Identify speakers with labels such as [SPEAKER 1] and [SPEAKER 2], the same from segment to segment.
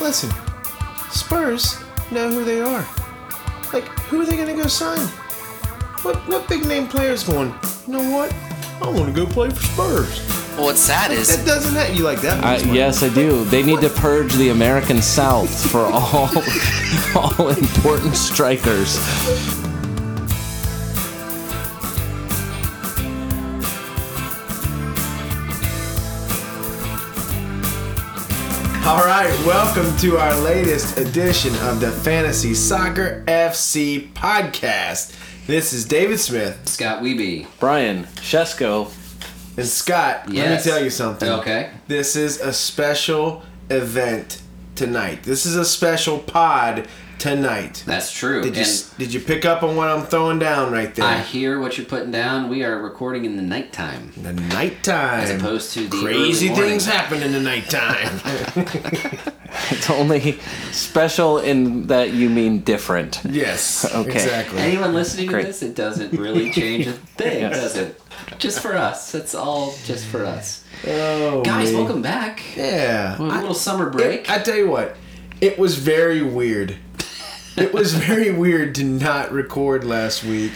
[SPEAKER 1] Listen, Spurs know who they are. Like, who are they gonna go sign? What what big name player's going? You know what? I want to go play for Spurs.
[SPEAKER 2] Well, what's sad is
[SPEAKER 1] That doesn't that you like that?
[SPEAKER 3] I,
[SPEAKER 1] one, Swag?
[SPEAKER 3] yes, I do. They need to purge the American South for all all important strikers.
[SPEAKER 1] All right, welcome to our latest edition of the Fantasy Soccer FC podcast. This is David Smith
[SPEAKER 2] Scott Weeby.
[SPEAKER 3] Brian Shesko.
[SPEAKER 1] and Scott. Let me
[SPEAKER 2] Yes.
[SPEAKER 1] tell you something.
[SPEAKER 2] Okay.
[SPEAKER 1] This is a special event tonight. This is a special pod tonight.
[SPEAKER 2] That's true.
[SPEAKER 1] Did you
[SPEAKER 2] and
[SPEAKER 1] did you pick up on what I'm throwing down right there?
[SPEAKER 2] I hear what you're putting down. We are recording in the nighttime.
[SPEAKER 1] the nighttime.
[SPEAKER 2] As opposed to the
[SPEAKER 1] crazy
[SPEAKER 2] early morning.
[SPEAKER 1] things happen in the nighttime.
[SPEAKER 3] It's only special in that you mean different.
[SPEAKER 1] yes.
[SPEAKER 3] Okay.
[SPEAKER 1] Exactly.
[SPEAKER 2] Anyone listening
[SPEAKER 3] Great.
[SPEAKER 2] to this, it doesn't really change a thing, does it? Just for us. That's all just for us.
[SPEAKER 1] Oh,
[SPEAKER 2] Guys,
[SPEAKER 1] man.
[SPEAKER 2] welcome back.
[SPEAKER 1] Yeah.
[SPEAKER 2] A little summer break.
[SPEAKER 1] I tell you what, it was very weird. It was very weird to not record last week,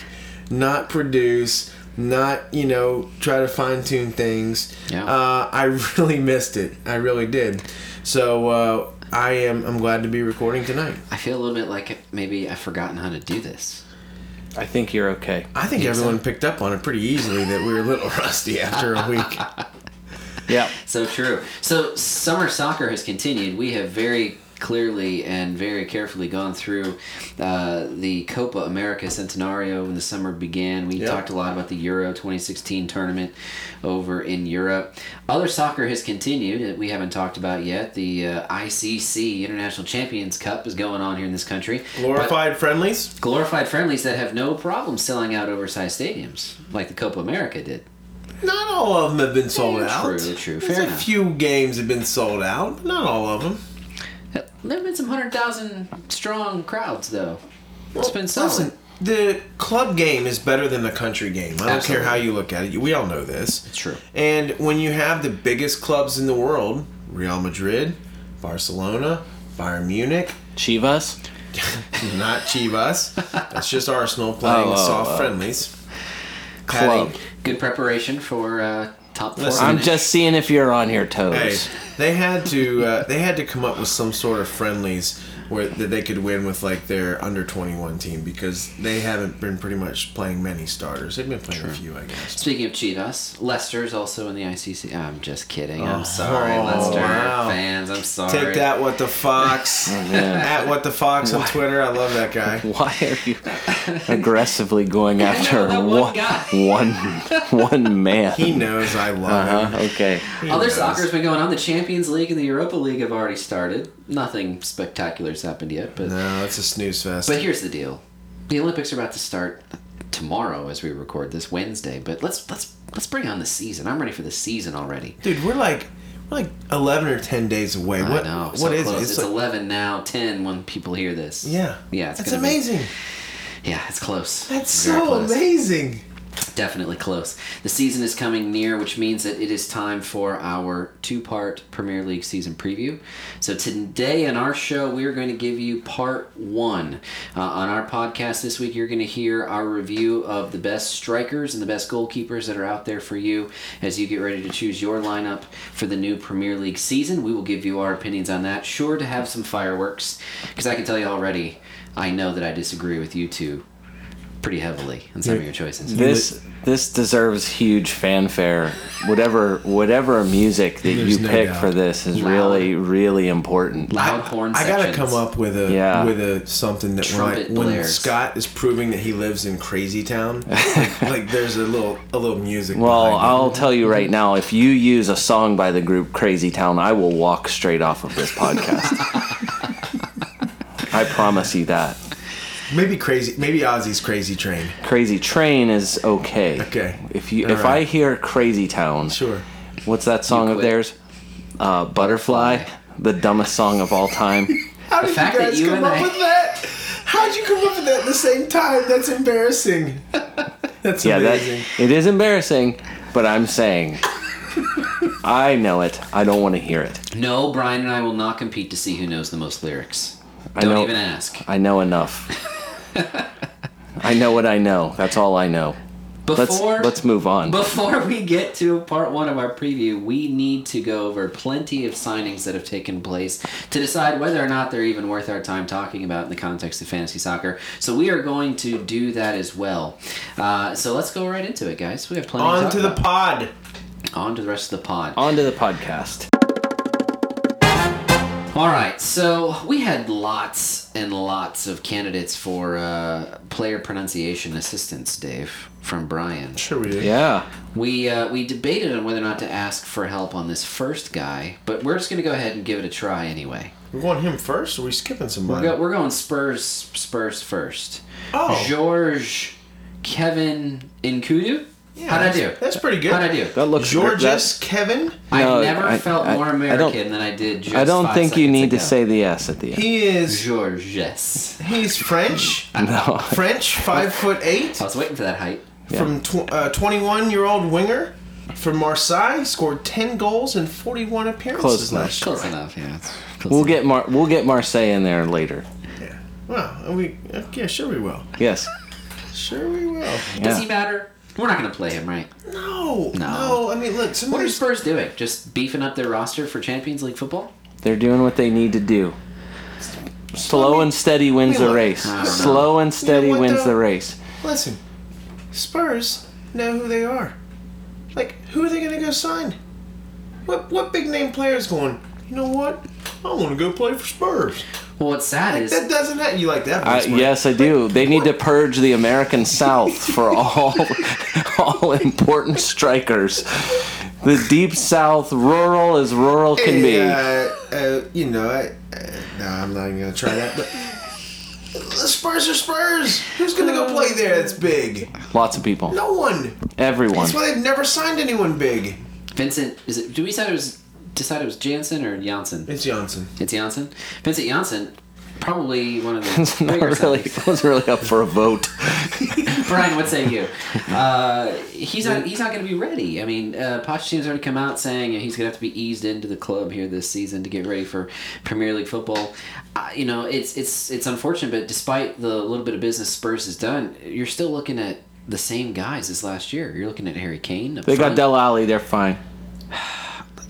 [SPEAKER 1] not produce, not you know try to fine tune things.
[SPEAKER 2] Yeah.
[SPEAKER 1] Uh, I really missed it. I really did. So uh, I am. I'm glad to be recording tonight.
[SPEAKER 2] I feel a little bit like maybe I've forgotten how to do this.
[SPEAKER 3] I think you're okay.
[SPEAKER 1] I think everyone picked up on it pretty easily that we were a little rusty after a week.
[SPEAKER 3] Yeah.
[SPEAKER 2] So true. So summer soccer has continued. We have very clearly and very carefully gone through uh, the Copa America Centenario when the summer began. We
[SPEAKER 1] Yeah.
[SPEAKER 2] talked a lot about the Euro 2016 tournament over in Europe. Other soccer has continued that we haven't talked about yet. The uh, ICC International Champions Cup is going on here in this country. But
[SPEAKER 1] Glorified friendlies.
[SPEAKER 2] glorified friendlies that have no problem selling out oversized stadiums like the Copa America did.
[SPEAKER 1] Not all of them have been sold
[SPEAKER 2] True,
[SPEAKER 1] out.
[SPEAKER 2] true.
[SPEAKER 1] There's
[SPEAKER 2] Fair
[SPEAKER 1] a
[SPEAKER 2] enough.
[SPEAKER 1] few games have been sold out. but Not all of them.
[SPEAKER 2] There have been some 100,000 strong crowds, though. It's been solid.
[SPEAKER 1] Listen, the club game is better than the country game. I don't
[SPEAKER 2] Absolutely.
[SPEAKER 1] care how you look at it. We all know this. It's
[SPEAKER 2] true.
[SPEAKER 1] And when you have the biggest clubs in the world, Real Madrid, Barcelona, Bayern Munich,
[SPEAKER 3] Chivas.
[SPEAKER 1] not Chivas. That's just Arsenal playing
[SPEAKER 3] Oh, oh,
[SPEAKER 1] soft
[SPEAKER 2] uh,
[SPEAKER 3] oh.
[SPEAKER 1] friendlies.
[SPEAKER 3] Club.
[SPEAKER 1] Patty,
[SPEAKER 2] Good preparation for uh, top four.
[SPEAKER 1] Listen,
[SPEAKER 3] I'm just seeing if you're on your
[SPEAKER 1] Hey,
[SPEAKER 3] toes.
[SPEAKER 1] they had to uh, they had to come up with some sort of friendlies where that they could win with like their under twenty one team because they haven't been pretty much playing many starters. They've been playing a few, I guess.
[SPEAKER 2] Speaking of Cheetahs, Leicester's also in the ICC. I'm just kidding. I'm sorry,
[SPEAKER 1] Oh,
[SPEAKER 2] Leicester
[SPEAKER 1] wow.
[SPEAKER 2] fans. I'm sorry.
[SPEAKER 1] Take that, what the fox.
[SPEAKER 2] Oh,
[SPEAKER 1] At what the fox on Twitter. I love that guy.
[SPEAKER 3] Why are you aggressively going after
[SPEAKER 2] that one
[SPEAKER 3] one,
[SPEAKER 2] guy.
[SPEAKER 3] one, one man?
[SPEAKER 1] He knows I love him.
[SPEAKER 3] Uh-huh, okay.
[SPEAKER 1] He
[SPEAKER 2] Other
[SPEAKER 1] knows.
[SPEAKER 2] soccer's been going on. The Champions League and the Europa League have already started. Nothing spectacular's happened yet, but
[SPEAKER 1] No, it's a snooze fest.
[SPEAKER 2] But here's the deal: the Olympics are about to start tomorrow, as we record this Wednesday. But let's let's let's bring on the season. I'm ready for the season already.
[SPEAKER 1] Dude, we're like we're like eleven or ten days away. What?
[SPEAKER 2] I know.
[SPEAKER 1] What
[SPEAKER 2] so
[SPEAKER 1] is
[SPEAKER 2] close.
[SPEAKER 1] it?
[SPEAKER 2] It's,
[SPEAKER 1] like,
[SPEAKER 2] 11 now, 10 when people hear this.
[SPEAKER 1] yeah.
[SPEAKER 2] Yeah, it's
[SPEAKER 1] That's
[SPEAKER 2] gonna be-
[SPEAKER 1] amazing.
[SPEAKER 2] Yeah, it's close.
[SPEAKER 1] That's
[SPEAKER 2] Very
[SPEAKER 1] so
[SPEAKER 2] close.
[SPEAKER 1] amazing.
[SPEAKER 2] Definitely close. The season is coming near, which means that it is time for our two part Premier League season preview. So, today in our show, we are going to give you part one. Uh, on our podcast this week, you're going to hear our review of the best strikers and the best goalkeepers that are out there for you as you get ready to choose your lineup for the new Premier League season. We will give you our opinions on that. Sure to have some fireworks, because I can tell you already, I know that I disagree with you two pretty heavily on some of your choices.
[SPEAKER 3] This this deserves huge fanfare. Whatever whatever music that
[SPEAKER 1] There's
[SPEAKER 3] you
[SPEAKER 1] no
[SPEAKER 3] pick
[SPEAKER 1] doubt.
[SPEAKER 3] for this is
[SPEAKER 2] Loud.
[SPEAKER 3] really really important.
[SPEAKER 2] loud horn
[SPEAKER 1] I gotta
[SPEAKER 2] sections.
[SPEAKER 1] come up with a
[SPEAKER 3] Yeah.
[SPEAKER 1] with a something that when, I-
[SPEAKER 2] Trumpet
[SPEAKER 1] when
[SPEAKER 2] blares.
[SPEAKER 1] Scott is proving that he lives in Crazy Town, like, like there's a little a little music.
[SPEAKER 3] Well,
[SPEAKER 1] behind it.
[SPEAKER 3] I'll tell you right now, if you use a song by the group Crazy Town, I will walk straight off of this podcast. I promise you that.
[SPEAKER 1] maybe crazy maybe Ozzy's Crazy Train.
[SPEAKER 3] Crazy Train is okay.
[SPEAKER 1] Okay.
[SPEAKER 3] If you
[SPEAKER 1] All
[SPEAKER 3] if
[SPEAKER 1] right.
[SPEAKER 3] I hear Crazy Town,
[SPEAKER 1] Sure.
[SPEAKER 3] what's that song of
[SPEAKER 2] quit.
[SPEAKER 3] theirs? Uh, Butterfly, the dumbest song of all time.
[SPEAKER 1] How did
[SPEAKER 2] fact
[SPEAKER 1] you
[SPEAKER 2] that
[SPEAKER 1] guys
[SPEAKER 2] you
[SPEAKER 1] come
[SPEAKER 2] and
[SPEAKER 1] up
[SPEAKER 2] I-
[SPEAKER 1] with that? How'd you come up with that at the same time? That's embarrassing. That's
[SPEAKER 3] Yeah, that
[SPEAKER 1] amazing.
[SPEAKER 3] it is embarrassing, but I'm saying I know it. I don't want to hear it.
[SPEAKER 2] No, Brian and I will not compete to see who knows the most lyrics.
[SPEAKER 3] I
[SPEAKER 2] Don't
[SPEAKER 3] know-
[SPEAKER 2] even ask.
[SPEAKER 3] I know enough. I know what I know. That's all I know.
[SPEAKER 2] Before
[SPEAKER 3] let's let's move on.
[SPEAKER 2] Before we get to part one of our preview, we need to go over plenty of signings that have taken place to decide whether or not they're even worth our time talking about in the context of fantasy soccer. So we are going to do that as well. Uh, so let's go right into it, guys. We have plenty.
[SPEAKER 1] On
[SPEAKER 2] to
[SPEAKER 1] to the
[SPEAKER 2] pod.
[SPEAKER 1] pod.
[SPEAKER 2] On to the rest of the pod.
[SPEAKER 3] on to the podcast.
[SPEAKER 2] All right, so we had lots and lots of candidates for uh, player pronunciation assistance, Dave, from Brian.
[SPEAKER 1] Sure we did.
[SPEAKER 3] Yeah.
[SPEAKER 2] We uh, we debated on whether or not to ask for help on this first guy, but we're just gonna go ahead and give it a try anyway.
[SPEAKER 1] We want him first, or we skipping
[SPEAKER 2] We're,
[SPEAKER 1] somebody?
[SPEAKER 2] go, we're going Spurs Spurs first.
[SPEAKER 1] Oh.
[SPEAKER 2] George, Kevin Nkudu.
[SPEAKER 1] Yeah,
[SPEAKER 2] How'd I
[SPEAKER 1] that's-
[SPEAKER 2] do?
[SPEAKER 1] That's pretty good.
[SPEAKER 2] How'd I do?
[SPEAKER 3] That looks
[SPEAKER 1] Georges Kevin.
[SPEAKER 3] No,
[SPEAKER 2] I never
[SPEAKER 3] I-
[SPEAKER 2] felt
[SPEAKER 3] I-
[SPEAKER 2] more
[SPEAKER 3] I don't-
[SPEAKER 2] American than I did. Just
[SPEAKER 3] That, I don't
[SPEAKER 2] five
[SPEAKER 3] think you
[SPEAKER 2] seconds
[SPEAKER 3] need to
[SPEAKER 2] ago.
[SPEAKER 3] say the S at the end.
[SPEAKER 1] He is.
[SPEAKER 2] Georges.
[SPEAKER 1] He's French.
[SPEAKER 3] No.
[SPEAKER 1] French, five foot eight,
[SPEAKER 2] I was waiting for that height.
[SPEAKER 1] from tw- uh, twenty-one year old winger from Marseille. Scored ten goals in forty-one appearances
[SPEAKER 3] Close enough.
[SPEAKER 1] last year.
[SPEAKER 2] Close enough, yeah. it's close
[SPEAKER 3] We'll
[SPEAKER 2] enough.
[SPEAKER 3] get Mar- we'll get Marseille in there later.
[SPEAKER 1] Yeah. Wow. and We uh, yeah, sure we will.
[SPEAKER 3] Yes.
[SPEAKER 1] Sure we will.
[SPEAKER 2] Does
[SPEAKER 3] Yeah.
[SPEAKER 2] he matter? We're not going to play him, right?
[SPEAKER 1] No. No. I mean, look.
[SPEAKER 2] What are
[SPEAKER 1] Somebody's
[SPEAKER 2] Spurs doing? Just beefing up their roster for Champions League football?
[SPEAKER 3] They're doing what they need to do. Slow and steady wins the
[SPEAKER 1] look-
[SPEAKER 3] race.
[SPEAKER 2] I don't know.
[SPEAKER 3] Slow and steady
[SPEAKER 1] what,
[SPEAKER 3] wins
[SPEAKER 1] though?
[SPEAKER 3] the race.
[SPEAKER 1] listen. Spurs know who they are. Like, who are they gonna go sign? What what big name player is going? You know what? I want to go play for Spurs.
[SPEAKER 2] Well, what's sad is
[SPEAKER 1] That doesn't happen. You like that?
[SPEAKER 3] I,
[SPEAKER 1] voice, Mike.
[SPEAKER 3] Uh, yes, I do. They need to purge the American South for all all important strikers. The deep South, rural as rural can be.
[SPEAKER 1] Uh, uh, you know, I, uh, no, I'm not even gonna try that. But the Spurs are Spurs. Who's gonna go play there? That's big.
[SPEAKER 3] Lots of people.
[SPEAKER 1] No one.
[SPEAKER 3] Everyone.
[SPEAKER 1] That's why they've never signed anyone big.
[SPEAKER 2] Vincent. Is it? Do we decide it was decide it was Jansen or Janssen?
[SPEAKER 1] It's Johnson.
[SPEAKER 2] It's Janssen. Vincent Janssen, probably one of the
[SPEAKER 3] It's not
[SPEAKER 2] bigger
[SPEAKER 3] really,
[SPEAKER 2] really.
[SPEAKER 3] it was really up for a vote.
[SPEAKER 2] Brian, what say you? Uh, he's not. He's not going to be ready. I mean, uh, Pochettino's already come out saying he's going to have to be eased into the club here this season to get ready for Premier League football. Uh, you know, it's it's it's unfortunate, but despite the little bit of business Spurs has done, you're still looking at the same guys as last year. You're looking at Harry Kane. up
[SPEAKER 3] They got
[SPEAKER 2] front.
[SPEAKER 3] Del Alley. They're fine.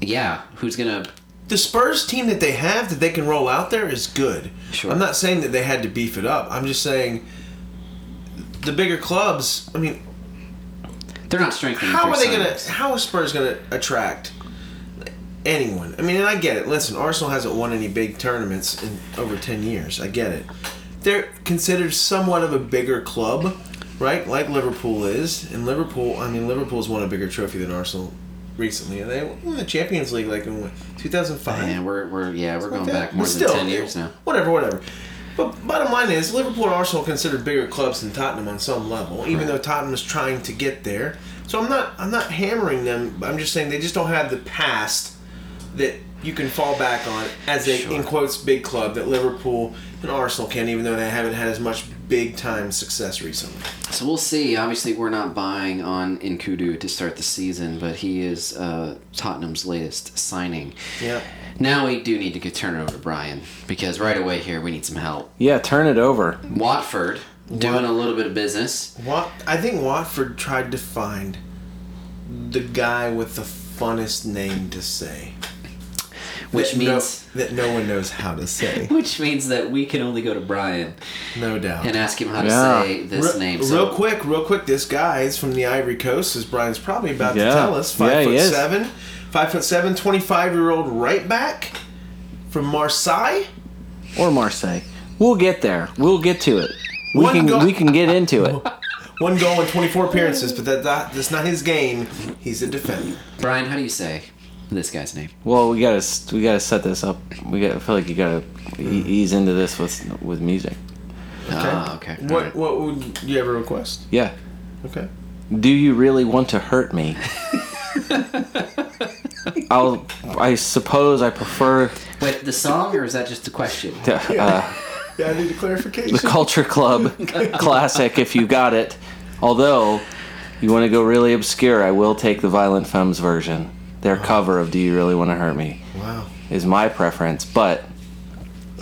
[SPEAKER 2] Yeah, who's gonna?
[SPEAKER 1] The Spurs team that they have that they can roll out there is good.
[SPEAKER 2] Sure.
[SPEAKER 1] I'm not saying that they had to beef it up. I'm just saying the bigger clubs. I mean,
[SPEAKER 2] They're not strengthening.
[SPEAKER 1] how
[SPEAKER 2] through
[SPEAKER 1] are they gonna?
[SPEAKER 2] signings.
[SPEAKER 1] How is Spurs gonna attract anyone? I mean, and I get it. Listen, Arsenal hasn't won any big tournaments in over ten years. I get it. They're considered somewhat of a bigger club, right? Like Liverpool is, and Liverpool. I mean, Liverpool's won a bigger trophy than Arsenal recently. They won the Champions League like in two thousand five.
[SPEAKER 2] Man, we're we're yeah we're going
[SPEAKER 1] Yeah,
[SPEAKER 2] back
[SPEAKER 1] but
[SPEAKER 2] more than
[SPEAKER 1] still,
[SPEAKER 2] ten years now.
[SPEAKER 1] Whatever, whatever. But bottom line is, Liverpool and Arsenal are considered bigger clubs than Tottenham on some level, even though Tottenham is trying to get there. So I'm not, I'm not hammering them. but I'm just saying they just don't have the past that you can fall back on as a
[SPEAKER 2] Sure.
[SPEAKER 1] in quotes big club that Liverpool and Arsenal can, even though they haven't had as much big time success recently.
[SPEAKER 2] So we'll see. Obviously, we're not buying on Nkudu to start the season, but he is uh, Tottenham's latest signing.
[SPEAKER 1] Yeah.
[SPEAKER 2] Now we do need to get turn it over to Brian because right away here we need some help.
[SPEAKER 3] Yeah, turn it over.
[SPEAKER 2] Watford doing a little bit of business.
[SPEAKER 1] Wat- I think Watford tried to find the guy with the funnest name to say.
[SPEAKER 2] Which
[SPEAKER 1] that no-
[SPEAKER 2] means-
[SPEAKER 1] that no one knows how to say.
[SPEAKER 2] Which means that we can only go to Brian
[SPEAKER 1] No doubt.
[SPEAKER 2] and ask him how to
[SPEAKER 3] Yeah.
[SPEAKER 2] say this
[SPEAKER 1] Re-
[SPEAKER 2] name.
[SPEAKER 1] Real
[SPEAKER 2] So
[SPEAKER 1] quick, real quick. This guy is from the Ivory Coast, as Brian's probably about
[SPEAKER 3] Yeah.
[SPEAKER 1] to tell us. Five
[SPEAKER 3] Yeah, he
[SPEAKER 1] foot
[SPEAKER 3] is.
[SPEAKER 1] seven, five foot seven, 25 year old right back from Marseille.
[SPEAKER 3] Or Marseille. We'll get there. We'll get to it. We
[SPEAKER 1] One
[SPEAKER 3] can
[SPEAKER 1] go-
[SPEAKER 3] we can get into it.
[SPEAKER 1] One goal and 24 appearances, but that, that that's not his game. He's a defender.
[SPEAKER 2] Brian, how do you say this guy's name?
[SPEAKER 3] Well, we gotta s- we gotta set this up. We got. I feel like you gotta e- ease into this with with music.
[SPEAKER 1] Okay.
[SPEAKER 2] Ah, okay.
[SPEAKER 1] What
[SPEAKER 2] Alright.
[SPEAKER 1] what would you ever request?
[SPEAKER 3] Yeah.
[SPEAKER 1] Okay.
[SPEAKER 3] Do you really want to hurt me? I'll. I suppose I prefer
[SPEAKER 2] Wait, the song or is that just a question?
[SPEAKER 3] the, uh,
[SPEAKER 1] Yeah, I need a clarification.
[SPEAKER 3] the Culture Club classic if you got it. Although, you want to go really obscure, I will take the Violent Femmes version. Their cover of "Do You Really Want to Hurt Me"
[SPEAKER 1] Wow.
[SPEAKER 3] is my preference, but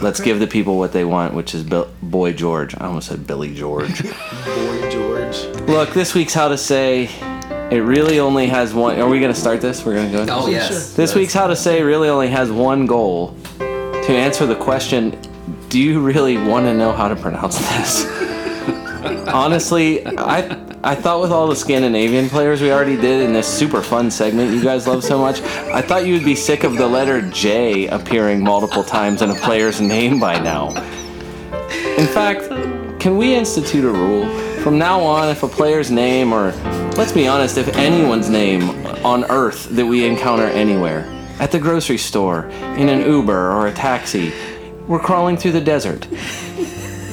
[SPEAKER 3] let's
[SPEAKER 1] Okay.
[SPEAKER 3] give the people what they want, which is Bill- Boy George. I almost said Billy George.
[SPEAKER 1] Boy George.
[SPEAKER 3] Look, this week's how to say it really only has one. Are we gonna start this? We're gonna go. into
[SPEAKER 2] Oh
[SPEAKER 3] this?
[SPEAKER 2] yes.
[SPEAKER 3] This week's how to say really only has one goal: to answer the question, "Do you really want to know how to pronounce this?" Honestly, I. I thought with all the Scandinavian players we already did in this super fun segment you guys love so much, I thought you would be sick of the letter J appearing multiple times in a player's name by now. In fact, can we institute a rule? From now on, if a player's name, or let's be honest, if anyone's name on Earth that we encounter anywhere, at the grocery store, in an Uber or a taxi, we're crawling through the desert.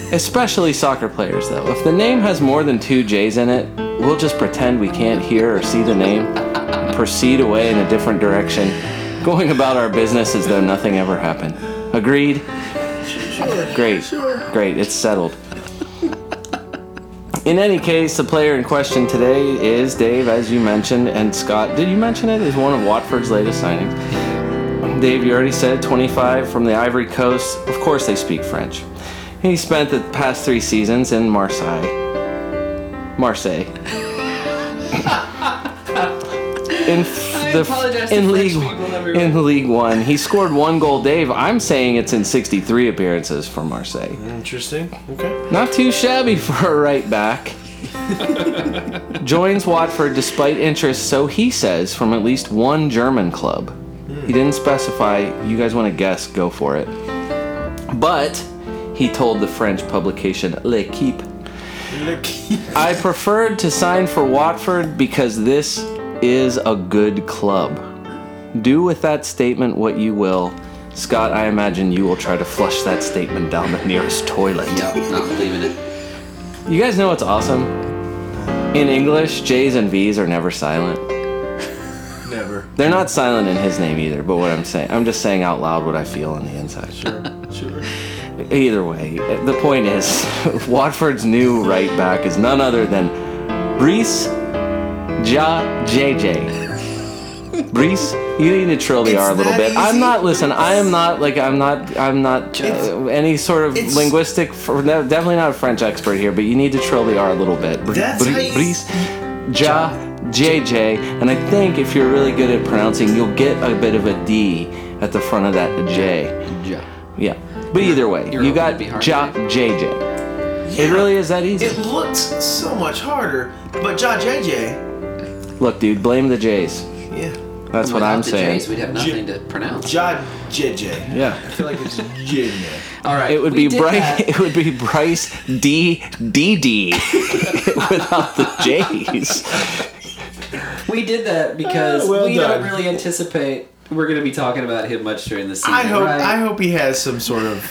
[SPEAKER 3] Especially soccer players, though. If the name has more than two J's in it, we'll just pretend we can't hear or see the name and proceed away in a different direction, going about our business as though nothing ever happened. Agreed? Great. Great. It's settled. In any case, the player in question today is Dave, as you mentioned, and Scott. Did you mention it? Is one of Watford's latest signings. Dave, you already said 25 from the Ivory Coast. Of course, they speak French. He spent the past three seasons in Marseille. Marseille. in f- the,
[SPEAKER 2] apologize
[SPEAKER 3] f-
[SPEAKER 2] to
[SPEAKER 3] in
[SPEAKER 2] French
[SPEAKER 3] League
[SPEAKER 2] people everywhere.
[SPEAKER 3] in League One, he scored one goal. Dave, I'm saying it's in 63 appearances for Marseille.
[SPEAKER 1] Interesting. Okay.
[SPEAKER 3] Not too shabby for a right back. Joins Watford despite interest, so he says, from at least one German club. He didn't specify. You guys want to guess? Go for it. But he told the French publication L'Equipe I preferred to sign for Watford because this is a good club. Do with that statement what you will. Scott, I imagine you will try to flush that statement down the nearest toilet.
[SPEAKER 2] Yep. Not believing it.
[SPEAKER 3] You guys know what's awesome? In English, J's and V's are never silent.
[SPEAKER 1] Never.
[SPEAKER 3] They're not silent in his name either, but what I'm saying, I'm just saying out loud what I feel on the inside.
[SPEAKER 1] Sure. Sure.
[SPEAKER 3] Either way, the point is, Watford's new right back is none other than Reese Ja JJ. Reese, you need to trill the
[SPEAKER 1] It's
[SPEAKER 3] R a little
[SPEAKER 1] that
[SPEAKER 3] bit. I'm
[SPEAKER 1] easy?
[SPEAKER 3] not. Listen, I am not like I'm not. I'm not uh, any sort of
[SPEAKER 1] it's-
[SPEAKER 3] linguistic. For, no, definitely not a French expert here, but you need to trill the R a little bit. Br-
[SPEAKER 1] That's
[SPEAKER 3] br-
[SPEAKER 1] how you-
[SPEAKER 3] Reese Ja JJ, and I think if you're really good at pronouncing, you'll get a bit of a D at the front of that J.
[SPEAKER 2] Yeah.
[SPEAKER 3] Yeah. But either way,
[SPEAKER 2] you're
[SPEAKER 3] you
[SPEAKER 2] open
[SPEAKER 3] got
[SPEAKER 2] to be
[SPEAKER 3] ja-
[SPEAKER 2] hard to
[SPEAKER 3] JJ. It
[SPEAKER 1] Yeah.
[SPEAKER 3] really is that easy.
[SPEAKER 1] It looks so much harder, but Ja JJ.
[SPEAKER 3] Look, dude, blame the J's.
[SPEAKER 1] Yeah.
[SPEAKER 3] That's what
[SPEAKER 2] Without
[SPEAKER 3] I'm
[SPEAKER 2] the
[SPEAKER 3] saying.
[SPEAKER 2] J's, we'd have nothing to pronounce.
[SPEAKER 1] Ja JJ.
[SPEAKER 3] Yeah.
[SPEAKER 1] I feel like it's JJ.
[SPEAKER 2] All right.
[SPEAKER 3] It would
[SPEAKER 2] we
[SPEAKER 3] be
[SPEAKER 2] did
[SPEAKER 3] Bryce.
[SPEAKER 2] that.
[SPEAKER 3] It would be Bryce D D D without the J's.
[SPEAKER 2] We did that because
[SPEAKER 1] Ah, well
[SPEAKER 2] we
[SPEAKER 1] done.
[SPEAKER 2] don't really anticipate we're going to be talking about him much during the season.
[SPEAKER 1] I hope
[SPEAKER 2] right?
[SPEAKER 1] I hope he has some sort of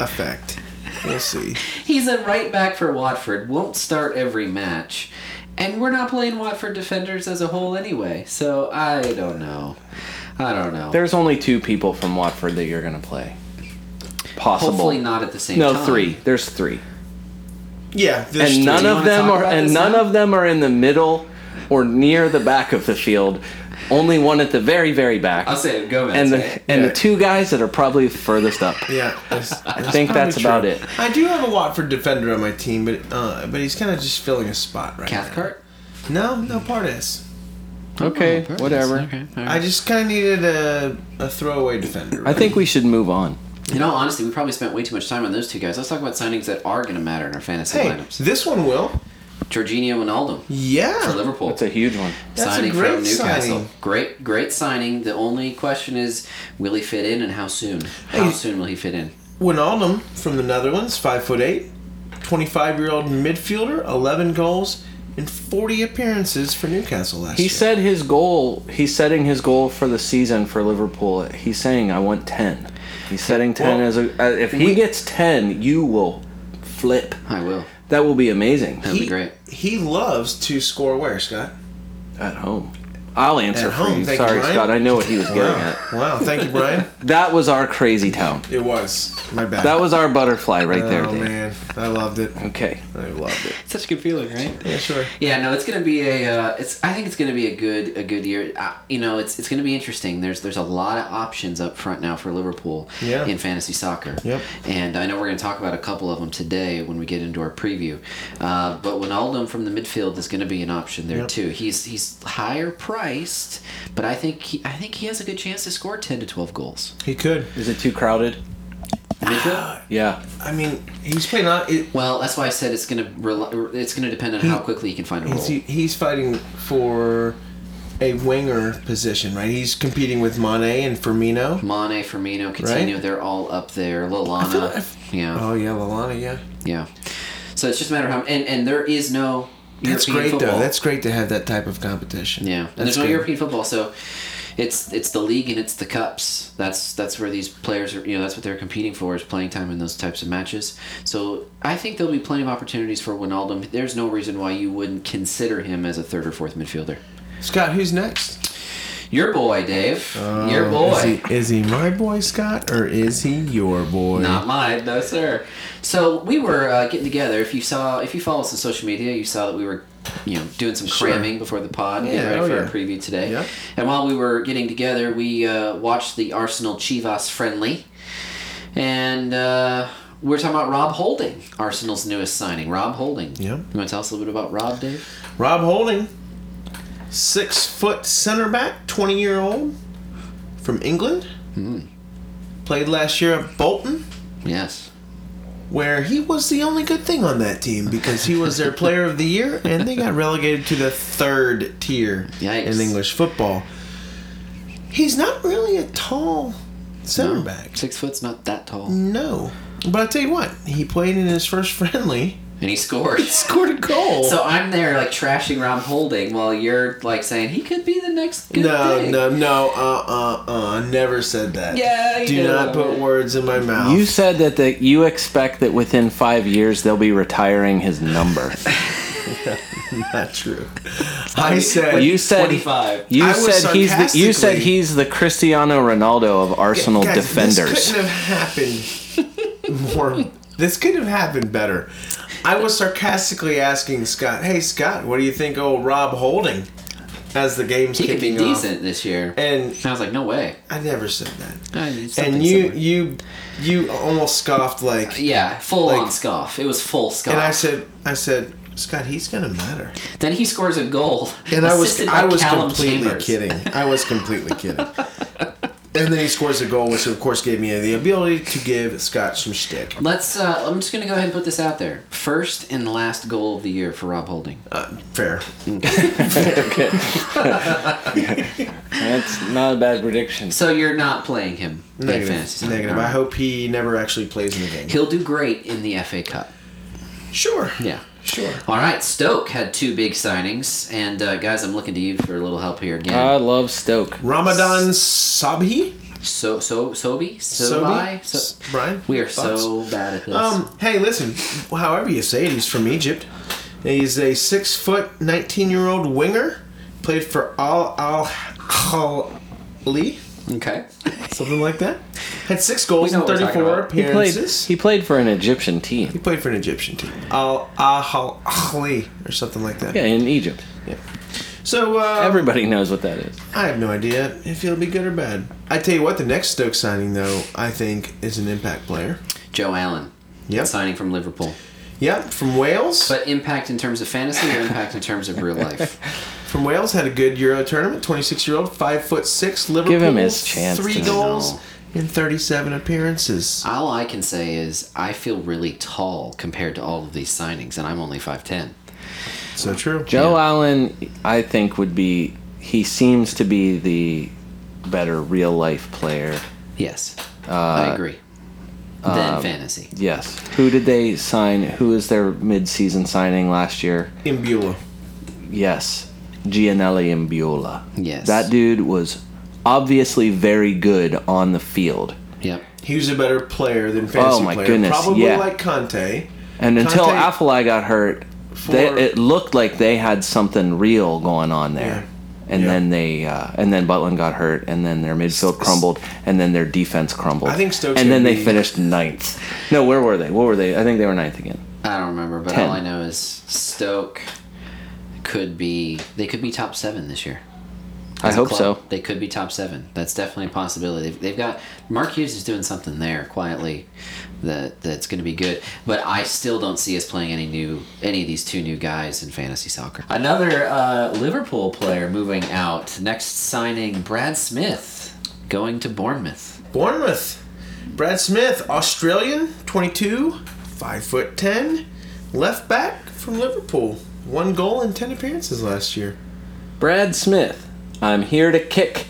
[SPEAKER 1] effect. We'll see.
[SPEAKER 2] He's a right back for Watford, won't start every match. And we're not playing Watford defenders as a whole anyway, so I don't know. I don't know.
[SPEAKER 3] There's only two people from Watford that you're gonna play. Possible.
[SPEAKER 2] Hopefully not at the same
[SPEAKER 3] No,
[SPEAKER 2] time.
[SPEAKER 3] three. There's three,
[SPEAKER 1] Yeah, there's
[SPEAKER 3] and none
[SPEAKER 1] three.
[SPEAKER 2] you
[SPEAKER 3] of
[SPEAKER 2] wanna
[SPEAKER 3] them
[SPEAKER 2] talk
[SPEAKER 3] are.
[SPEAKER 2] about
[SPEAKER 3] And
[SPEAKER 2] this
[SPEAKER 3] none
[SPEAKER 2] now?
[SPEAKER 3] of them are in the middle or near the back of the field. Only one at the very, very back.
[SPEAKER 2] I'll say it, Gomez.
[SPEAKER 3] and the
[SPEAKER 2] right?
[SPEAKER 3] and
[SPEAKER 1] Yeah.
[SPEAKER 3] the two guys that are probably furthest up.
[SPEAKER 1] Yeah, that's-
[SPEAKER 3] I think that's
[SPEAKER 1] probably
[SPEAKER 3] about it.
[SPEAKER 1] true. I do have a Watford defender on my team, but uh, but he's kind of just filling a spot right
[SPEAKER 2] Cathcart?
[SPEAKER 1] now. No, no Pardes.
[SPEAKER 3] Okay,
[SPEAKER 2] Perfect.
[SPEAKER 3] whatever.
[SPEAKER 2] Okay. all right.
[SPEAKER 1] I just kind of needed a, a throwaway defender.
[SPEAKER 3] I think we should move on.
[SPEAKER 2] In all honesty, we probably spent way too much time on those two guys. Let's talk about signings that are going to matter in our fantasy
[SPEAKER 1] Hey,
[SPEAKER 2] lineups.
[SPEAKER 1] this one will.
[SPEAKER 2] Jorginho Wijnaldum
[SPEAKER 1] Yeah.
[SPEAKER 2] for Liverpool.
[SPEAKER 3] That's a huge one.
[SPEAKER 1] That's a
[SPEAKER 2] signing
[SPEAKER 1] great
[SPEAKER 2] from Newcastle.
[SPEAKER 1] signing.
[SPEAKER 2] Great, great signing. The only question is, will he fit in, and how soon? How
[SPEAKER 1] Hey.
[SPEAKER 2] soon will he fit in?
[SPEAKER 1] Wijnaldum from the Netherlands, five foot eight, 25 year old midfielder, 11 goals and 40 appearances for Newcastle last
[SPEAKER 3] He
[SPEAKER 1] year.
[SPEAKER 3] said his goal. He's setting his goal for the season for Liverpool. He's saying, "I want 10. He's setting ten
[SPEAKER 1] Well,
[SPEAKER 3] as a. uh, If he gets ten, you will flip.
[SPEAKER 2] I will.
[SPEAKER 3] That will be amazing
[SPEAKER 2] That'd be great.
[SPEAKER 1] He loves to score where Scott
[SPEAKER 3] at home. I'll answer
[SPEAKER 1] At
[SPEAKER 3] for
[SPEAKER 1] home,
[SPEAKER 3] you.
[SPEAKER 1] thank you,
[SPEAKER 3] Sorry,
[SPEAKER 1] Brian.
[SPEAKER 3] Scott. I know what he was getting
[SPEAKER 1] Wow.
[SPEAKER 3] at.
[SPEAKER 1] wow. Thank you, Brian.
[SPEAKER 3] That was our crazy town.
[SPEAKER 1] It was. My bad.
[SPEAKER 3] That was our butterfly right
[SPEAKER 1] Oh,
[SPEAKER 3] there, Dave.
[SPEAKER 1] man. I loved it.
[SPEAKER 3] Okay.
[SPEAKER 1] I loved it.
[SPEAKER 2] Such a good feeling, right?
[SPEAKER 1] Yeah, sure.
[SPEAKER 2] Yeah, no, it's gonna be a. Uh, it's. I think it's gonna be a good a good year. Uh, you know, it's it's gonna be interesting. There's there's a lot of options up front now for Liverpool
[SPEAKER 1] Yeah.
[SPEAKER 2] in fantasy soccer.
[SPEAKER 1] Yep.
[SPEAKER 2] And I know we're gonna talk about a couple of them today when we get into our preview. Uh, but Wijnaldum from the midfield is gonna be an option there
[SPEAKER 1] Yep.
[SPEAKER 2] too. He's he's higher priced, but I think he, I think he has a good chance to score ten to twelve goals.
[SPEAKER 1] He could.
[SPEAKER 3] Is it too crowded?
[SPEAKER 2] Midfield?
[SPEAKER 3] Yeah.
[SPEAKER 1] I mean, he's playing not. It,
[SPEAKER 2] Well, that's why I said it's gonna rel it's gonna depend on how quickly you can find a role.
[SPEAKER 1] he's, he's fighting for a winger position, right? He's competing with Mane and Firmino.
[SPEAKER 2] Mane, Firmino, Coutinho,
[SPEAKER 1] Right?
[SPEAKER 2] they're all up there.
[SPEAKER 1] feel
[SPEAKER 2] Lallana,
[SPEAKER 1] like-
[SPEAKER 2] yeah,
[SPEAKER 1] Oh yeah, Lalana. Yeah,
[SPEAKER 2] yeah. So it's just a matter of how. And, and there is no
[SPEAKER 1] that's
[SPEAKER 2] European
[SPEAKER 1] great
[SPEAKER 2] football.
[SPEAKER 1] though. That's great to have that type of competition.
[SPEAKER 2] yeah, and
[SPEAKER 1] That's
[SPEAKER 2] there's no
[SPEAKER 1] good.
[SPEAKER 2] European football, so it's it's the league and it's the cups. That's that's where these players are. You know, that's what they're competing for is playing time in those types of matches. So I think there'll be plenty of opportunities for Wijnaldum. There's no reason why you wouldn't consider him as a third or fourth midfielder.
[SPEAKER 1] Scott, who's next?
[SPEAKER 2] Your boy, Dave. Your boy.
[SPEAKER 1] Uh, Oh, Is he, is he my boy, Scott, or is he your boy?
[SPEAKER 2] Not mine, no sir. So we were uh, getting together. If you saw, if you follow us on social media, you saw that we were, you know, doing some cramming before the pod,
[SPEAKER 1] Yeah,
[SPEAKER 2] getting ready
[SPEAKER 1] oh
[SPEAKER 2] for
[SPEAKER 1] yeah.
[SPEAKER 2] our preview today.
[SPEAKER 1] Yep.
[SPEAKER 2] And while we were getting together, we uh, watched the Arsenal Chivas friendly, and uh, we we're talking about Rob Holding, Arsenal's newest signing. Rob Holding.
[SPEAKER 1] Yeah.
[SPEAKER 2] You want to tell us a little bit about Rob, Dave?
[SPEAKER 1] Rob Holding, six foot center back, 20 year old from England.
[SPEAKER 2] Hmm.
[SPEAKER 1] Played last year at Bolton,
[SPEAKER 2] Yes.
[SPEAKER 1] where he was the only good thing on that team because he was their player of the year and they got relegated to the third tier
[SPEAKER 2] Yikes.
[SPEAKER 1] in English football. He's not really a tall center back.
[SPEAKER 2] Six foot's not that
[SPEAKER 1] Mm.
[SPEAKER 2] tall,
[SPEAKER 1] No. But I tell you what, he played in his first friendly,
[SPEAKER 2] and he scored.
[SPEAKER 1] scored a goal.
[SPEAKER 2] So I'm there like trashing Rob Holding while you're like saying he could be the next good
[SPEAKER 1] No,
[SPEAKER 2] thing.
[SPEAKER 1] no, no, uh, uh, uh, never said that.
[SPEAKER 2] Yeah, you
[SPEAKER 1] Do
[SPEAKER 2] did.
[SPEAKER 1] not put words in my mouth.
[SPEAKER 3] You said that the, you expect that within five years they'll be retiring his number.
[SPEAKER 1] not true. I said,
[SPEAKER 3] You said
[SPEAKER 2] 25.
[SPEAKER 3] you
[SPEAKER 1] I was
[SPEAKER 3] said he's the you said
[SPEAKER 1] sarcastically-
[SPEAKER 3] he's the Cristiano Ronaldo of Arsenal
[SPEAKER 1] Guys, This
[SPEAKER 3] defenders.
[SPEAKER 1] couldn't have happened more. This could have happened better. I was sarcastically asking Scott, "Hey Scott, what do you think of Rob Holding?" As the game's
[SPEAKER 2] he could be
[SPEAKER 1] kicking
[SPEAKER 2] decent this year.
[SPEAKER 1] off, and
[SPEAKER 2] And I was like, no way.
[SPEAKER 1] I never said that.
[SPEAKER 2] I mean, something
[SPEAKER 1] And you,
[SPEAKER 2] similar.
[SPEAKER 1] you, you almost scoffed like,
[SPEAKER 2] yeah, full on
[SPEAKER 1] like-
[SPEAKER 2] scoff. It was full scoff.
[SPEAKER 1] and I said, I said, Scott, he's gonna matter.
[SPEAKER 2] then he scores a goal.
[SPEAKER 1] And I was
[SPEAKER 2] assisted
[SPEAKER 1] I
[SPEAKER 2] by
[SPEAKER 1] was
[SPEAKER 2] Callum
[SPEAKER 1] completely
[SPEAKER 2] Chambers.
[SPEAKER 1] kidding. I was completely kidding. And then he scores a goal, which of course gave me the ability to give Scott some shtick.
[SPEAKER 2] Let's. Uh, I'm just gonna go ahead and put this out there. First and last goal of the year for Rob Holding.
[SPEAKER 1] Uh, fair.
[SPEAKER 3] That's not a bad prediction.
[SPEAKER 2] So you're not playing him in fantasy.
[SPEAKER 1] Negative.
[SPEAKER 2] soccer.
[SPEAKER 1] Negative.
[SPEAKER 2] All
[SPEAKER 1] I
[SPEAKER 2] right.
[SPEAKER 1] hope he never actually plays in the game.
[SPEAKER 2] He'll do great in the FA Cup.
[SPEAKER 1] Sure.
[SPEAKER 2] Yeah.
[SPEAKER 1] Sure.
[SPEAKER 2] All right, Stoke had two big signings, and uh, guys, I'm looking to you for a little help here again.
[SPEAKER 1] Uh,
[SPEAKER 3] I love Stoke.
[SPEAKER 1] Ramadan Sabhi?
[SPEAKER 2] so, so, Sobi, Sobi,
[SPEAKER 1] Sobi?
[SPEAKER 2] so,
[SPEAKER 1] Brian?
[SPEAKER 2] we are
[SPEAKER 1] your
[SPEAKER 2] so bad at this.
[SPEAKER 1] Um, hey, listen, however you say it, he's from Egypt. He's a six foot, 19 year old winger. Played for Al Al Khali,
[SPEAKER 2] okay.
[SPEAKER 1] something like that. Had six
[SPEAKER 2] We
[SPEAKER 1] goals
[SPEAKER 2] know
[SPEAKER 1] and
[SPEAKER 2] what we're talking
[SPEAKER 1] 34
[SPEAKER 2] about.
[SPEAKER 3] He played
[SPEAKER 1] appearances.
[SPEAKER 3] he played for an Egyptian team.
[SPEAKER 1] He played for an Egyptian team, Al Al Khali, or something like that.
[SPEAKER 3] Yeah, in Egypt.
[SPEAKER 1] So uh,
[SPEAKER 3] Everybody knows what that is.
[SPEAKER 1] I have no idea if it'll be good or bad. I tell you what, the next Stoke signing though, I think is an impact player.
[SPEAKER 2] Joe Allen.
[SPEAKER 1] Yep.
[SPEAKER 2] Signing from Liverpool.
[SPEAKER 1] Yep, from Wales.
[SPEAKER 2] But impact in terms of fantasy or impact in terms of real life?
[SPEAKER 1] from Wales had a good Euro tournament. Twenty six year old, five foot six, Liverpool.
[SPEAKER 3] him his chance
[SPEAKER 1] Three
[SPEAKER 3] to-
[SPEAKER 1] goals
[SPEAKER 2] No.
[SPEAKER 1] in thirty seven appearances.
[SPEAKER 2] All I can say is I feel really tall compared to all of these signings, and I'm only 5'10.
[SPEAKER 1] So true.
[SPEAKER 3] Joe Allen, I think, would be. He seems to be the better real life player.
[SPEAKER 2] Yes. I agree. then fantasy.
[SPEAKER 3] Yes. Who did they sign? Who is their mid season signing last year?
[SPEAKER 1] Imbula.
[SPEAKER 3] Yes. Gianelli Imbiola.
[SPEAKER 2] Yes.
[SPEAKER 3] That dude was obviously very good on the field.
[SPEAKER 2] Yep.
[SPEAKER 1] He was a better player than fantasy
[SPEAKER 3] Oh my
[SPEAKER 1] player.
[SPEAKER 3] goodness,
[SPEAKER 1] Probably
[SPEAKER 3] yeah.
[SPEAKER 1] like Conte.
[SPEAKER 3] And until
[SPEAKER 1] Conte-
[SPEAKER 3] Affalai got hurt, they,
[SPEAKER 1] For-
[SPEAKER 3] it looked like they had something real going on there.
[SPEAKER 1] Yeah.
[SPEAKER 3] and
[SPEAKER 1] Yeah.
[SPEAKER 3] then they uh, and then Butland got hurt, and then their midfield crumbled, and then their defense crumbled.
[SPEAKER 1] I think Stoke's
[SPEAKER 3] and then
[SPEAKER 1] gonna
[SPEAKER 3] they
[SPEAKER 1] be-
[SPEAKER 3] finished ninth. No, where were they? What were they? I think they were ninth again.
[SPEAKER 2] I don't remember, but
[SPEAKER 3] Ten.
[SPEAKER 2] all I know is Stoke could be they could be top seven this year.
[SPEAKER 3] I
[SPEAKER 2] As a
[SPEAKER 3] hope
[SPEAKER 2] club,
[SPEAKER 3] so.
[SPEAKER 2] They could be top seven. That's definitely a possibility. They've, they've got Mark Hughes is doing something there quietly that that's going to be good. But I still don't see us playing any new any of these two new guys in fantasy soccer. Another uh, Liverpool player moving out. Next signing Brad Smith going to Bournemouth.
[SPEAKER 1] Bournemouth. Brad Smith, Australian, 22, 5 foot 10, left back from Liverpool. One goal in 10 appearances last year.
[SPEAKER 3] Brad Smith, I'm here to kick.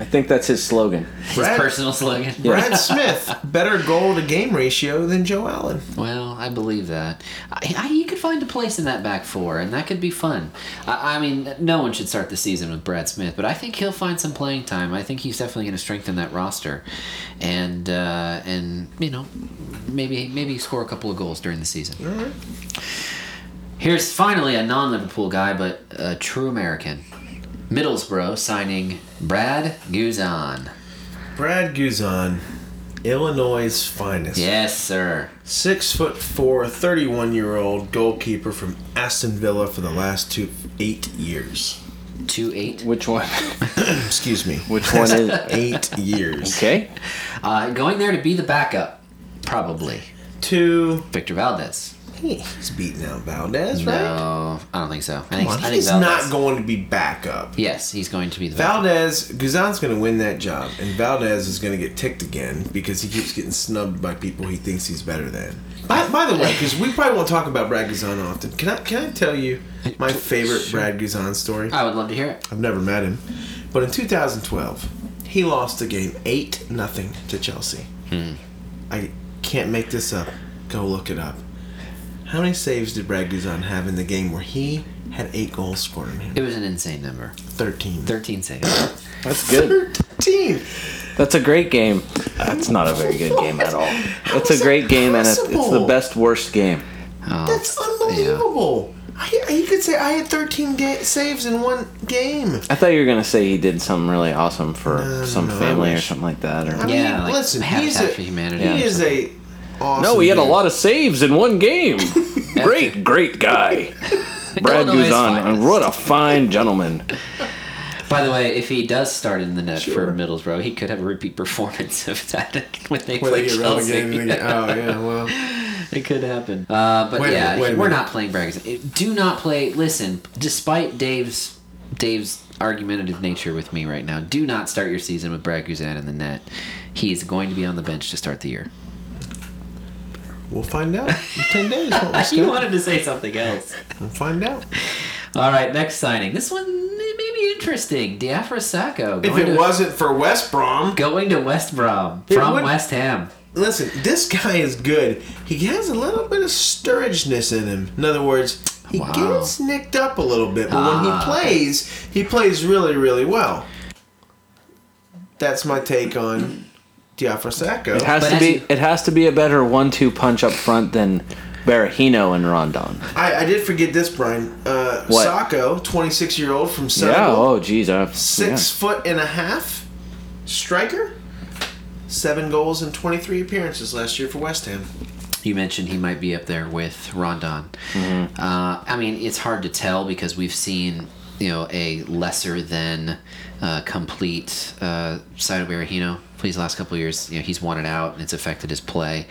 [SPEAKER 3] I think that's his slogan.
[SPEAKER 1] Brad-
[SPEAKER 2] His personal slogan.
[SPEAKER 1] Brad Smith, better goal to game ratio than Joe Allen.
[SPEAKER 2] Well, I believe that. I, I, you could find a place in that back four, and that could be fun. I, I mean, no one should start the season with Brad Smith, but I think he'll find some playing time. I think he's definitely going to strengthen that roster, and uh, and you know, maybe maybe score a couple of goals during the season. Here's finally a non-Liverpool guy, but a true American. Middlesbrough signing Brad Guzan.
[SPEAKER 1] Brad Guzan, Illinois' finest.
[SPEAKER 2] Yes, sir.
[SPEAKER 1] Six foot four, 31 year old goalkeeper from Aston Villa for the last two eight years.
[SPEAKER 2] Two eight.
[SPEAKER 3] Which one?
[SPEAKER 1] Excuse me.
[SPEAKER 3] Which one is?
[SPEAKER 1] Eight years.
[SPEAKER 3] Okay.
[SPEAKER 2] Uh, going there to be the backup, probably.
[SPEAKER 1] Two.
[SPEAKER 2] Victor Valdez.
[SPEAKER 1] Hey, he's beating out Valdez, right?
[SPEAKER 2] No, I don't think so. I think,
[SPEAKER 1] Come on,
[SPEAKER 2] I think
[SPEAKER 1] he's
[SPEAKER 2] Valdez.
[SPEAKER 1] not going to be backup.
[SPEAKER 2] Yes, he's going to be the backup.
[SPEAKER 1] Valdez, Guzan's going to win that job, and Valdez is going to get ticked again because he keeps getting snubbed by people he thinks he's better than. By, by the way, because we probably won't talk about Brad Guzan often, can I can I tell you my favorite Brad Guzan story?
[SPEAKER 2] I would love to hear it.
[SPEAKER 1] I've never met him, but in 2012, he lost a game eight nothing to Chelsea. I can't make this up. Go look it up. How many saves did Brad Guzan have in the game where he had eight goals scored on him?
[SPEAKER 2] It was an insane number.
[SPEAKER 1] 13.
[SPEAKER 2] Thirteen saves.
[SPEAKER 3] That's good.
[SPEAKER 1] 13.
[SPEAKER 3] That's a great game. That's not a very good game at all. That's a great game, and it's, it's the best worst game.
[SPEAKER 2] Oh,
[SPEAKER 1] That's
[SPEAKER 2] yeah.
[SPEAKER 1] unbelievable. I, he could say I had 13 ga- saves in one game.
[SPEAKER 3] I thought you were gonna say he did something really awesome for
[SPEAKER 1] No,
[SPEAKER 3] some
[SPEAKER 1] no, I
[SPEAKER 3] family or
[SPEAKER 1] wish.
[SPEAKER 3] something like that. Or
[SPEAKER 1] I mean,
[SPEAKER 2] Yeah, like
[SPEAKER 1] listen, he's
[SPEAKER 2] Habitat
[SPEAKER 1] a,
[SPEAKER 2] for Humanity
[SPEAKER 1] he
[SPEAKER 2] or
[SPEAKER 1] is a awesome
[SPEAKER 3] no, he had a
[SPEAKER 1] dude.
[SPEAKER 3] lot of saves in one game. great, great guy. Brad
[SPEAKER 2] Illinois'
[SPEAKER 3] Guzan,
[SPEAKER 2] finest.
[SPEAKER 3] what a fine gentleman.
[SPEAKER 2] By the way, if he does start in the net
[SPEAKER 1] Sure.
[SPEAKER 2] for Middlesbrough, he could have a repeat performance of that when they
[SPEAKER 1] Where
[SPEAKER 2] play
[SPEAKER 1] they get
[SPEAKER 2] Chelsea.
[SPEAKER 1] relegated and they get- Oh, yeah, well.
[SPEAKER 2] It could happen. Uh, but
[SPEAKER 1] Wait a
[SPEAKER 2] yeah,
[SPEAKER 1] minute, wait a
[SPEAKER 2] we're
[SPEAKER 1] minute.
[SPEAKER 2] not playing Brexit. Do not play. Listen, despite Dave's Dave's argumentative nature with me right now, do not start your season with Brad Guzan in the net. He is going to be on the bench to start the year.
[SPEAKER 1] We'll find out in 10 days. What we're
[SPEAKER 2] You
[SPEAKER 1] still-
[SPEAKER 2] wanted to say something else.
[SPEAKER 1] we'll find out.
[SPEAKER 2] All right, next signing. This one may may be interesting. Diafra Sacco.
[SPEAKER 1] If
[SPEAKER 2] going
[SPEAKER 1] it
[SPEAKER 2] to-
[SPEAKER 1] wasn't for West Brom,
[SPEAKER 2] Going to West Brom
[SPEAKER 1] It
[SPEAKER 2] from
[SPEAKER 1] would-
[SPEAKER 2] West Ham.
[SPEAKER 1] listen, this guy is good. He has a little bit of sturginess in him. In other words, he
[SPEAKER 2] Wow.
[SPEAKER 1] gets nicked up a little bit, but
[SPEAKER 2] Ah.
[SPEAKER 1] when he plays, he plays really, really well. That's my take on Diafra Sacco.
[SPEAKER 3] It has
[SPEAKER 2] But
[SPEAKER 3] to
[SPEAKER 2] as
[SPEAKER 3] be.
[SPEAKER 2] you-
[SPEAKER 3] It has to be a better one-two punch up front than Barahino and Rondon.
[SPEAKER 1] I, I did forget this, Brian. Uh,
[SPEAKER 3] What?
[SPEAKER 1] Sacco, 26 year old from
[SPEAKER 3] Yeah.
[SPEAKER 1] Senegal.
[SPEAKER 3] Oh, geez. I,
[SPEAKER 1] Six
[SPEAKER 3] yeah.
[SPEAKER 1] foot and a half striker. Seven goals and 23 appearances last year for West Ham.
[SPEAKER 2] You mentioned he might be up there with Rondon.
[SPEAKER 1] Mm-hmm.
[SPEAKER 2] Uh, I mean, it's hard to tell because we've seen you know a lesser than uh, complete uh, side of Barahino. For these last couple of years, you know, he's wanted out, and it's affected his play.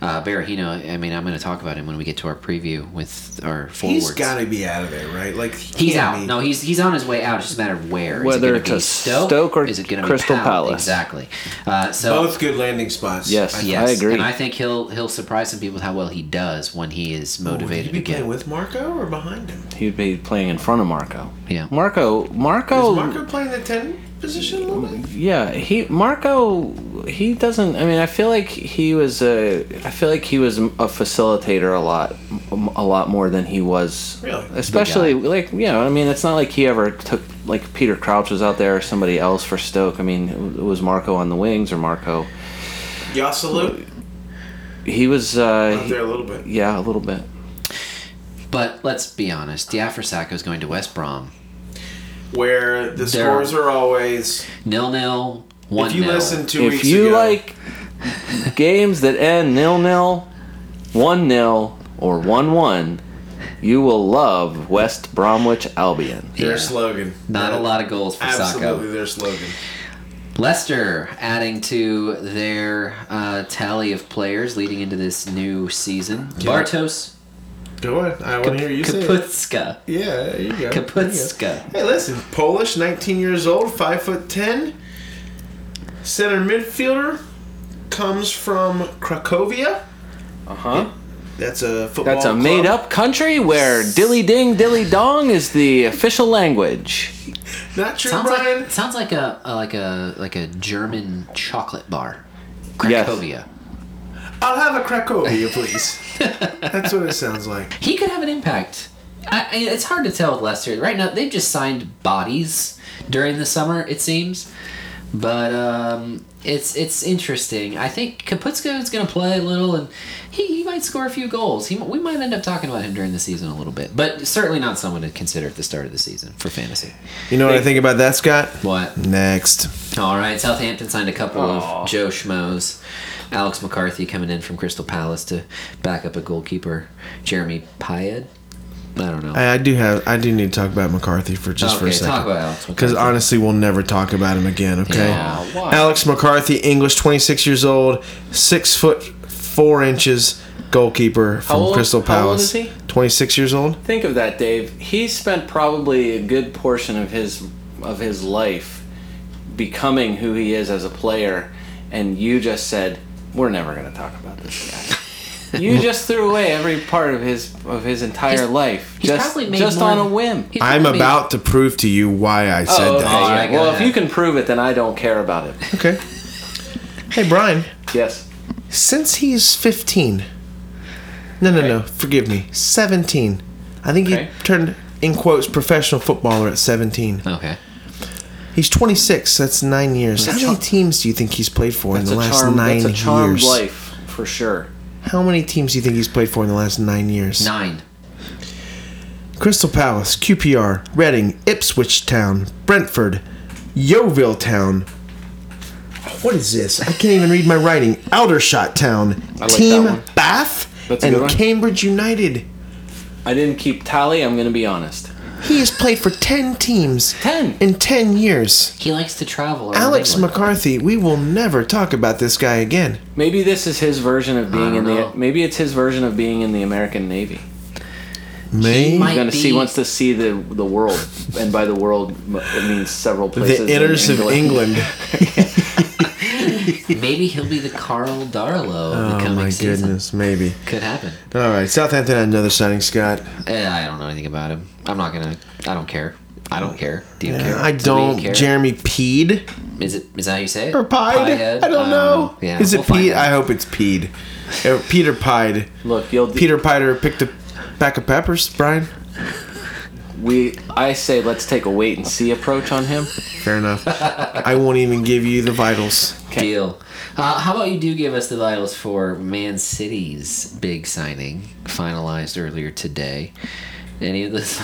[SPEAKER 2] Uh, Barahino, I mean, I'm going to talk about him when we get to our preview with our forwards.
[SPEAKER 1] He's got to be out of there, right? Like he
[SPEAKER 2] He's
[SPEAKER 1] can't
[SPEAKER 2] out.
[SPEAKER 1] be-
[SPEAKER 2] No, he's he's on his way out. It's just a matter of where. Is it
[SPEAKER 3] Whether
[SPEAKER 2] gonna
[SPEAKER 3] it's
[SPEAKER 2] be
[SPEAKER 3] a Stoke or
[SPEAKER 2] gonna
[SPEAKER 3] Crystal
[SPEAKER 2] Pal?
[SPEAKER 3] Palace.
[SPEAKER 2] Exactly. Uh, so
[SPEAKER 1] both Oh, good landing spots.
[SPEAKER 3] Yes.
[SPEAKER 1] I-
[SPEAKER 2] yes,
[SPEAKER 3] I agree.
[SPEAKER 2] and I think he'll he'll surprise some people with how well he does when he is
[SPEAKER 1] Would he
[SPEAKER 2] motivated
[SPEAKER 1] be
[SPEAKER 2] again.
[SPEAKER 1] playing with Marco or behind him?
[SPEAKER 3] He'd be playing in front of Marco.
[SPEAKER 2] Yeah.
[SPEAKER 3] Marco. Marco.
[SPEAKER 1] Is Marco playing the ten position a little bit?
[SPEAKER 3] Yeah, he Marco. He doesn't. I mean, I feel like he was a. I feel like he was a facilitator a lot, a lot more than he was.
[SPEAKER 1] Really?
[SPEAKER 3] Especially like yeah. I mean, it's not like he ever took like Peter Crouch was out there or somebody else for Stoke. I mean, it was Marco on the wings or Marco.
[SPEAKER 1] Yasalu
[SPEAKER 3] He was. Uh,
[SPEAKER 1] out there a little bit.
[SPEAKER 3] yeah, a little bit.
[SPEAKER 2] But let's be honest, Diafra Sacco is going to West Brom.
[SPEAKER 1] where the
[SPEAKER 2] They're-
[SPEAKER 1] scores are always.
[SPEAKER 2] Nil nil. One
[SPEAKER 1] if you
[SPEAKER 2] nil.
[SPEAKER 1] listen two
[SPEAKER 3] If
[SPEAKER 1] weeks
[SPEAKER 3] you
[SPEAKER 1] ago,
[SPEAKER 3] like games that end nil nil, one nil, or one one, you will love West Bromwich Albion.
[SPEAKER 1] their
[SPEAKER 2] Yeah.
[SPEAKER 1] slogan,
[SPEAKER 2] Not a lot of goals for
[SPEAKER 1] Absolutely,
[SPEAKER 2] Sacco.
[SPEAKER 1] their slogan.
[SPEAKER 2] Leicester adding to their uh, tally of players leading into this new season.
[SPEAKER 1] I-
[SPEAKER 2] Bartos
[SPEAKER 1] Go on, I want to hear you say it.
[SPEAKER 2] Kaputska.
[SPEAKER 1] Yeah, there you go.
[SPEAKER 2] Kaputska.
[SPEAKER 1] Hey, listen, Polish, 19 years old, 5 foot 10, center midfielder, comes from Cracovia.
[SPEAKER 3] Uh huh.
[SPEAKER 1] That's a football.
[SPEAKER 3] That's a
[SPEAKER 1] club.
[SPEAKER 3] made up country where dilly ding dilly dong is the official language.
[SPEAKER 1] Not true,
[SPEAKER 2] Sounds
[SPEAKER 1] Brian.
[SPEAKER 2] like sounds like a, a like a like a German chocolate bar.
[SPEAKER 3] Yes.
[SPEAKER 2] Cracovia.
[SPEAKER 1] I'll have a Cracovia, please. That's what it sounds like.
[SPEAKER 2] He could have an impact. I, I, it's hard to tell with Leicester right now. They've just signed bodies during the summer, it seems. But um, it's it's interesting. I think Kaputska is going to play a little, and he, he might score a few goals. He, we might end up talking about him during the season a little bit, but certainly not someone to consider at the start of the season for fantasy.
[SPEAKER 1] You know what I think about that, Scott?
[SPEAKER 2] What?
[SPEAKER 1] Next.
[SPEAKER 2] All right, Southampton signed a couple
[SPEAKER 3] Aw.
[SPEAKER 2] of Joe Schmoes. Alex McCarthy coming in from Crystal Palace to back up a goalkeeper, Jeremy Payet. I don't know.
[SPEAKER 1] I, I do have. I do need to talk about McCarthy for Uh, just for
[SPEAKER 2] Okay,
[SPEAKER 1] a second.
[SPEAKER 2] talk about Alex
[SPEAKER 1] Because
[SPEAKER 2] McCarthy.
[SPEAKER 1] honestly, we'll never talk about him again. Okay.
[SPEAKER 2] Yeah,
[SPEAKER 3] why?
[SPEAKER 1] Alex McCarthy, English, 26 years old, six foot four inches, goalkeeper from
[SPEAKER 3] old-
[SPEAKER 1] Crystal
[SPEAKER 3] how old
[SPEAKER 1] Palace.
[SPEAKER 3] is he?
[SPEAKER 1] 26 years old.
[SPEAKER 3] Think of that, Dave. He spent probably a good portion of his of his life becoming who he is as a player, and you just said, "We're never going to talk about this guy." you just threw away every part of his of his entire
[SPEAKER 2] He's-
[SPEAKER 3] life
[SPEAKER 2] he's
[SPEAKER 3] just
[SPEAKER 2] probably made
[SPEAKER 3] just
[SPEAKER 2] more
[SPEAKER 3] on a
[SPEAKER 2] than-
[SPEAKER 3] whim.
[SPEAKER 2] He's
[SPEAKER 1] I'm
[SPEAKER 2] gonna be-
[SPEAKER 1] about to prove to you why I said
[SPEAKER 3] Oh, okay.
[SPEAKER 1] that.
[SPEAKER 2] All right,
[SPEAKER 3] yeah.
[SPEAKER 2] go
[SPEAKER 3] Well, if
[SPEAKER 2] ahead.
[SPEAKER 3] you can prove it, then I don't care about it.
[SPEAKER 1] Okay. Hey, Brian.
[SPEAKER 3] Yes.
[SPEAKER 1] Since he's 15. No, no, no. Forgive me. 17. I think
[SPEAKER 3] Okay.
[SPEAKER 1] he turned in quotes professional footballer at 17.
[SPEAKER 2] Okay.
[SPEAKER 1] He's 26. That's nine years. How many teams do you think he's played for in
[SPEAKER 3] That's
[SPEAKER 1] the
[SPEAKER 3] a
[SPEAKER 1] last
[SPEAKER 3] charm.
[SPEAKER 1] nine
[SPEAKER 3] That's a charmed
[SPEAKER 1] years?
[SPEAKER 3] life for sure.
[SPEAKER 1] How many teams do you think he's played for in the last nine years?
[SPEAKER 2] Nine.
[SPEAKER 1] Crystal Palace, QPR, Reading, Ipswich Town, Brentford, Yeovil Town. What is this? I can't even read my writing. Aldershot Town,
[SPEAKER 3] like that
[SPEAKER 1] Team
[SPEAKER 3] one.
[SPEAKER 1] Bath,
[SPEAKER 3] That's a good
[SPEAKER 1] and
[SPEAKER 3] one.
[SPEAKER 1] Cambridge United.
[SPEAKER 3] I didn't keep tally. I'm going to be honest.
[SPEAKER 1] He has played for 10 teams
[SPEAKER 3] 10.
[SPEAKER 1] in 10 years.
[SPEAKER 2] He likes to travel. around
[SPEAKER 1] Alex
[SPEAKER 2] England.
[SPEAKER 1] McCarthy, we will never talk about this guy again.
[SPEAKER 3] Maybe this is his version of being
[SPEAKER 2] don't
[SPEAKER 3] in
[SPEAKER 2] know.
[SPEAKER 3] the. Maybe it's his version of being in the American Navy.
[SPEAKER 1] May
[SPEAKER 2] might-
[SPEAKER 3] He's going to see
[SPEAKER 2] be-
[SPEAKER 3] wants to see the the world, and by the world m- it means several places.
[SPEAKER 1] the
[SPEAKER 3] in
[SPEAKER 1] inners of England.
[SPEAKER 2] Maybe he'll be the Carl Darlow of the
[SPEAKER 1] Oh
[SPEAKER 2] coming
[SPEAKER 1] my
[SPEAKER 2] season.
[SPEAKER 1] goodness, maybe.
[SPEAKER 2] Could happen.
[SPEAKER 1] All right, Southampton had another signing, Scott.
[SPEAKER 2] Eh, I don't know anything about him. I'm not gonna. I don't care. I don't care. Do you care?
[SPEAKER 1] I
[SPEAKER 2] Do we
[SPEAKER 1] don't.
[SPEAKER 2] care?
[SPEAKER 1] Jeremy Peed
[SPEAKER 2] Is it? Is that how you say it?
[SPEAKER 1] or Pied?
[SPEAKER 2] Pied? Um,
[SPEAKER 1] I don't know.
[SPEAKER 2] Yeah.
[SPEAKER 1] Is
[SPEAKER 2] we'll
[SPEAKER 1] it
[SPEAKER 2] find
[SPEAKER 1] Pete?
[SPEAKER 2] out.
[SPEAKER 1] I hope it's Peed. Or Peter Pied.
[SPEAKER 3] Look, you'll
[SPEAKER 1] Peter Pider picked a pack of peppers. Brian.
[SPEAKER 3] We I say let's take a wait and see approach on him.
[SPEAKER 1] Fair enough. I won't even give you the vitals.
[SPEAKER 2] Deal. Uh, how about you do give us the vitals for Man City's big signing finalized earlier today? Any of this?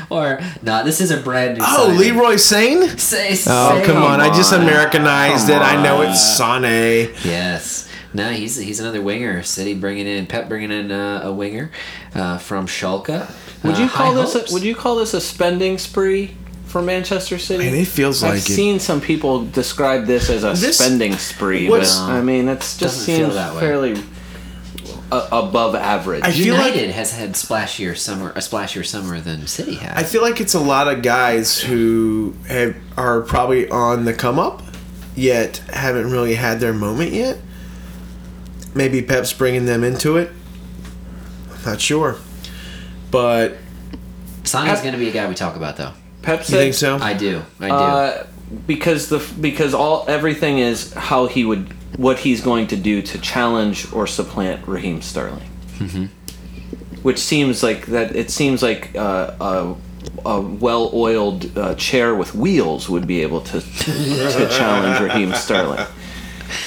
[SPEAKER 2] or no? This is a brand new.
[SPEAKER 1] Oh,
[SPEAKER 2] signing.
[SPEAKER 1] Leroy Sane.
[SPEAKER 2] Say,
[SPEAKER 1] Oh
[SPEAKER 2] say-
[SPEAKER 1] come on! I just Americanized
[SPEAKER 3] Come
[SPEAKER 1] it. I know it's Sane.
[SPEAKER 2] Yes. No, he's he's another winger. City bringing in Pep, bringing in uh, a winger uh, from Schalke.
[SPEAKER 3] Would
[SPEAKER 2] Uh,
[SPEAKER 3] you
[SPEAKER 2] high
[SPEAKER 3] call this?
[SPEAKER 2] hopes.
[SPEAKER 3] A, would you call this a spending spree for Manchester City?
[SPEAKER 1] Man, it feels
[SPEAKER 3] I've
[SPEAKER 1] like it.
[SPEAKER 3] seen some people describe this as a
[SPEAKER 1] This-
[SPEAKER 3] spending spree, but
[SPEAKER 1] what's-
[SPEAKER 3] I mean, it's just
[SPEAKER 2] Doesn't feel
[SPEAKER 3] seems
[SPEAKER 2] that way.
[SPEAKER 3] fairly uh, above average.
[SPEAKER 1] I feel like-
[SPEAKER 2] United has had splashier summer, a splashier summer than City has.
[SPEAKER 1] I feel like it's a lot of guys who have, are probably on the come up, yet haven't really had their moment yet. Maybe Pep's bringing them into it. I'm not sure, but
[SPEAKER 2] Sonny's
[SPEAKER 3] Pep-
[SPEAKER 2] going to be a guy we talk about though.
[SPEAKER 3] Pep
[SPEAKER 1] you think
[SPEAKER 3] said
[SPEAKER 1] so?
[SPEAKER 2] I do. I do.
[SPEAKER 3] Uh, because the because all everything is how he would what he's going to do to challenge or supplant Raheem Sterling,
[SPEAKER 1] Mm-hmm.
[SPEAKER 3] which seems like that it seems like uh, a, a well-oiled uh, chair with wheels would be able to to challenge Raheem Sterling.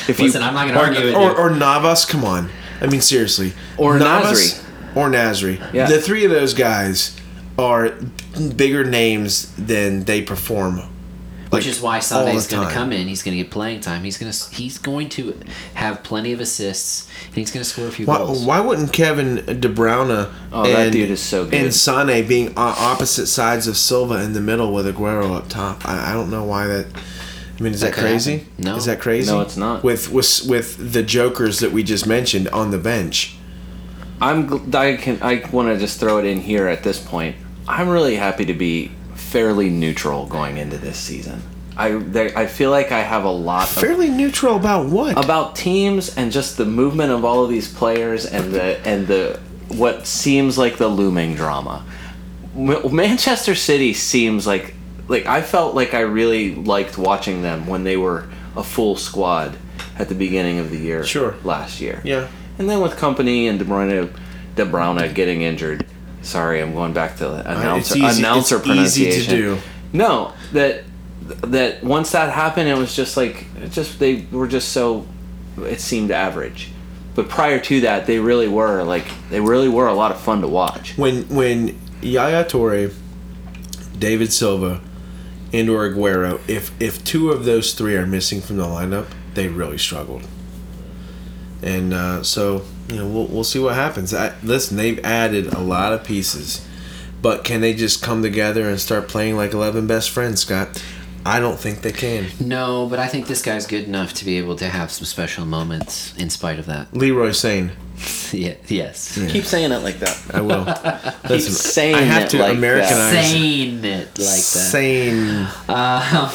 [SPEAKER 3] If
[SPEAKER 2] Listen, I'm not going to argue with
[SPEAKER 1] or,
[SPEAKER 2] you.
[SPEAKER 1] or Navas. Come on, I mean seriously.
[SPEAKER 3] Or
[SPEAKER 1] Navas or Nasri.
[SPEAKER 3] Yeah.
[SPEAKER 1] The three of those guys are bigger names than they perform.
[SPEAKER 2] Which
[SPEAKER 1] like,
[SPEAKER 2] is why
[SPEAKER 1] all the
[SPEAKER 2] Sade's going to
[SPEAKER 1] time.
[SPEAKER 2] come in. He's going to get playing time. He's going to he's going to have plenty of assists, and he's going to score a few
[SPEAKER 1] Why,
[SPEAKER 2] goals.
[SPEAKER 1] why wouldn't Kevin De Bruyne
[SPEAKER 3] Oh, that dude is so good.
[SPEAKER 1] and Sane being on opposite sides of Silva in the middle with Aguero up top? I, I don't know why that. I mean, is that,
[SPEAKER 2] could
[SPEAKER 1] crazy?
[SPEAKER 2] happen. No.
[SPEAKER 1] is that crazy?
[SPEAKER 3] No, it's not.
[SPEAKER 1] With with with the jokers that we just mentioned on the bench.
[SPEAKER 3] I'm. gl- I can. I want to just throw it in here at this point. I'm really happy to be fairly neutral going into this season. I there, I feel like I have a lot of,
[SPEAKER 1] Fairly neutral about what?
[SPEAKER 3] about teams and just the movement of all of these players and the and the what seems like the looming drama. Ma- Manchester City seems like like I felt like I really liked watching them when they were a full squad at the beginning of the year.
[SPEAKER 1] Sure.
[SPEAKER 3] last year.
[SPEAKER 1] yeah.
[SPEAKER 3] And then with company and De Bruyne, De Bruyne getting injured. Sorry, I'm going back to announcer
[SPEAKER 1] Uh, it's easy-
[SPEAKER 3] announcer
[SPEAKER 1] it's easy to
[SPEAKER 3] pronunciation.
[SPEAKER 1] do.
[SPEAKER 3] No, that that once that happened, it was just like it just they were just so it seemed average. But prior to that, they really were like they really were a lot of fun to watch.
[SPEAKER 1] when when Yaya Torre, David Silva, and or Aguero, if if two of those three are missing from the lineup, they really struggled. And uh, so you know we'll we'll see what happens. I, listen, they've added a lot of pieces, but can they just come together and start playing like eleven best friends, Scott? I don't think they can.
[SPEAKER 2] no, but I think this guy's good enough to be able to have some special moments in spite of that.
[SPEAKER 1] Leroy Sane,
[SPEAKER 2] yeah, yes.
[SPEAKER 3] Keep saying it like that.
[SPEAKER 1] I will. Listen,
[SPEAKER 3] saying
[SPEAKER 1] I have
[SPEAKER 3] it
[SPEAKER 1] to
[SPEAKER 3] like that.
[SPEAKER 1] Americanize
[SPEAKER 2] Saying it like that.
[SPEAKER 1] Sane.
[SPEAKER 2] Uh,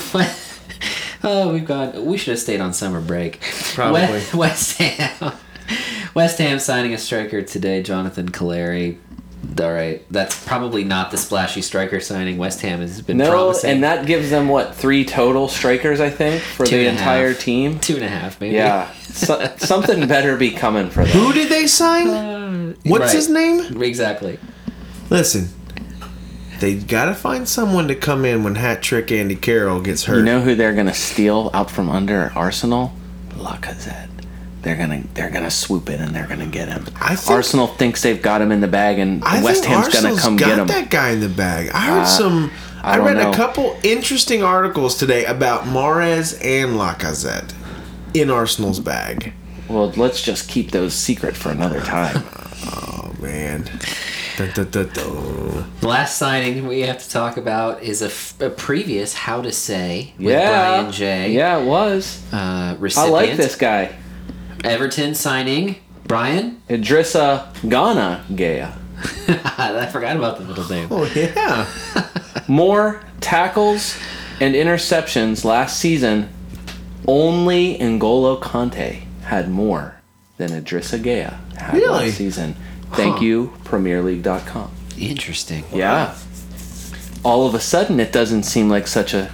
[SPEAKER 2] oh, we've gone. We should have stayed on summer break.
[SPEAKER 1] Probably.
[SPEAKER 2] West, West Ham. West Ham signing a striker today, Jonathan Caleri. All right, that's probably not the splashy striker signing. West Ham has been
[SPEAKER 3] No,
[SPEAKER 2] promising.
[SPEAKER 3] and that gives them what three total strikers, I think, for
[SPEAKER 2] Two
[SPEAKER 3] the
[SPEAKER 2] and a
[SPEAKER 3] entire
[SPEAKER 2] half.
[SPEAKER 3] team.
[SPEAKER 2] two and a half, maybe.
[SPEAKER 3] Yeah, so, something better be coming for them.
[SPEAKER 1] Who did they sign? What's
[SPEAKER 2] Uh, Right.
[SPEAKER 1] his name?
[SPEAKER 2] Exactly.
[SPEAKER 1] Listen, they gotta find someone to come in when hat trick Andy Carroll gets hurt.
[SPEAKER 3] You know who they're gonna steal out from under Arsenal? Lacazette. They're gonna they're gonna swoop in and they're gonna get him.
[SPEAKER 1] I think-
[SPEAKER 3] Arsenal thinks they've got him in the bag, and
[SPEAKER 1] I
[SPEAKER 3] West
[SPEAKER 1] think
[SPEAKER 3] Ham's
[SPEAKER 1] Arsenal's
[SPEAKER 3] gonna come
[SPEAKER 1] got
[SPEAKER 3] get him. Uh,
[SPEAKER 1] that guy in the bag. I heard some.
[SPEAKER 3] I
[SPEAKER 1] I,
[SPEAKER 3] don't
[SPEAKER 1] read
[SPEAKER 3] know.
[SPEAKER 1] a couple interesting articles today about Mares and Lacazette in Arsenal's bag.
[SPEAKER 3] Well, let's just keep those secret for another time.
[SPEAKER 1] Oh man. Dun, dun, dun, dun.
[SPEAKER 2] The last signing we have to talk about is a, f- a previous How to Say with
[SPEAKER 3] yeah,
[SPEAKER 2] Brian J.
[SPEAKER 3] yeah, it was.
[SPEAKER 2] Uh,
[SPEAKER 3] I
[SPEAKER 2] recipient.
[SPEAKER 3] like this guy,
[SPEAKER 2] Everton signing Brian.
[SPEAKER 3] Idrissa Ghana Gaya.
[SPEAKER 2] I forgot about the middle name.
[SPEAKER 1] Oh yeah.
[SPEAKER 3] More tackles and interceptions last season. Only N'Golo Conte had more than Idrissa Gea had
[SPEAKER 1] Really?
[SPEAKER 3] last season. Thank
[SPEAKER 2] Huh.
[SPEAKER 3] you, PremierLeague.com.
[SPEAKER 2] Interesting.
[SPEAKER 3] Yeah. All of a sudden, it doesn't seem like such a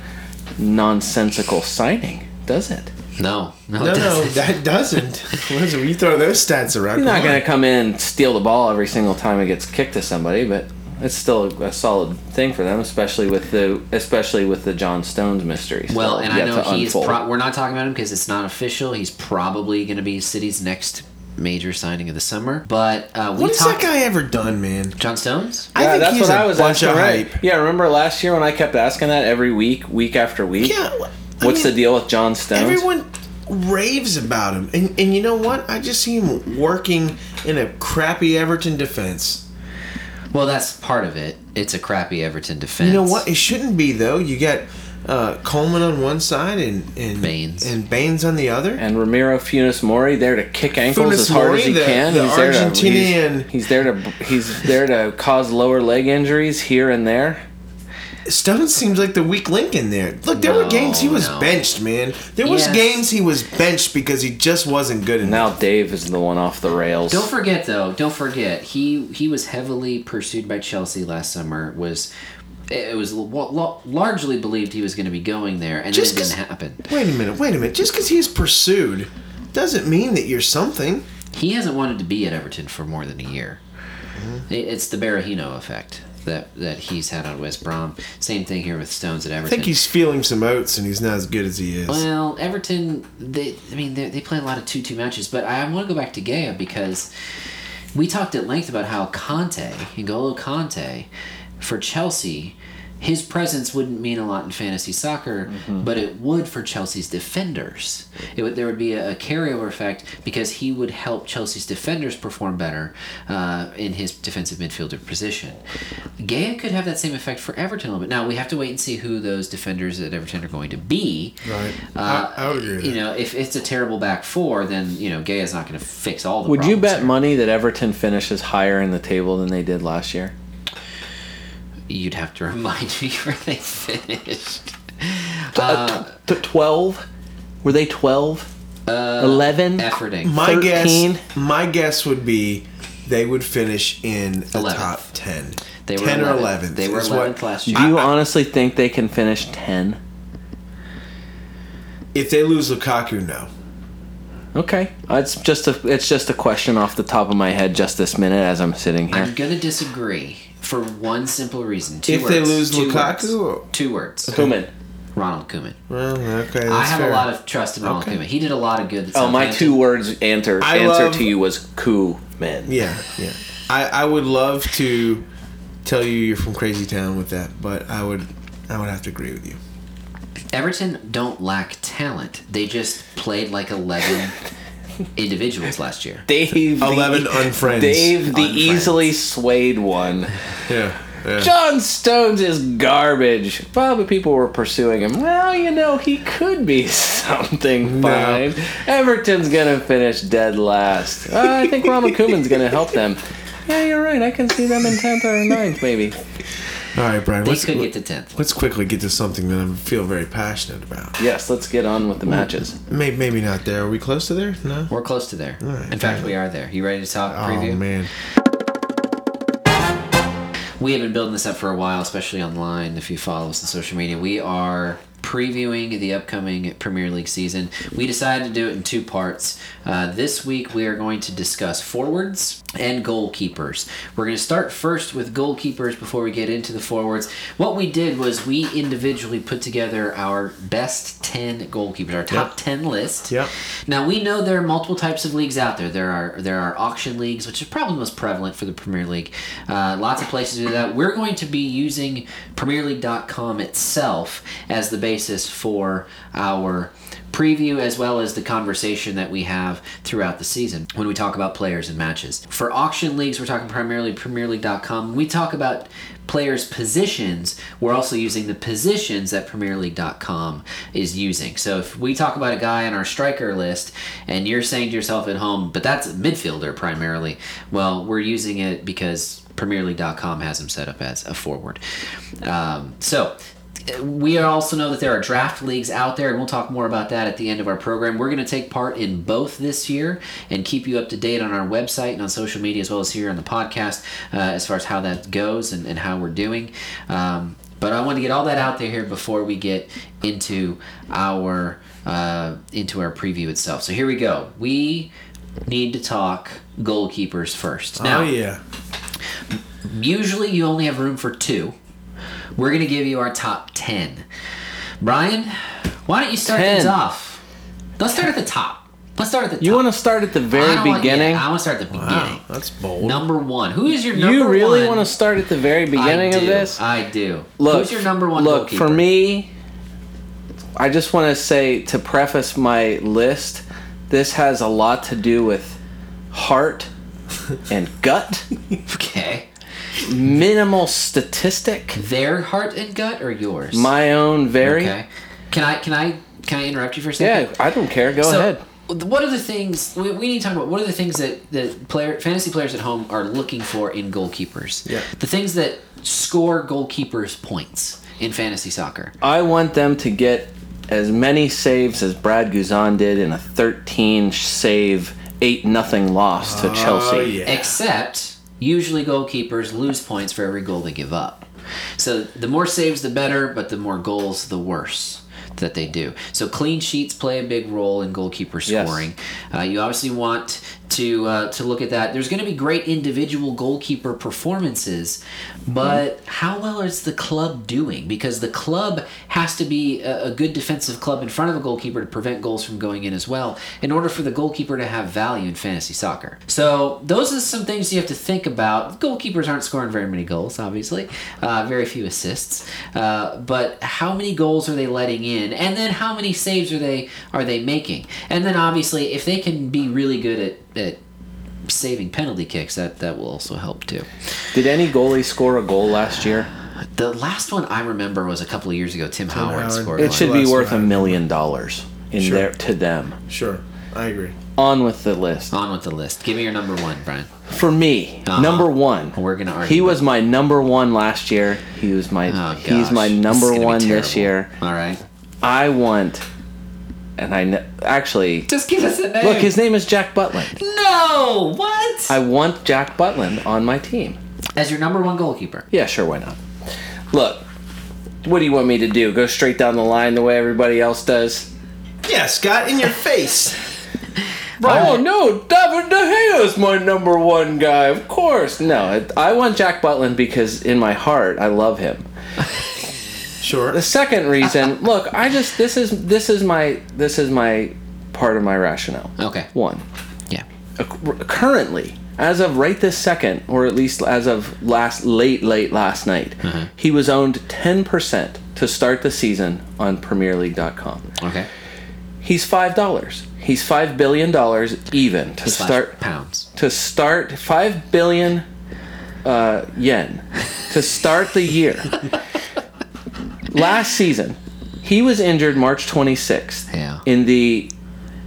[SPEAKER 3] nonsensical signing, does it?
[SPEAKER 2] No, no,
[SPEAKER 1] No,
[SPEAKER 2] it
[SPEAKER 1] no,
[SPEAKER 2] doesn't.
[SPEAKER 1] that doesn't. Listen, you throw those stats around.
[SPEAKER 3] He's not
[SPEAKER 1] come
[SPEAKER 3] going
[SPEAKER 1] on.
[SPEAKER 3] to come in and steal the ball every single time it gets kicked to somebody, but it's still a solid thing for them, especially with the especially with the John Stones mystery.
[SPEAKER 2] Well,
[SPEAKER 3] still
[SPEAKER 2] and I
[SPEAKER 3] yet
[SPEAKER 2] know
[SPEAKER 3] to
[SPEAKER 2] he's.
[SPEAKER 3] unfold.
[SPEAKER 2] Pro- we're not talking about him because it's not official. He's probably going to be City's next major signing of the summer. But uh, we
[SPEAKER 1] What has
[SPEAKER 2] talked
[SPEAKER 1] that guy ever done, man?
[SPEAKER 2] John Stones.
[SPEAKER 1] I
[SPEAKER 3] yeah,
[SPEAKER 1] think
[SPEAKER 3] that's
[SPEAKER 1] he's
[SPEAKER 3] what
[SPEAKER 1] a
[SPEAKER 3] I was
[SPEAKER 1] bunch
[SPEAKER 3] asking.
[SPEAKER 1] of
[SPEAKER 3] right?
[SPEAKER 1] hype.
[SPEAKER 3] Yeah, remember last year when I kept asking that every week, week after week?
[SPEAKER 1] Yeah. I
[SPEAKER 3] What's
[SPEAKER 1] mean-
[SPEAKER 3] the deal with John Stones?
[SPEAKER 1] Everyone raves about him, and and you know what? I just see him working in a crappy Everton defense.
[SPEAKER 2] Well, that's part of it. It's a crappy Everton defense.
[SPEAKER 1] You know what? It shouldn't be though. You got uh, Coleman on one side and and
[SPEAKER 2] Baines.
[SPEAKER 1] and Baines on the other.
[SPEAKER 3] and Ramiro Funes Mori there to kick ankles
[SPEAKER 1] Funes
[SPEAKER 3] as hard
[SPEAKER 1] Mori,
[SPEAKER 3] as he
[SPEAKER 1] the-
[SPEAKER 3] can.
[SPEAKER 1] the
[SPEAKER 3] he's there To,
[SPEAKER 1] Argentinian.
[SPEAKER 3] he's, he's there to he's there to cause lower leg injuries here and there.
[SPEAKER 1] Stones seems like the weak link in there. Look, there were
[SPEAKER 2] No,
[SPEAKER 1] games he was
[SPEAKER 2] no.
[SPEAKER 1] benched, man. There was
[SPEAKER 2] Yes.
[SPEAKER 1] games he was benched because he just wasn't good enough.
[SPEAKER 3] Now Dave is the one off the rails.
[SPEAKER 2] Don't forget though. Don't forget he he was heavily pursued by Chelsea last summer. Was it was l- l- largely believed he was going to be going there, and
[SPEAKER 1] Just
[SPEAKER 2] then it
[SPEAKER 1] 'cause-
[SPEAKER 2] didn't happen.
[SPEAKER 1] Wait a minute. Wait a minute. Just because he's pursued doesn't mean that you're something.
[SPEAKER 2] He hasn't wanted to be at Everton for more than a year.
[SPEAKER 1] Mm-hmm.
[SPEAKER 2] It- It's the Barahino effect that that he's had on West Brom. Same thing here with Stones at
[SPEAKER 1] I
[SPEAKER 2] Everton.
[SPEAKER 1] think he's feeling some oats, and he's not as good as he is.
[SPEAKER 2] Well, Everton, they, I mean, they, they play a lot of 2 2 matches, but I want to go back to Gaia because we talked at length about how Conte, N'Golo Conte, for Chelsea, his presence wouldn't mean a lot in fantasy soccer, but it would for Chelsea's defenders. It would, there would be a, a carryover effect because he would help Chelsea's defenders perform better uh, in his defensive midfielder position. Gaia could have that same effect for Everton a little bit. Now, we have to wait and see who those defenders at Everton are going to be.
[SPEAKER 1] Right.
[SPEAKER 2] Uh,
[SPEAKER 1] I, I would agree with
[SPEAKER 2] You
[SPEAKER 1] that.
[SPEAKER 2] know, if it's a terrible back four, then, you know, Gaia's not going to fix all the
[SPEAKER 3] Would you
[SPEAKER 2] problems
[SPEAKER 3] bet
[SPEAKER 2] there.
[SPEAKER 3] money that Everton finishes higher in the table than they did last year?
[SPEAKER 2] You'd have to remind me where they finished.
[SPEAKER 1] Uh,
[SPEAKER 3] Uh, T- 12? Were they 12?
[SPEAKER 1] Uh,
[SPEAKER 3] 11?
[SPEAKER 2] Efforting.
[SPEAKER 1] My
[SPEAKER 3] 13?
[SPEAKER 1] guess my guess would be they would finish in the
[SPEAKER 2] 11th.
[SPEAKER 1] top 10.
[SPEAKER 2] They were
[SPEAKER 1] 10 or
[SPEAKER 2] 11th.
[SPEAKER 1] 11th.
[SPEAKER 2] They were
[SPEAKER 1] is what-
[SPEAKER 2] 11th last
[SPEAKER 3] Do
[SPEAKER 2] year.
[SPEAKER 3] you honestly think they can finish 10?
[SPEAKER 1] If they lose Lukaku, no.
[SPEAKER 3] Okay. Uh, It's just a it's just a question off the top of my head just this minute as I'm sitting
[SPEAKER 2] I'm
[SPEAKER 3] here.
[SPEAKER 2] going to disagree for one simple reason. Two
[SPEAKER 1] If
[SPEAKER 2] words,
[SPEAKER 1] they lose
[SPEAKER 2] two
[SPEAKER 1] Lukaku
[SPEAKER 2] words.
[SPEAKER 1] or-
[SPEAKER 2] two words.
[SPEAKER 3] Kuman.
[SPEAKER 2] Ronald Koeman.
[SPEAKER 1] Well, okay. That's
[SPEAKER 2] I have
[SPEAKER 1] fair.
[SPEAKER 2] a lot of trust in Ronald
[SPEAKER 1] Okay.
[SPEAKER 2] Koeman. He did a lot of good. at
[SPEAKER 3] Oh, my
[SPEAKER 2] Southampton.
[SPEAKER 3] two words answer
[SPEAKER 1] I
[SPEAKER 3] answer
[SPEAKER 1] love-
[SPEAKER 3] to you was Kuman.
[SPEAKER 1] Yeah, yeah. I, I would love to tell you you're from Crazy Town with that, but I would I would have to agree with you.
[SPEAKER 2] Everton don't lack talent. They just played like 11 individuals last year.
[SPEAKER 3] Dave the-
[SPEAKER 1] 11 unfriends.
[SPEAKER 3] Dave the
[SPEAKER 2] Unfriends.
[SPEAKER 3] easily swayed one.
[SPEAKER 1] Yeah. yeah.
[SPEAKER 3] John Stones is garbage. Probably people were pursuing him. Well, you know, he could be something
[SPEAKER 1] No.
[SPEAKER 3] fine. Everton's gonna finish dead last. Uh, I think Ronald Koeman's gonna help them. Yeah, you're right. I can see them in tenth or ninth, maybe.
[SPEAKER 1] All right, Brian.
[SPEAKER 2] They
[SPEAKER 1] Let's,
[SPEAKER 2] could get to 10th.
[SPEAKER 1] let's quickly get to something that I feel very passionate about.
[SPEAKER 3] Yes, let's get on with the matches.
[SPEAKER 1] Maybe, maybe not there. Are we close to there? No.
[SPEAKER 2] We're close to there.
[SPEAKER 1] right.
[SPEAKER 2] In fact, we are there. You ready to talk preview?
[SPEAKER 1] Oh man.
[SPEAKER 2] We have been building this up for a while, especially online. If you follow us on social media, we are previewing the upcoming Premier League season. We decided to do it in two parts. Uh, this week, we are going to discuss forwards and goalkeepers. We're going to start first with goalkeepers before we get into the forwards. What we did was we individually put together our best 10 goalkeepers, our top 10 list.
[SPEAKER 1] Yep.
[SPEAKER 2] Now we know there are multiple types of leagues out there. There are there are auction leagues, which is probably the most prevalent for the Premier League. Uh, lots of places do that. We're going to be using PremierLeague.com itself as the basis for our preview as well as the conversation that we have throughout the season when we talk about players and matches. For auction leagues, we're talking primarily PremierLeague.com. When we talk about players' positions, we're also using the positions that PremierLeague.com is using. So if we talk about a guy on our striker list and you're saying to yourself at home, but that's a midfielder primarily, well, we're using it because PremierLeague.com has him set up as a forward. Um, so we also know that there are draft leagues out there, and we'll talk more about that at the end of our program. We're going to take part in both this year and keep you up to date on our website and on social media, as well as here on the podcast, uh, as far as how that goes and, and how we're doing. Um, but I want to get all that out there here before we get into our uh, into our preview itself. So here we go. We need to talk goalkeepers first. Now,
[SPEAKER 1] Oh yeah.
[SPEAKER 2] usually you only have room for two. We're going to give you our top 10. Brian, why don't you start
[SPEAKER 3] 10.
[SPEAKER 2] things off? Let's start at the top. Let's start at the top.
[SPEAKER 3] You want to start at the
[SPEAKER 2] I
[SPEAKER 3] very
[SPEAKER 2] don't want- yeah,
[SPEAKER 3] beginning?
[SPEAKER 2] I want to start at the
[SPEAKER 1] Wow,
[SPEAKER 2] beginning.
[SPEAKER 1] that's bold.
[SPEAKER 2] Number one. Who is your number
[SPEAKER 3] you really
[SPEAKER 2] one?
[SPEAKER 3] want to start at the very beginning
[SPEAKER 2] I
[SPEAKER 3] of
[SPEAKER 2] do.
[SPEAKER 3] this?
[SPEAKER 2] I do.
[SPEAKER 3] Look,
[SPEAKER 2] Who's your number one
[SPEAKER 3] Look
[SPEAKER 2] goalkeeper?
[SPEAKER 3] for me. I just want to say to preface my list, this has a lot to do with heart and gut.
[SPEAKER 2] Okay.
[SPEAKER 3] Minimal statistic.
[SPEAKER 2] Their heart and gut or yours?
[SPEAKER 3] My own very.
[SPEAKER 2] Okay. Can I can I can I interrupt you for a second?
[SPEAKER 3] Yeah, I don't care. Go ahead.
[SPEAKER 2] What are the things we, we need to talk about? What are the things that, that player fantasy players at home are looking for in goalkeepers?
[SPEAKER 1] Yeah.
[SPEAKER 2] The things that score goalkeepers points in fantasy soccer.
[SPEAKER 3] I want them to get as many saves as Brad Guzan did in a 13 save, 8 nothing loss to Chelsea.
[SPEAKER 1] Oh yeah.
[SPEAKER 2] Except usually goalkeepers lose points for every goal they give up. So the more saves the better, but the more goals the worse. that they do. So clean sheets play a big role in goalkeeper
[SPEAKER 3] Yes.
[SPEAKER 2] scoring. Uh, you obviously want to uh, to look at that. There's going to be great individual goalkeeper performances, but how well is the club doing? Because the club has to be a, a good defensive club in front of a goalkeeper to prevent goals from going in as well, in order for the goalkeeper to have value in fantasy soccer. So those are some things you have to think about. Goalkeepers aren't scoring very many goals, obviously, uh, very few assists. Uh, but how many goals are they letting in, and then how many saves are they are they making? And then obviously, if they can be really good at, at saving penalty kicks, that that will also help too.
[SPEAKER 3] Did any goalie score a goal last year?
[SPEAKER 2] The last one I remember was a couple of years ago. Tim, Howard,
[SPEAKER 1] Howard.
[SPEAKER 2] scored.
[SPEAKER 1] It
[SPEAKER 3] It
[SPEAKER 2] one.
[SPEAKER 3] should
[SPEAKER 1] Well,
[SPEAKER 3] be
[SPEAKER 1] that's
[SPEAKER 3] worth a
[SPEAKER 1] right.
[SPEAKER 3] million dollars in
[SPEAKER 1] Sure.
[SPEAKER 3] there to them.
[SPEAKER 1] Sure, I agree.
[SPEAKER 3] On with the list.
[SPEAKER 2] On with the list. Give me your number one, Brian.
[SPEAKER 3] For me,
[SPEAKER 2] Uh-huh.
[SPEAKER 3] number one.
[SPEAKER 2] We're gonna argue
[SPEAKER 3] He was my number one last year. He was my.
[SPEAKER 2] Oh, gosh.
[SPEAKER 3] he's my
[SPEAKER 2] This is
[SPEAKER 3] number
[SPEAKER 2] gonna be
[SPEAKER 3] one this
[SPEAKER 2] terrible.
[SPEAKER 3] year.
[SPEAKER 2] All right.
[SPEAKER 3] I want, and I kn- actually
[SPEAKER 2] Just give us a name.
[SPEAKER 3] look. His name is Jack Butland.
[SPEAKER 2] no. What?
[SPEAKER 3] I want Jack Butland on my team.
[SPEAKER 2] As your number one goalkeeper.
[SPEAKER 3] Yeah, sure, why not? Look, what do you want me to do? Go straight down the line the way everybody else does?
[SPEAKER 1] Yeah, Scott, in your face.
[SPEAKER 3] Oh no, David De Gea is my number one guy. Of course, no. it- I want Jack Butland because in my heart I love him.
[SPEAKER 1] Sure.
[SPEAKER 3] The second reason, look, I just this is this is my this is my part of my rationale.
[SPEAKER 2] Okay.
[SPEAKER 3] One,
[SPEAKER 2] Yeah.
[SPEAKER 3] uh, currently, as of right this second, or at least as of last late late last night, he was owned ten percent to start the season on PremierLeague.com.
[SPEAKER 2] Okay.
[SPEAKER 3] He's five dollars. He's five billion dollars even to
[SPEAKER 2] Slash
[SPEAKER 3] start
[SPEAKER 2] pounds.
[SPEAKER 3] to start five billion uh, yen to start the year. Last season, he was injured March 26th
[SPEAKER 2] Yeah.
[SPEAKER 3] in the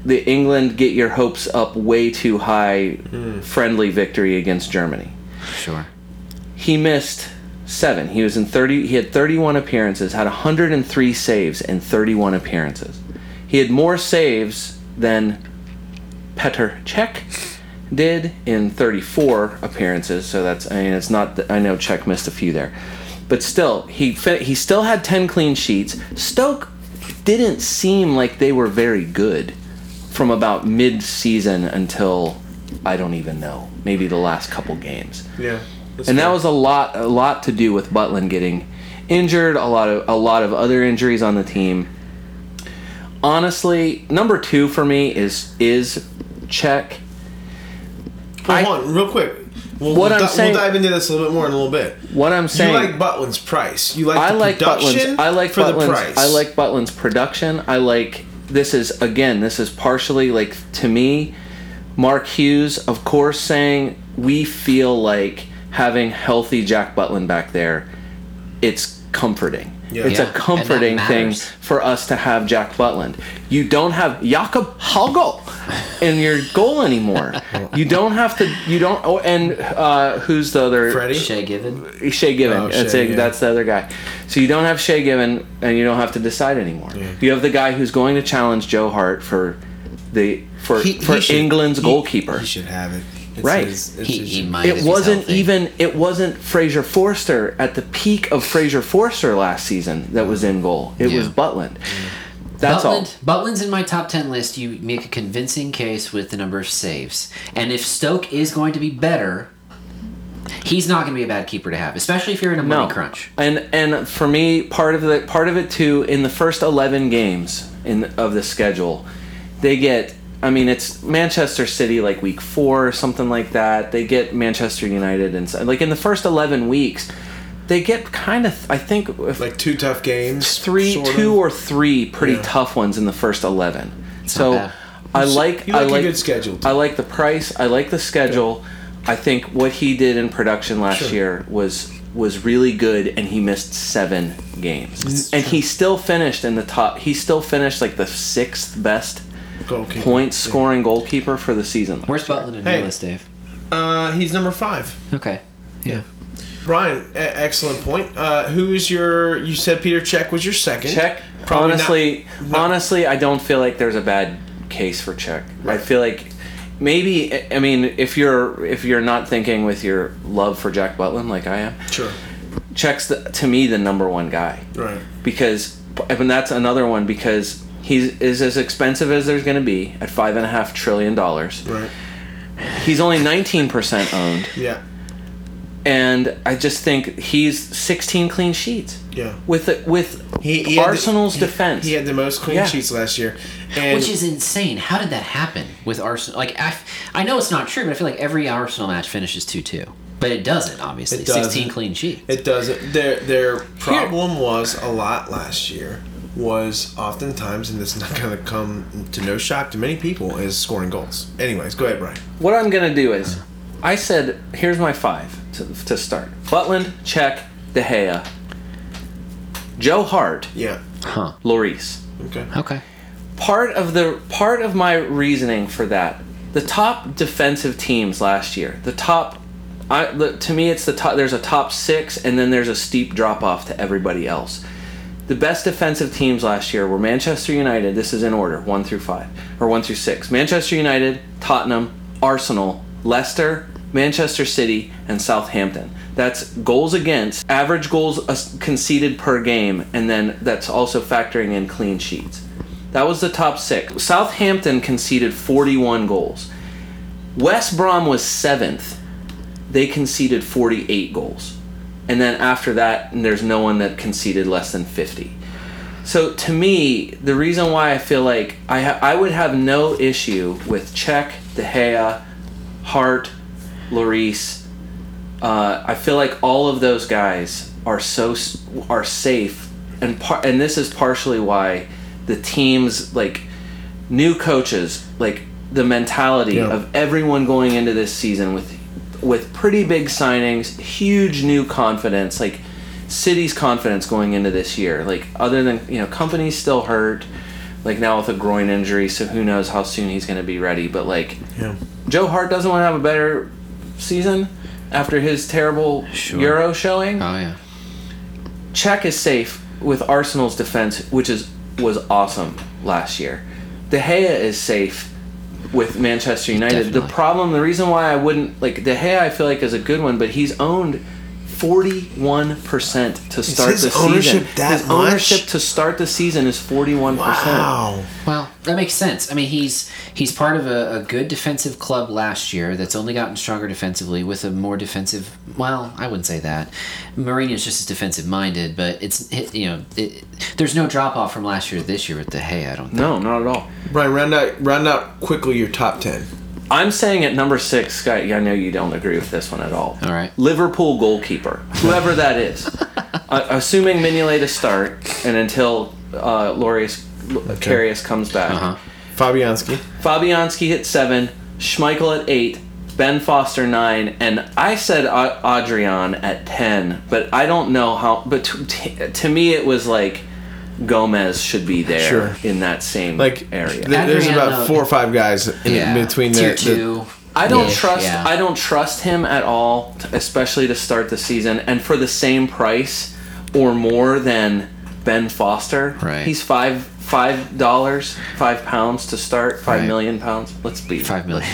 [SPEAKER 3] the England get your hopes up way too high friendly victory against Germany.
[SPEAKER 2] Sure.
[SPEAKER 3] He missed seven. He was in 30. He had 31 appearances, had 103 saves and 31 appearances. He had more saves than Petr Cech did in 34 appearances. So that's I mean it's not that I know Cech missed a few there, but still he fin- he still had 10 clean sheets. Stoke didn't seem like they were very good from about mid-season until I don't even know maybe the last couple games
[SPEAKER 1] Yeah. that's
[SPEAKER 3] and that
[SPEAKER 1] fair.
[SPEAKER 3] was a lot a lot to do with Butland getting injured, a lot of a lot of other injuries on the team. Honestly, number two for me is is check.
[SPEAKER 1] Hold
[SPEAKER 3] I-
[SPEAKER 1] on, real quick. We'll,
[SPEAKER 3] What
[SPEAKER 1] we'll,
[SPEAKER 3] I'm
[SPEAKER 1] di-
[SPEAKER 3] saying-
[SPEAKER 1] we'll dive into this a little bit more in a little bit.
[SPEAKER 3] What I'm saying,
[SPEAKER 1] you like Butland's price. You like
[SPEAKER 3] I
[SPEAKER 1] the
[SPEAKER 3] like
[SPEAKER 1] production.
[SPEAKER 3] Butland's. I like
[SPEAKER 1] for
[SPEAKER 3] Butland's.
[SPEAKER 1] the price.
[SPEAKER 3] I like Butland's production. I like this is again. This is partially like to me, Mark Hughes, of course, saying we feel like having healthy Jack Butland back there. It's comforting.
[SPEAKER 1] Yeah.
[SPEAKER 3] It's
[SPEAKER 2] Yeah,
[SPEAKER 3] a
[SPEAKER 2] and that
[SPEAKER 3] comforting thing
[SPEAKER 2] matters.
[SPEAKER 3] for us to have Jack Butland. You don't have Jakob Hagel in your goal anymore. you don't have to. You don't. Oh, and uh, who's the other?
[SPEAKER 1] Freddie.
[SPEAKER 2] Shea Given.
[SPEAKER 3] Shea Given.
[SPEAKER 1] Oh,
[SPEAKER 3] that's
[SPEAKER 1] Shea,
[SPEAKER 3] it.
[SPEAKER 1] yeah.
[SPEAKER 3] That's the other guy. So you don't have Shea Given, and you don't have to decide anymore. You have the guy who's going to challenge Joe Hart for the for
[SPEAKER 1] He-
[SPEAKER 3] for
[SPEAKER 1] he should-
[SPEAKER 3] England's
[SPEAKER 1] he-
[SPEAKER 3] goalkeeper.
[SPEAKER 1] He should have it. It's
[SPEAKER 3] Right.
[SPEAKER 1] his- it's
[SPEAKER 2] He,
[SPEAKER 1] his-
[SPEAKER 2] he might. if
[SPEAKER 3] it
[SPEAKER 2] he's
[SPEAKER 3] wasn't
[SPEAKER 2] healthy.
[SPEAKER 3] even it wasn't Fraser Forster at the peak of Fraser Forster last season that was in goal. It was
[SPEAKER 2] Yeah.
[SPEAKER 3] Butland. That's all.
[SPEAKER 2] Butland, Butland's in my top 10 list. You make a convincing case with the number of saves. And if Stoke is going to be better, he's not going to be a bad keeper to have, especially if you're in a money crunch.
[SPEAKER 3] And and for me, part of the part of it too, in the first eleven games in of the schedule, they get. I mean, it's Manchester City like week four or something like that. They get Manchester United and so- like in the first eleven weeks, they get kind of. I think if
[SPEAKER 1] like two tough games.
[SPEAKER 3] three,
[SPEAKER 1] sort of.
[SPEAKER 3] two or three pretty
[SPEAKER 1] Yeah.
[SPEAKER 3] tough ones in the first eleven. so
[SPEAKER 2] bad.
[SPEAKER 3] I like,
[SPEAKER 1] you
[SPEAKER 3] I
[SPEAKER 1] like a
[SPEAKER 3] like
[SPEAKER 1] good schedule, too.
[SPEAKER 3] I like the price. I like the schedule. I think what he did in production last
[SPEAKER 1] Sure.
[SPEAKER 3] year was was really good, and he missed seven games, and he still finished in the top. He still finished like the sixth best
[SPEAKER 1] Goalkeeper.
[SPEAKER 3] point scoring goalkeeper for the season.
[SPEAKER 2] Where's Butland in
[SPEAKER 1] Hey.
[SPEAKER 2] your list, Dave?
[SPEAKER 1] Uh, he's number five.
[SPEAKER 2] Okay. Yeah.
[SPEAKER 1] Brian, e- excellent point. Uh, who is your? You said Peter Check was your second.
[SPEAKER 3] Check.
[SPEAKER 1] Probably
[SPEAKER 3] honestly,
[SPEAKER 1] not- not-
[SPEAKER 3] honestly, I don't feel like there's a bad case for check. I feel like maybe I mean if you're if you're not thinking with your love for Jack Butland like I am,
[SPEAKER 1] Sure.
[SPEAKER 3] check's the, to me the number one guy
[SPEAKER 1] Right.
[SPEAKER 3] because and that's another one because he is as expensive as there's going to be at five and a half trillion dollars.
[SPEAKER 1] Right.
[SPEAKER 3] He's only 19% owned,
[SPEAKER 1] Yeah.
[SPEAKER 3] and I just think he's 16 clean sheets
[SPEAKER 1] Yeah.
[SPEAKER 3] with the, with
[SPEAKER 1] He, he had the-
[SPEAKER 3] Arsenal's
[SPEAKER 1] he-
[SPEAKER 3] defense.
[SPEAKER 1] He had the most clean
[SPEAKER 3] Yeah.
[SPEAKER 1] sheets last year, and
[SPEAKER 2] Which is insane. How did that happen with Arsenal? Like I, I know it's not true, but I feel like every Arsenal match finishes two two, but it doesn't. Obviously,
[SPEAKER 1] It doesn't.
[SPEAKER 2] sixteen clean sheets.
[SPEAKER 1] it doesn't. Their their problem was a lot last year was oftentimes, and it's not going to come to no shock to many people, is scoring goals. Anyways, go ahead, Brian.
[SPEAKER 3] What I'm going to do is, I said, here's my five to, to start: Butland, Czech, De Gea, Joe Hart,
[SPEAKER 1] Yeah.
[SPEAKER 2] Huh.
[SPEAKER 3] Lloris.
[SPEAKER 1] Okay.
[SPEAKER 2] Okay.
[SPEAKER 3] part of the part of my reasoning for that the top defensive teams last year the top I, the, to me it's the top there's a top six and then there's a steep drop off to everybody else the best defensive teams last year were manchester united this is in order one through five or one through six manchester united tottenham arsenal leicester manchester city and southampton that's goals against average goals as- conceded per game and then that's also factoring in clean sheets that was the top six. Southampton conceded 41 goals. West Brom was seventh. They conceded 48 goals. And then after that, there's no one that conceded less than 50. So to me, the reason why I feel like I, ha- I would have no issue with Czech, De Gea, Hart, Lloris. Uh, I feel like all of those guys are so s- are safe, and par- and this is partially why the teams like new coaches like the mentality
[SPEAKER 1] Yeah.
[SPEAKER 3] of everyone going into this season with with pretty big signings, huge new confidence, like City's confidence going into this year. Like other than you know, company's still hurt. Like now with a groin injury, so who knows how soon he's going to be ready. But like
[SPEAKER 1] Yeah.
[SPEAKER 3] Joe Hart doesn't want to have a better season after his terrible
[SPEAKER 2] Sure.
[SPEAKER 3] Euro showing.
[SPEAKER 2] Oh yeah.
[SPEAKER 3] Czech is safe with Arsenal's defense, which is was awesome last year. De Gea is safe with Manchester United. The
[SPEAKER 2] Definitely.
[SPEAKER 3] problem, the reason why I wouldn't like De Gea, I feel like is a good one, but he's owned. 41% to start
[SPEAKER 1] his
[SPEAKER 3] the
[SPEAKER 1] ownership
[SPEAKER 3] season.
[SPEAKER 1] that
[SPEAKER 3] his ownership
[SPEAKER 1] much?
[SPEAKER 3] to start the season is 41%.
[SPEAKER 1] Wow.
[SPEAKER 2] Well, that makes sense. I mean, he's he's part of a, a good defensive club last year that's only gotten stronger defensively with a more defensive. Well, I wouldn't say that. Mourinho's just as defensive minded, but it's it, you know it, there's no drop off from last year to this year with the hey. I don't think.
[SPEAKER 3] No, not at all.
[SPEAKER 1] Brian, round out round out quickly your top ten.
[SPEAKER 3] I'm saying at number six, Scott, I know you don't agree with this one at all.
[SPEAKER 2] All right.
[SPEAKER 3] Liverpool goalkeeper, whoever that is. uh, assuming Mignolet to start and until uh, Laureus Karius comes back.
[SPEAKER 2] Uh-huh.
[SPEAKER 1] Fabianski.
[SPEAKER 3] Fabianski hit seven, Schmeichel at eight, Ben Foster nine, and I said Ad- Adrian at ten, but I don't know how. But to, t- to me, it was like Gomez should be there
[SPEAKER 1] Sure.
[SPEAKER 3] in that same
[SPEAKER 1] Like
[SPEAKER 3] area.
[SPEAKER 1] th- there's
[SPEAKER 2] Adrian,
[SPEAKER 1] about
[SPEAKER 2] uh,
[SPEAKER 1] four or five guys in
[SPEAKER 2] Yeah.
[SPEAKER 1] between the,
[SPEAKER 2] tier
[SPEAKER 1] the
[SPEAKER 2] two.
[SPEAKER 3] I don't
[SPEAKER 2] Yeah,
[SPEAKER 3] trust.
[SPEAKER 2] yeah.
[SPEAKER 3] I don't trust him at all, t- especially to start the season, and for the same price or more than Ben Foster.
[SPEAKER 2] Right.
[SPEAKER 3] He's five five dollars, five pounds to start, five
[SPEAKER 2] Right.
[SPEAKER 3] million pounds. Let's be
[SPEAKER 2] five million.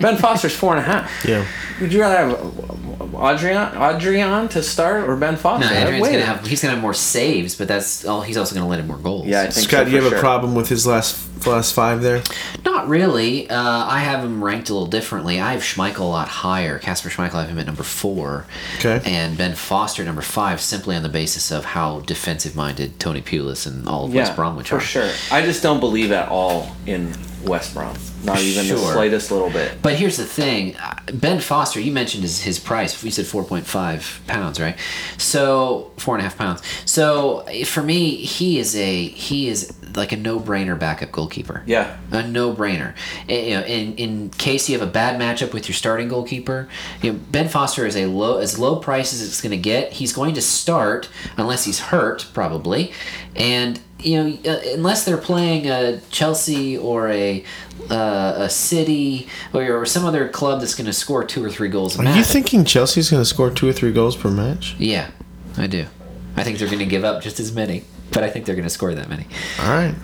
[SPEAKER 3] Ben Foster's four and a half.
[SPEAKER 1] Yeah.
[SPEAKER 3] Would you rather have uh, Adrian Adrian to start or Ben Foster?
[SPEAKER 2] no, Adrian's
[SPEAKER 3] Wait.
[SPEAKER 2] gonna have he's gonna have more saves, but that's all. He's also gonna let in more goals.
[SPEAKER 3] yeah, I think
[SPEAKER 1] Scott,
[SPEAKER 3] so
[SPEAKER 1] do you
[SPEAKER 3] for
[SPEAKER 1] have
[SPEAKER 3] sure.
[SPEAKER 1] a problem with his last last five there?
[SPEAKER 2] Not really. Uh, I have him ranked a little differently. I have Schmeichel a lot higher. Casper Schmeichel, I have him at number four.
[SPEAKER 1] Okay.
[SPEAKER 2] And Ben Foster, number five, simply on the basis of how defensive minded Tony Pulis and all of
[SPEAKER 3] Yeah,
[SPEAKER 2] West Bromwich
[SPEAKER 3] for
[SPEAKER 2] are.
[SPEAKER 3] sure. I just don't believe at all in West Brom. Not even the
[SPEAKER 2] Sure.
[SPEAKER 3] slightest little bit.
[SPEAKER 2] But here's the thing Uh, Ben Foster, you mentioned his, his price. You said 4.5 pounds, right? So, four and a half pounds. So, eh, for me, he is a, he is like a no brainer backup goalkeeper.
[SPEAKER 3] Yeah.
[SPEAKER 2] a no-brainer. Eh, you know, in in case you have a bad matchup with your starting goalkeeper, you know, Ben Foster is a low as low price as it's going to get. He's going to start unless he's hurt, probably, and you know uh, unless they're playing a Chelsea or a uh, a City or, or some other club that's going to score two or three goals a match.
[SPEAKER 1] Are you thinking Chelsea's going to score two or three goals per match?
[SPEAKER 2] yeah, I do. I think they're going to give up just as many, but I think they're going to score that many.
[SPEAKER 1] All right.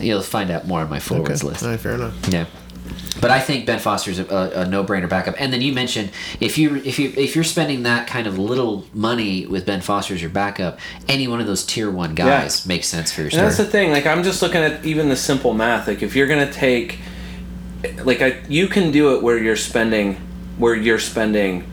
[SPEAKER 2] You'll find out more on my forwards
[SPEAKER 1] Okay.
[SPEAKER 2] list.
[SPEAKER 1] All right, fair enough.
[SPEAKER 2] Yeah. But I think Ben Foster's a, a, a no-brainer backup. And then you mentioned if you if you if you're spending that kind of little money with Ben Foster as your backup, any one of those tier one guys makes sense for your
[SPEAKER 3] And that's the
[SPEAKER 2] starter.
[SPEAKER 3] thing. Like I'm just looking at even the simple math. Like if you're gonna take, like I, you can do it where you're spending, where you're spending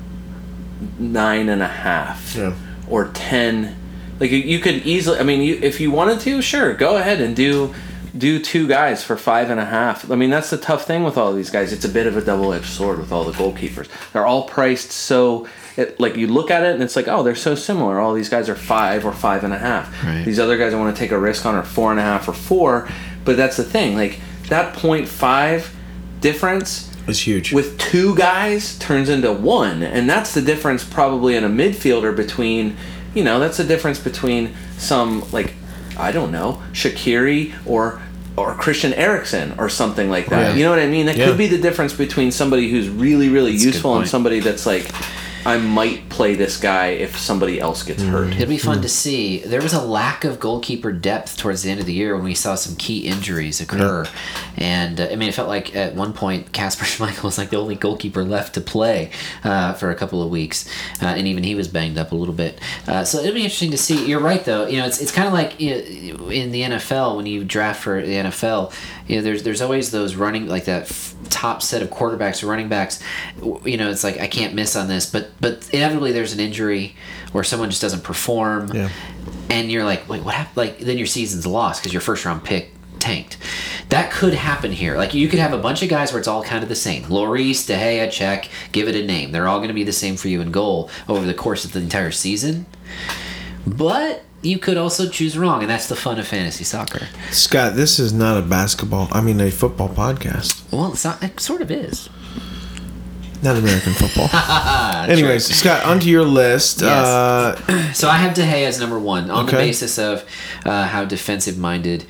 [SPEAKER 3] nine and a half
[SPEAKER 1] Yeah.
[SPEAKER 3] or ten. Like you, you could easily. I mean, you, if you wanted to, sure, go ahead and do do two guys for five and a half. I mean, that's the tough thing with all of these guys. It's a bit of a double edged sword with all the goalkeepers. They're all priced so. It, like you look at it and it's like, oh, they're so similar. All these guys are five or five and a half.
[SPEAKER 2] Right.
[SPEAKER 3] These other guys I want to take a risk on are four and a half or four. But that's the thing. Like that point five difference
[SPEAKER 1] It's huge.
[SPEAKER 3] with two guys turns into one and that's the difference probably in a midfielder between you know that's the difference between some like i don't know shakiri or or christian erickson or something like that
[SPEAKER 1] Yeah.
[SPEAKER 3] you know what i mean that
[SPEAKER 1] Yeah.
[SPEAKER 3] could be the difference between somebody who's really really
[SPEAKER 2] a good
[SPEAKER 3] useful and
[SPEAKER 2] point.
[SPEAKER 3] somebody that's like i might play this guy if somebody else gets hurt
[SPEAKER 2] It'd be fun to see. There was a lack of goalkeeper depth towards the end of the year when we saw some key injuries occur, and uh, I mean, it felt like at one point Casper Schmeichel was like the only goalkeeper left to play uh, for a couple of weeks, uh, and even he was banged up a little bit. Uh, so it'd be interesting to see. You're right, though. You know, it's, it's kind of like you know, in the NFL when you draft for the NFL. You know, there's there's always those running like that f- top set of quarterbacks or running backs. w- You know, it's like I can't miss on this, but but inevitably there's an injury or someone just doesn't perform,
[SPEAKER 1] Yeah.
[SPEAKER 2] and you're like, wait, what happened? Like then your season's lost because your first round pick tanked. That could happen here. Like you could have a bunch of guys where it's all kind of the same. Loris, De Gea, check, give it a name. They're all going to be the same for you in goal over the course of the entire season, but. You could also choose wrong, and that's the fun of fantasy soccer.
[SPEAKER 1] Scott, this is not a basketball, I mean, a football podcast.
[SPEAKER 2] Well, it's not, it sort of is.
[SPEAKER 1] Not American football. Anyways, Scott, onto your list.
[SPEAKER 2] Yes.
[SPEAKER 1] Uh,
[SPEAKER 2] So I have De Gea as number one on the
[SPEAKER 1] Okay.
[SPEAKER 2] basis of uh, how defensive minded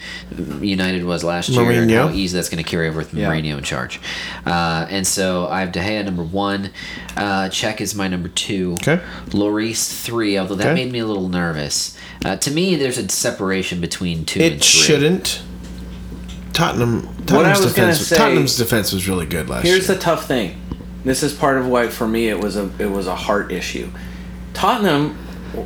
[SPEAKER 2] United was last year and
[SPEAKER 1] Mourinho.
[SPEAKER 2] how easy that's going to carry over with Mourinho in charge. Uh, and so I have De Gea number one. Uh, Czech is my number two.
[SPEAKER 1] Okay.
[SPEAKER 2] Lloris three, although that
[SPEAKER 1] Okay.
[SPEAKER 2] made me a little nervous. Uh, to me, there's a separation between two and
[SPEAKER 1] it
[SPEAKER 2] three.
[SPEAKER 1] shouldn't. Tottenham. Tottenham's
[SPEAKER 3] I was gonna
[SPEAKER 1] defense.
[SPEAKER 3] say-
[SPEAKER 1] Tottenham's defense was really good last
[SPEAKER 3] Here's
[SPEAKER 1] year.
[SPEAKER 3] the tough thing. This is part of why for me it was a it was a heart issue. Tottenham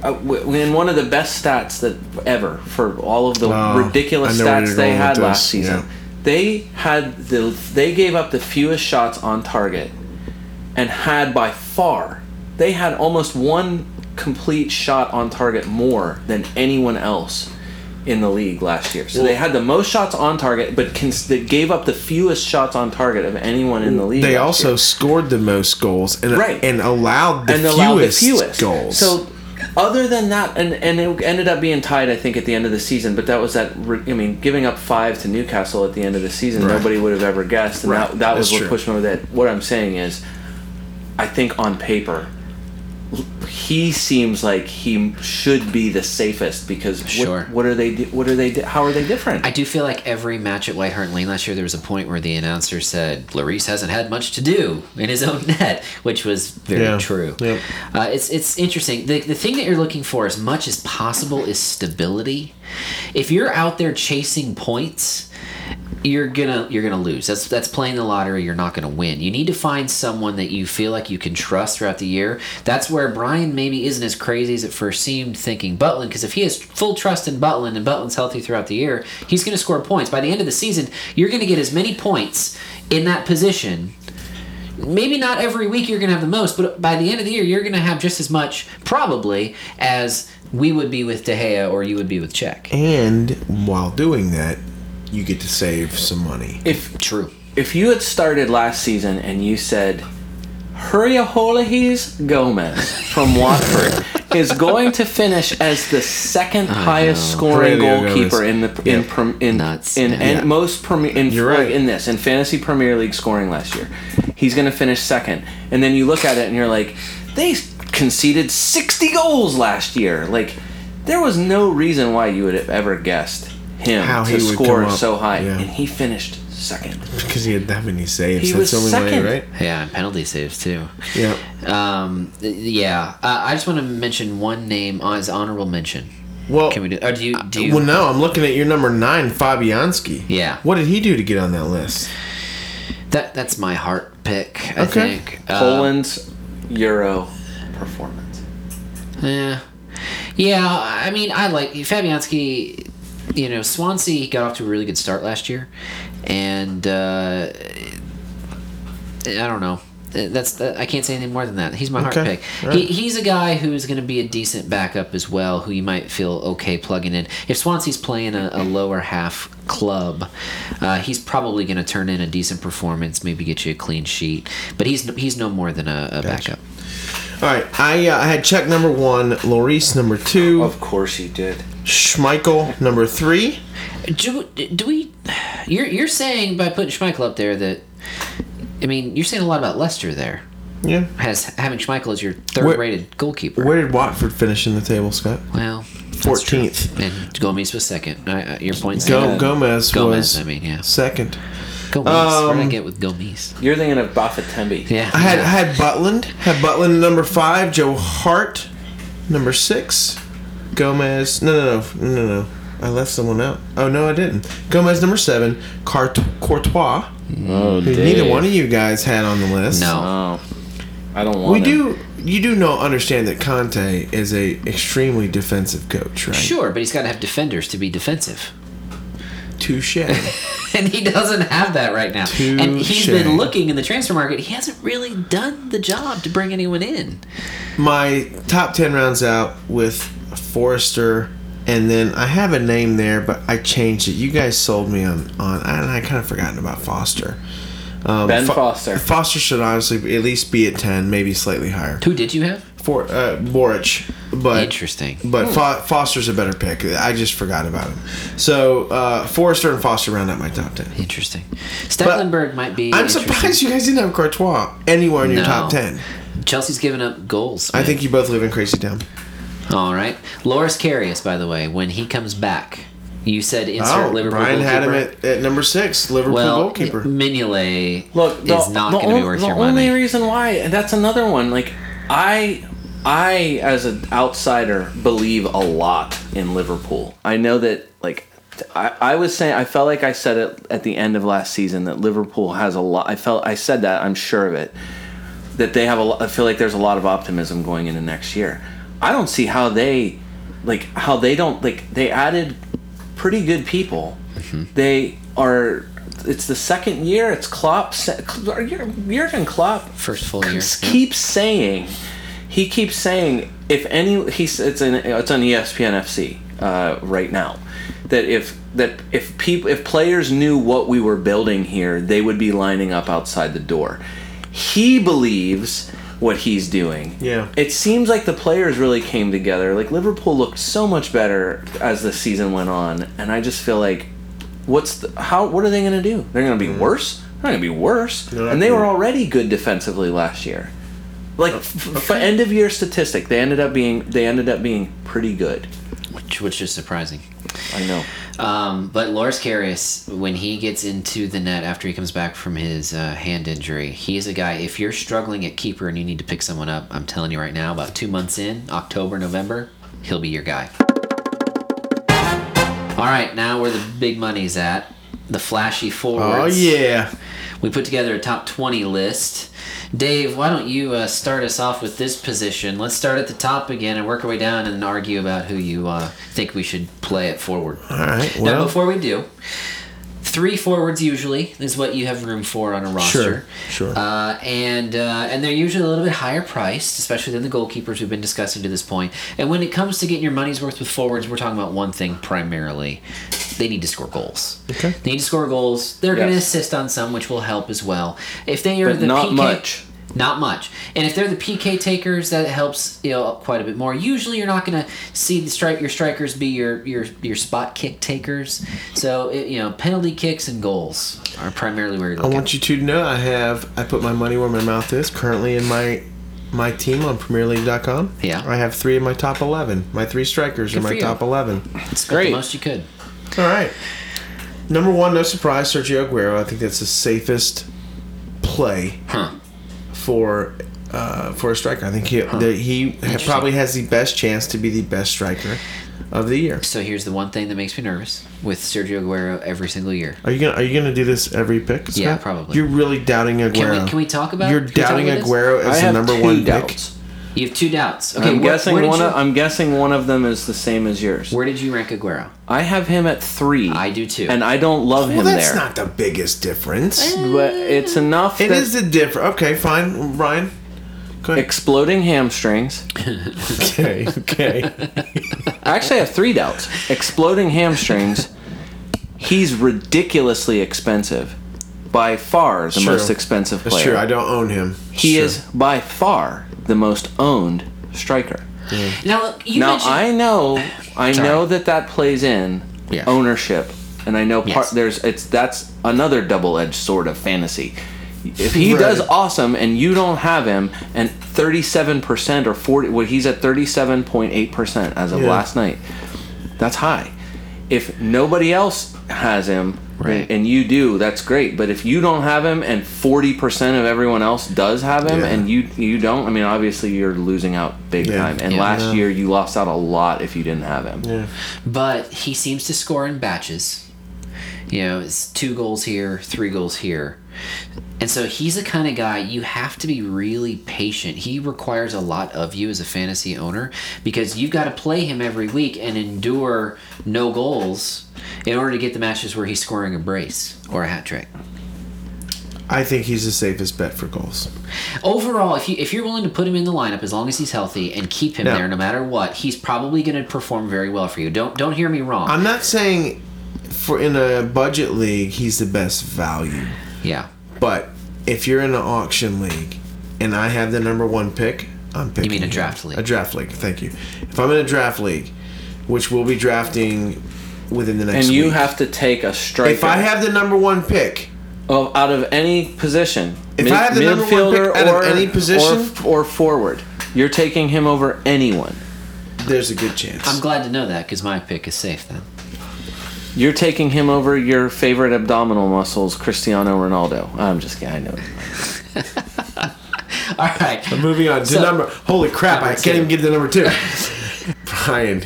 [SPEAKER 3] uh, w- in one of the best stats that ever for all of the
[SPEAKER 1] Oh,
[SPEAKER 3] ridiculous
[SPEAKER 1] I know where
[SPEAKER 3] stats
[SPEAKER 1] you're
[SPEAKER 3] they
[SPEAKER 1] going
[SPEAKER 3] had
[SPEAKER 1] with
[SPEAKER 3] last
[SPEAKER 1] this,
[SPEAKER 3] season.
[SPEAKER 1] yeah.
[SPEAKER 3] They had the they gave up the fewest shots on target and had by far they had almost one complete shot on target more than anyone else in the league last year. So they had the most shots on target, but cons- they gave up the fewest shots on target of anyone in the league.
[SPEAKER 1] they
[SPEAKER 3] last
[SPEAKER 1] also
[SPEAKER 3] year.
[SPEAKER 1] scored the most goals and
[SPEAKER 3] Right.
[SPEAKER 1] and allowed the,
[SPEAKER 3] and
[SPEAKER 1] fewest,
[SPEAKER 3] allowed the fewest
[SPEAKER 1] goals.
[SPEAKER 3] So other than that, and and it ended up being tied, I think, at the end of the season. But that was that. re- I mean, giving up five to Newcastle at the end of the season,
[SPEAKER 1] Right.
[SPEAKER 3] nobody would have ever guessed, and
[SPEAKER 1] Right.
[SPEAKER 3] that that was
[SPEAKER 1] That's
[SPEAKER 3] what
[SPEAKER 1] true.
[SPEAKER 3] pushed me over that. What I'm saying is, I think on paper. He seems like he should be the safest because what,
[SPEAKER 2] Sure.
[SPEAKER 3] what are they? di- What are they? di- How are they different?
[SPEAKER 2] I do feel like every match at White Hart Lane last year, there was a point where the announcer said, Lloris hasn't had much to do in his own net, which was very
[SPEAKER 1] Yeah.
[SPEAKER 2] true.
[SPEAKER 1] Yep.
[SPEAKER 2] Uh, it's, it's interesting. The, the thing that you're looking for as much as possible is stability. If you're out there chasing points, you're gonna you're gonna lose. That's that's playing the lottery. You're not gonna win. You need to find someone that you feel like you can trust throughout the year. That's where Brian maybe isn't as crazy as it first seemed thinking Butlin, because if he has full trust in Butlin and Butlin's healthy throughout the year, he's gonna score points. By the end of the season, you're gonna get as many points in that position. Maybe not every week you're gonna have the most, but by the end of the year you're gonna have just as much probably as we would be with De Gea or you would be with Czech.
[SPEAKER 1] and while doing that, you get to save some money.
[SPEAKER 3] if
[SPEAKER 2] True.
[SPEAKER 3] if you had started last season and you said Hurriaholahes Gomez from Watford is going to finish as the second highest scoring
[SPEAKER 1] Julio
[SPEAKER 3] goalkeeper
[SPEAKER 1] Gomez.
[SPEAKER 3] in the in prom- in
[SPEAKER 2] Nuts,
[SPEAKER 3] in,
[SPEAKER 2] man.
[SPEAKER 3] and
[SPEAKER 2] Yeah.
[SPEAKER 3] most premier in
[SPEAKER 1] You're
[SPEAKER 3] like,
[SPEAKER 1] right.
[SPEAKER 3] in this in fantasy Premier League scoring last year. He's going to finish second. And then you look at it and you're like they conceded 60 goals last year. Like there was no reason why you would have ever guessed him
[SPEAKER 1] How
[SPEAKER 3] to
[SPEAKER 1] he would
[SPEAKER 3] score
[SPEAKER 1] come up.
[SPEAKER 3] so high
[SPEAKER 1] Yeah.
[SPEAKER 3] and he finished second.
[SPEAKER 1] Because he had that many saves.
[SPEAKER 3] He
[SPEAKER 1] That's
[SPEAKER 3] was
[SPEAKER 1] the only
[SPEAKER 3] second.
[SPEAKER 1] way, right?
[SPEAKER 2] Yeah, and penalty saves too.
[SPEAKER 1] Yeah.
[SPEAKER 2] Um, yeah, uh, I just want to mention one name as honorable mention.
[SPEAKER 1] Well,
[SPEAKER 2] Can we do? Or do you? Do you?
[SPEAKER 1] Oh. Uh, well, no, I'm looking at your number nine, Fabianski.
[SPEAKER 2] Yeah.
[SPEAKER 1] What did he do to get on that list?
[SPEAKER 2] That that's my heart pick. I
[SPEAKER 1] Okay.
[SPEAKER 2] think Uh,
[SPEAKER 3] Poland's Euro performance.
[SPEAKER 2] Yeah, yeah. I mean, I like Fabianski. You know, Swansea got off to a really good start last year, and uh, I don't know. Uh, That's that, I can't say anything more than that. He's my heart
[SPEAKER 1] Okay.
[SPEAKER 2] pick.
[SPEAKER 1] All
[SPEAKER 2] He,
[SPEAKER 1] right.
[SPEAKER 2] he's a guy who's going to be a decent backup as well, who you might feel okay plugging in. If Swansea's playing a, a lower half club, uh, he's probably going to turn in a decent performance, maybe get you a clean sheet. But he's he's no more than a, a backup.
[SPEAKER 1] All right, I, uh, I had Czech number one, Loris number
[SPEAKER 2] Oh.
[SPEAKER 1] two,
[SPEAKER 3] Of course you did.
[SPEAKER 1] Schmeichel number three.
[SPEAKER 2] Do, do we? You're you're saying by putting Schmeichel up there that, I mean, you're saying a lot about Leicester there.
[SPEAKER 1] Yeah.
[SPEAKER 2] Has having Schmeichel as your third rated goalkeeper.
[SPEAKER 1] Where did Watford finish in the table, Scott?
[SPEAKER 2] well, that's true.
[SPEAKER 1] 14th.
[SPEAKER 2] and Gomez was second. I, I, your points.
[SPEAKER 1] Go- Gomez,
[SPEAKER 2] Gomez.
[SPEAKER 1] was
[SPEAKER 2] I mean, yeah.
[SPEAKER 1] second.
[SPEAKER 2] Gomez. where did I
[SPEAKER 1] Um,
[SPEAKER 2] get with Gomez?
[SPEAKER 3] You're thinking of Baffatembi.
[SPEAKER 2] Yeah.
[SPEAKER 1] I had I
[SPEAKER 2] yeah.
[SPEAKER 1] had Butland. Had Butland number five. Joe Hart number six. Gomez. No, no, no, no, no. no. I left someone out. Oh no, I didn't. Gomez number seven. Cart- Courtois.
[SPEAKER 3] Oh,
[SPEAKER 1] Who neither one of you guys had on the list.
[SPEAKER 2] no.
[SPEAKER 3] Oh, I don't want.
[SPEAKER 1] We
[SPEAKER 3] him.
[SPEAKER 1] do. You do know understand that Conte is a extremely defensive coach, right?
[SPEAKER 2] Sure, but he's got to have defenders to be defensive.
[SPEAKER 1] Touche.
[SPEAKER 2] and he doesn't have that right now. And he's
[SPEAKER 1] Touche.
[SPEAKER 2] been looking in the transfer market. He hasn't really done the job to bring anyone in.
[SPEAKER 1] My top ten rounds out with Forrester, and then I have a name there, but I changed it. You guys sold me on on, and I kind of forgotten about Foster. Um,
[SPEAKER 3] Ben Foster.
[SPEAKER 1] Foster should honestly be- at least be at ten, maybe slightly higher.
[SPEAKER 2] Who did you have?
[SPEAKER 1] For uh, Boric, but
[SPEAKER 2] Interesting.
[SPEAKER 1] But Fo- Foster's a better pick. I just forgot about him. So uh, Forrester and Foster round out my top ten.
[SPEAKER 2] Interesting. Stecklenburg might be.
[SPEAKER 1] I'm
[SPEAKER 2] interesting.
[SPEAKER 1] surprised you guys didn't have Courtois anywhere in your
[SPEAKER 2] No.
[SPEAKER 1] top ten.
[SPEAKER 2] Chelsea's given up goals.
[SPEAKER 1] I
[SPEAKER 2] man.
[SPEAKER 1] think you both live in Crazy Town.
[SPEAKER 2] All right. Loris Karius, by the way, when he comes back, you said insert
[SPEAKER 1] Oh,
[SPEAKER 2] Liverpool
[SPEAKER 1] Brian had him
[SPEAKER 2] goalkeeper.
[SPEAKER 1] at, at number six, Liverpool
[SPEAKER 2] well,
[SPEAKER 1] goalkeeper.
[SPEAKER 2] Mignolet
[SPEAKER 3] Look, the,
[SPEAKER 2] is not
[SPEAKER 3] the
[SPEAKER 2] going to
[SPEAKER 3] on-
[SPEAKER 2] be worth
[SPEAKER 3] the
[SPEAKER 2] your
[SPEAKER 3] only
[SPEAKER 2] money.
[SPEAKER 3] reason why, and that's another one. Like, I, I as an outsider believe a lot in Liverpool. I know that, like, I, I was saying, I felt like I said it at the end of last season that Liverpool has a lot. I felt I said that. I'm sure of it. That they have a. lo- I feel like there's a lot of optimism going into next year. I don't see how they, like, how they don't like they added pretty good people. They are. It's the second year. It's Klopp. sa- Kl- Jurgen Klopp
[SPEAKER 2] First full year.
[SPEAKER 3] s- keeps saying. He keeps saying if any. He's it's an it's on E ESPN FC uh, right now. That if that if people if players knew what we were building here, they would be lining up outside the door. He believes what he's doing.
[SPEAKER 1] Yeah.
[SPEAKER 3] It seems like the players really came together. Like Liverpool looked so much better as the season went on, and I just feel like, what's the, how? What are they going to do? They're going to be worse. They're going to be worse.
[SPEAKER 1] Mm. not
[SPEAKER 3] and they
[SPEAKER 1] good.
[SPEAKER 3] were already good defensively last year. Like
[SPEAKER 1] Oh,
[SPEAKER 3] f- f- end of year statistic, they ended up being they ended up being pretty good.
[SPEAKER 2] Which, which is surprising.
[SPEAKER 3] I know.
[SPEAKER 2] Um, but Loris Karius, when he gets into the net after he comes back from his uh, hand injury, he is a guy. If you're struggling at keeper and you need to pick someone up, I'm telling you right now, about two months in, October, November, he'll be your guy. All right, now where the big money's at, the flashy
[SPEAKER 1] oh
[SPEAKER 2] forwards.
[SPEAKER 1] yeah,
[SPEAKER 2] We put together a top 20 list. Dave, why don't you uh, start us off with this position? Let's start at the top again and work our way down and argue about who you uh, think we should play at forward.
[SPEAKER 1] all right.
[SPEAKER 2] now,
[SPEAKER 1] Well,
[SPEAKER 2] before we do, three forwards usually is what you have room for on a roster.
[SPEAKER 1] Sure, sure.
[SPEAKER 2] Uh, and uh, and they're usually a little bit higher priced, especially than the goalkeepers we've been discussing to this point. And when it comes to getting your money's worth with forwards, we're talking about one thing primarily: they need to score goals.
[SPEAKER 1] Okay.
[SPEAKER 2] They need to score goals. They're going to
[SPEAKER 3] Yes.
[SPEAKER 2] assist on some, which will help as well. If they are
[SPEAKER 3] But
[SPEAKER 2] the
[SPEAKER 3] not
[SPEAKER 2] PK,
[SPEAKER 3] much.
[SPEAKER 2] not much. And if they're the PK takers, that helps you know quite a bit more. Usually, you're not going to see the strike your strikers be your your your spot kick takers. So it, you know penalty kicks and goals are primarily where you're
[SPEAKER 1] I
[SPEAKER 2] looking.
[SPEAKER 1] want you to know I have I put my money where my mouth is. Currently in my my team on PremierLeague.com.
[SPEAKER 2] Yeah.
[SPEAKER 1] I have three of my top eleven. My three strikers are
[SPEAKER 2] for
[SPEAKER 1] my
[SPEAKER 2] you.
[SPEAKER 1] top eleven.
[SPEAKER 2] it's
[SPEAKER 3] great.
[SPEAKER 2] the most you could.
[SPEAKER 1] All right. Number one, no surprise, Sergio Aguero. I think that's the safest play
[SPEAKER 2] Huh.
[SPEAKER 1] for uh, for a striker. I think he that he ha- probably has the best chance to be the best striker. of the year.
[SPEAKER 2] So here's the one thing that makes me nervous with Sergio Aguero every single year.
[SPEAKER 1] Are you gonna Are you gonna do this every pick? Scott?
[SPEAKER 2] Yeah, probably.
[SPEAKER 1] You're really doubting Aguero.
[SPEAKER 2] Can we, can we talk about?
[SPEAKER 1] You're
[SPEAKER 2] can we talk
[SPEAKER 1] doubting
[SPEAKER 2] about this?
[SPEAKER 1] Aguero as the number one pick.
[SPEAKER 2] You have two doubts. Okay,
[SPEAKER 3] I'm
[SPEAKER 2] where,
[SPEAKER 3] guessing
[SPEAKER 2] where did
[SPEAKER 3] one.
[SPEAKER 2] you,
[SPEAKER 3] Of, I'm guessing one of them is the same as yours.
[SPEAKER 2] where did you rank Aguero?
[SPEAKER 3] I have him at three.
[SPEAKER 2] I do too.
[SPEAKER 3] and I don't love
[SPEAKER 1] Well,
[SPEAKER 3] him
[SPEAKER 1] that's
[SPEAKER 3] there.
[SPEAKER 1] not the biggest difference.
[SPEAKER 2] Eh,
[SPEAKER 3] but it's enough.
[SPEAKER 1] It
[SPEAKER 3] that
[SPEAKER 1] is the difference. Okay, fine, Ryan. Go ahead.
[SPEAKER 3] exploding hamstrings.
[SPEAKER 1] Okay, okay.
[SPEAKER 3] I actually have three doubts. Exploding hamstrings. He's ridiculously expensive. By far the
[SPEAKER 1] True.
[SPEAKER 3] most expensive player.
[SPEAKER 1] That's true. I don't own him.
[SPEAKER 3] he
[SPEAKER 1] Sure.
[SPEAKER 3] is by far the most owned striker.
[SPEAKER 2] now look, you
[SPEAKER 3] now
[SPEAKER 2] mentioned
[SPEAKER 3] I know, I
[SPEAKER 2] Sorry.
[SPEAKER 3] know that that plays in
[SPEAKER 2] Yeah.
[SPEAKER 3] ownership, and I know part
[SPEAKER 2] Yes.
[SPEAKER 3] there's it's that's another double-edged sword of fantasy. If he
[SPEAKER 1] Right.
[SPEAKER 3] does awesome and you don't have him, and 37% or 40, well, he's at 37.8% as of
[SPEAKER 1] Yeah.
[SPEAKER 3] last night. That's high. If nobody else has him.
[SPEAKER 2] Right.
[SPEAKER 3] And, and you do, that's great. But if you don't have him, and forty percent of everyone else does have him,
[SPEAKER 1] Yeah.
[SPEAKER 3] and you you don't, I mean, obviously you're losing out big
[SPEAKER 1] Yeah.
[SPEAKER 3] time. And
[SPEAKER 2] Yeah.
[SPEAKER 3] last
[SPEAKER 1] Yeah.
[SPEAKER 3] year you lost out a lot if you didn't have him.
[SPEAKER 1] Yeah.
[SPEAKER 2] but he seems to score in batches. You know, it's two goals here, three goals here. And so he's the kind of guy you have to be really patient. He requires a lot of you as a fantasy owner because you've got to play him every week and endure no goals in order to get the matches where he's scoring a brace or a hat trick.
[SPEAKER 1] I think he's the safest bet for goals.
[SPEAKER 2] Overall, if you if you're willing to put him in the lineup as long as he's healthy and keep him
[SPEAKER 1] No.
[SPEAKER 2] there no matter what, he's probably going to perform very well for you. Don't don't hear me wrong.
[SPEAKER 1] I'm not saying for in a budget league he's the best value,
[SPEAKER 2] yeah.
[SPEAKER 1] but if you're in an auction league and I have the number one pick, I'm picking.
[SPEAKER 2] mean a
[SPEAKER 1] him.
[SPEAKER 2] draft league.
[SPEAKER 1] A draft league. Thank you. If I'm in a draft league, which we'll be drafting within the next,
[SPEAKER 3] And you
[SPEAKER 1] week,
[SPEAKER 3] have to take a striker
[SPEAKER 1] If I have the number one pick,
[SPEAKER 3] of, out of any position,
[SPEAKER 1] If I have the number one
[SPEAKER 3] midfielder
[SPEAKER 1] pick out of
[SPEAKER 3] or
[SPEAKER 1] any position-
[SPEAKER 3] or, or forward, you're taking him over anyone.
[SPEAKER 1] there's a good chance.
[SPEAKER 2] I'm glad to know that because my pick is safe then.
[SPEAKER 3] You're taking him over your favorite abdominal muscles, Cristiano Ronaldo. I'm just kidding. I know.
[SPEAKER 2] All right.
[SPEAKER 1] Moving on to
[SPEAKER 2] So-
[SPEAKER 1] number. Holy crap! I
[SPEAKER 2] Number
[SPEAKER 1] can't
[SPEAKER 2] two.
[SPEAKER 1] even get to number two. Brian,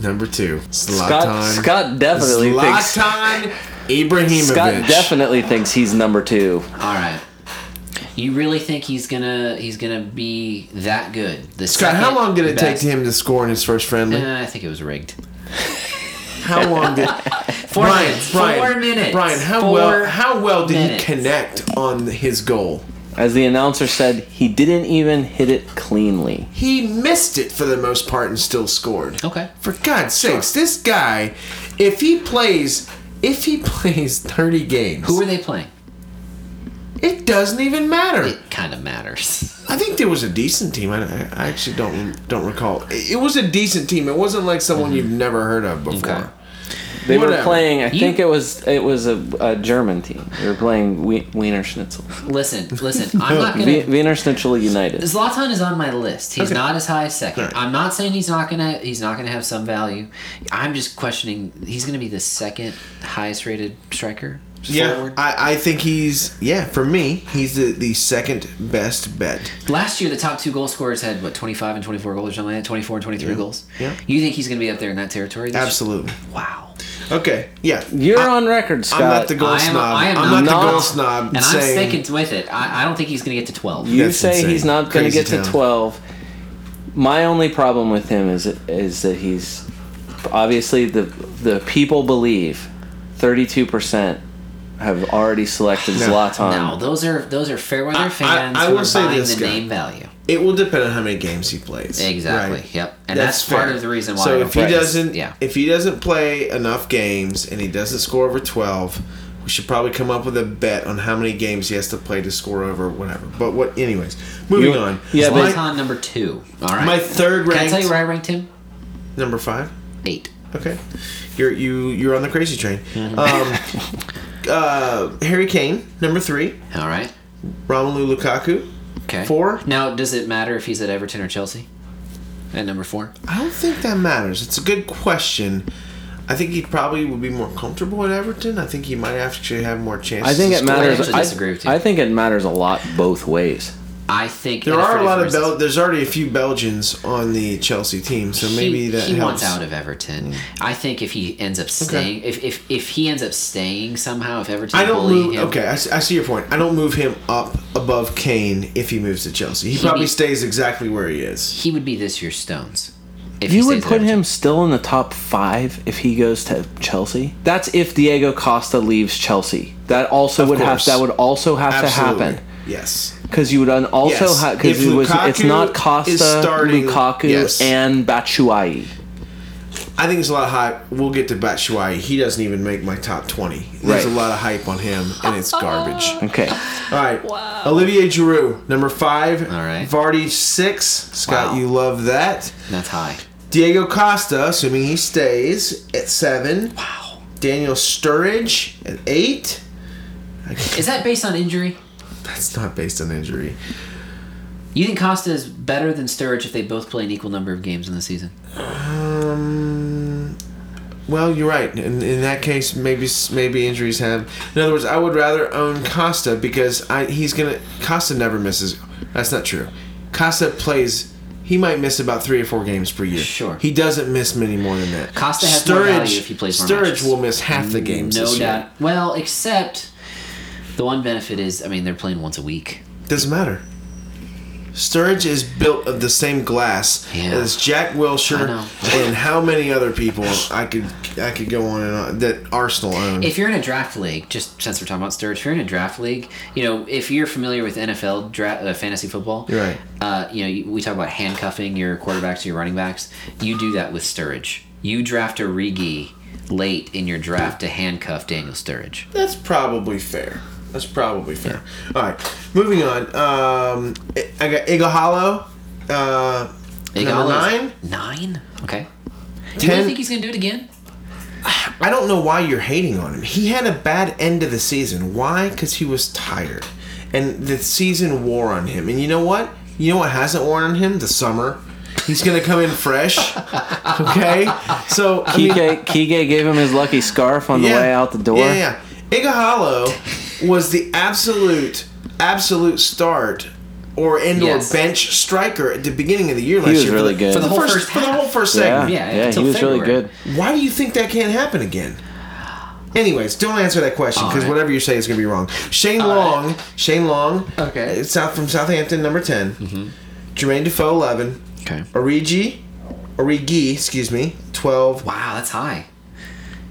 [SPEAKER 1] number two.
[SPEAKER 3] Scott,
[SPEAKER 1] Zlatan.
[SPEAKER 3] Scott definitely thinks
[SPEAKER 1] Zlatan Ibrahimovic.
[SPEAKER 3] Scott definitely thinks he's number two.
[SPEAKER 2] All right. You really think he's gonna he's gonna be that good? The
[SPEAKER 1] Scott, how
[SPEAKER 2] second
[SPEAKER 1] long did it take
[SPEAKER 2] best-
[SPEAKER 1] to him to score in his first friendly?
[SPEAKER 2] Uh, I think it was rigged.
[SPEAKER 1] How long did
[SPEAKER 2] Four minutes. Four minutes.
[SPEAKER 1] Brian, how
[SPEAKER 2] Four
[SPEAKER 1] well how well did
[SPEAKER 2] minutes.
[SPEAKER 1] he connect on his goal?
[SPEAKER 3] As the announcer said, he didn't even hit it cleanly.
[SPEAKER 1] He missed it for the most part and still scored.
[SPEAKER 2] Okay.
[SPEAKER 1] For God's sakes, this guy, if he plays if he plays 30 games,
[SPEAKER 2] Who were they playing?
[SPEAKER 1] it doesn't even matter.
[SPEAKER 2] It kind of matters.
[SPEAKER 1] I think there was a decent team. I, I actually don't don't recall. It it was a decent team. It wasn't like someone you've never heard of before.
[SPEAKER 2] Mm-hmm. Okay.
[SPEAKER 3] They
[SPEAKER 1] Whatever.
[SPEAKER 3] were playing. I
[SPEAKER 2] You-
[SPEAKER 3] think it was it was a, a German team. They were playing Wien, Wiener Schnitzel.
[SPEAKER 2] Listen, listen. I'm not
[SPEAKER 3] Wien-
[SPEAKER 2] gonna.
[SPEAKER 3] Wiener Schnitzel United.
[SPEAKER 2] Zlatan is on my list. He's
[SPEAKER 1] Okay.
[SPEAKER 2] not as high as second.
[SPEAKER 1] Alright.
[SPEAKER 2] I'm not saying he's not gonna he's not gonna have some value. I'm just questioning. He's gonna be the second highest rated striker.
[SPEAKER 1] Yeah,
[SPEAKER 2] forward.
[SPEAKER 1] I, I think he's yeah. For me, he's the, the second best bet.
[SPEAKER 2] Last year, the top two goal scorers had what 25 and 24 goals or something like that. 24 and 23 goals.
[SPEAKER 1] Yeah.
[SPEAKER 2] You think he's gonna be up there in that territory? this
[SPEAKER 1] Absolutely.
[SPEAKER 2] year? Wow.
[SPEAKER 1] Okay. Yeah.
[SPEAKER 3] You're
[SPEAKER 1] I,
[SPEAKER 3] on record,
[SPEAKER 1] I'm not
[SPEAKER 3] Scott.
[SPEAKER 1] the goal
[SPEAKER 2] I am-
[SPEAKER 1] snob.
[SPEAKER 2] I am
[SPEAKER 1] I'm not, the
[SPEAKER 3] not-
[SPEAKER 1] goal snob.
[SPEAKER 2] And
[SPEAKER 1] saying,
[SPEAKER 2] I'm sticking with it. I, I don't think he's gonna get to 12.
[SPEAKER 3] you
[SPEAKER 1] That's
[SPEAKER 3] say he's
[SPEAKER 1] insane.
[SPEAKER 3] not going to
[SPEAKER 1] Crazy
[SPEAKER 3] get to
[SPEAKER 1] town.
[SPEAKER 3] twelve. My only problem with him is is that he's obviously the the people believe thirty two percent have already selected
[SPEAKER 1] No.
[SPEAKER 3] Zlatan.
[SPEAKER 2] no, those are those are fair weather
[SPEAKER 1] Um, I- I-
[SPEAKER 2] fans
[SPEAKER 1] I
[SPEAKER 2] who
[SPEAKER 1] will
[SPEAKER 2] are
[SPEAKER 1] say
[SPEAKER 2] buying
[SPEAKER 1] this,
[SPEAKER 2] the
[SPEAKER 1] guy.
[SPEAKER 2] name value.
[SPEAKER 1] It will depend on how many games he plays.
[SPEAKER 2] Exactly.
[SPEAKER 1] Right.
[SPEAKER 2] Yep. And that's, part
[SPEAKER 1] fair.
[SPEAKER 2] of the reason why. I
[SPEAKER 1] So
[SPEAKER 2] don't
[SPEAKER 1] if he
[SPEAKER 2] play this.
[SPEAKER 1] doesn't,
[SPEAKER 2] yeah.
[SPEAKER 1] if he doesn't play enough games and he doesn't score over twelve, we should probably come up with a bet on how many games he has to play to score over whatever. But what, anyways, moving
[SPEAKER 3] You-
[SPEAKER 1] on.
[SPEAKER 3] yeah,
[SPEAKER 1] my,
[SPEAKER 3] but-
[SPEAKER 2] Zlatan number two. All right.
[SPEAKER 1] my third
[SPEAKER 2] Can I
[SPEAKER 1] ranked
[SPEAKER 2] tell you where I ranked him?
[SPEAKER 1] number five.
[SPEAKER 2] Eight.
[SPEAKER 1] Okay, you're you you're on the crazy train.
[SPEAKER 3] Mm-hmm.
[SPEAKER 1] Um, uh, Harry Kane, number three.
[SPEAKER 2] All right.
[SPEAKER 1] Romelu Lukaku,
[SPEAKER 2] Okay.
[SPEAKER 1] four.
[SPEAKER 2] Now, does it matter if he's at Everton or Chelsea? At number four.
[SPEAKER 1] I don't think that matters. It's a good question. I think he probably would be more comfortable at Everton. I think he might actually have more chances.
[SPEAKER 3] I think
[SPEAKER 1] to
[SPEAKER 3] it
[SPEAKER 1] score.
[SPEAKER 3] matters.
[SPEAKER 2] actually
[SPEAKER 3] I,
[SPEAKER 2] disagree with you.
[SPEAKER 3] I think it matters a lot both ways.
[SPEAKER 2] I think
[SPEAKER 1] There
[SPEAKER 2] and
[SPEAKER 1] are a
[SPEAKER 2] Freddie
[SPEAKER 1] lot of
[SPEAKER 2] Freeman's-
[SPEAKER 1] Bel- there's already a few Belgians on the Chelsea team, so maybe
[SPEAKER 2] he,
[SPEAKER 1] that Mm.
[SPEAKER 2] he
[SPEAKER 1] helps.
[SPEAKER 2] wants out of Everton. I think if he ends up staying, if, if if he ends up staying somehow, if Everton
[SPEAKER 1] I don't
[SPEAKER 2] bully
[SPEAKER 1] move.
[SPEAKER 2] him,
[SPEAKER 1] Okay, I, s- I see your point. I don't move him up above Kane if he moves to Chelsea. He, probably
[SPEAKER 2] need-
[SPEAKER 1] stays exactly where he is.
[SPEAKER 2] he would be this year's Stones. If he
[SPEAKER 3] You would
[SPEAKER 2] stays at
[SPEAKER 3] put
[SPEAKER 2] Everton.
[SPEAKER 3] him still in the top five if he goes to Chelsea. That's if Diego Costa leaves Chelsea. That also
[SPEAKER 1] Of
[SPEAKER 3] would
[SPEAKER 1] course.
[SPEAKER 3] have that would also have to happen
[SPEAKER 1] Yes.
[SPEAKER 3] because you would un- also
[SPEAKER 1] Yes.
[SPEAKER 3] have because
[SPEAKER 1] If
[SPEAKER 3] it was it's
[SPEAKER 1] Lukaku
[SPEAKER 3] not
[SPEAKER 1] is
[SPEAKER 3] Costa,
[SPEAKER 1] starting-
[SPEAKER 3] Lukaku,
[SPEAKER 1] yes.
[SPEAKER 3] and Batshuayi.
[SPEAKER 1] I think there's a lot of hype. We'll get to Batshuayi. He doesn't even make my top 20. There's
[SPEAKER 3] Right.
[SPEAKER 1] a lot of hype on him, and it's garbage.
[SPEAKER 3] Okay,
[SPEAKER 1] All right. Olivier Giroud, number five.
[SPEAKER 2] All right.
[SPEAKER 1] Vardy, six. Scott,
[SPEAKER 2] Wow.
[SPEAKER 1] you love that.
[SPEAKER 2] That's high.
[SPEAKER 1] Diego Costa, assuming he stays, at seven.
[SPEAKER 2] Wow.
[SPEAKER 1] Daniel Sturridge at eight.
[SPEAKER 2] Is that based on injury?
[SPEAKER 1] That's not based on injury.
[SPEAKER 2] You think Costa is better than Sturridge if they both play an equal number of games in the season?
[SPEAKER 1] Um, well, you're right. In, in that case, maybe maybe injuries have. In other words, I would rather own Costa because I he's gonna Costa never misses. That's not true. Costa plays. He might miss about three or four games per year.
[SPEAKER 2] Sure.
[SPEAKER 1] He doesn't miss many more than that.
[SPEAKER 2] Costa has more value if he plays more
[SPEAKER 1] Sturridge
[SPEAKER 2] matches.
[SPEAKER 1] will miss half the games.
[SPEAKER 2] No
[SPEAKER 1] this
[SPEAKER 2] doubt.
[SPEAKER 1] Year.
[SPEAKER 2] Well, except the one benefit is, I mean, they're playing once a week.
[SPEAKER 1] Doesn't matter. Sturridge is built of the same glass
[SPEAKER 2] Yeah.
[SPEAKER 1] as Jack
[SPEAKER 2] I
[SPEAKER 1] Wilshire
[SPEAKER 2] know.
[SPEAKER 1] and how many other people I could I could go on and on that Arsenal own.
[SPEAKER 2] If you're in a draft league, just since we're talking about Sturridge, if you're in a draft league, you know, if you're familiar with NFL dra- uh, fantasy football,
[SPEAKER 1] You're right.
[SPEAKER 2] Uh, you know, you- we talk about handcuffing your quarterbacks to your running backs. You do that with Sturridge. You draft a Rigi late in your draft to handcuff Daniel Sturridge.
[SPEAKER 1] That's probably fair. That's probably fair. All right, moving on. Um, I I got Igahalo. Uh, number nine.
[SPEAKER 2] Igalo is- Nine? Okay. Do you
[SPEAKER 1] Ten.
[SPEAKER 2] really think he's going to do it again?
[SPEAKER 1] I don't know why you're hating on him. He had a bad end of the season. Why? Because he was tired, and the season wore on him. And you know what? You know what hasn't worn on him? The summer. He's gonna come in fresh. Okay. So I mean,
[SPEAKER 3] Kike Kike gave him his lucky scarf on the way out the door.
[SPEAKER 1] Yeah, yeah. Igahalo was the absolute, absolute start or and or
[SPEAKER 2] Yes.
[SPEAKER 1] bench striker at the beginning of the year last
[SPEAKER 3] was
[SPEAKER 1] year.
[SPEAKER 3] really good.
[SPEAKER 1] For the, whole first, for the
[SPEAKER 2] half.
[SPEAKER 1] whole first
[SPEAKER 3] yeah,
[SPEAKER 1] segment.
[SPEAKER 2] Yeah,
[SPEAKER 3] yeah,
[SPEAKER 2] until
[SPEAKER 3] he was really
[SPEAKER 2] February.
[SPEAKER 3] good.
[SPEAKER 1] Why do you think that can't happen again? Anyways, don't answer that question because
[SPEAKER 2] Alright.
[SPEAKER 1] whatever you say is going to be wrong. Shane Long, Shane Long,
[SPEAKER 2] Okay.
[SPEAKER 1] uh, South from Southampton, number 10 Jermaine Defoe, eleven.
[SPEAKER 2] Okay.
[SPEAKER 1] Origi, Origi, excuse me, twelve.
[SPEAKER 2] Wow, that's high.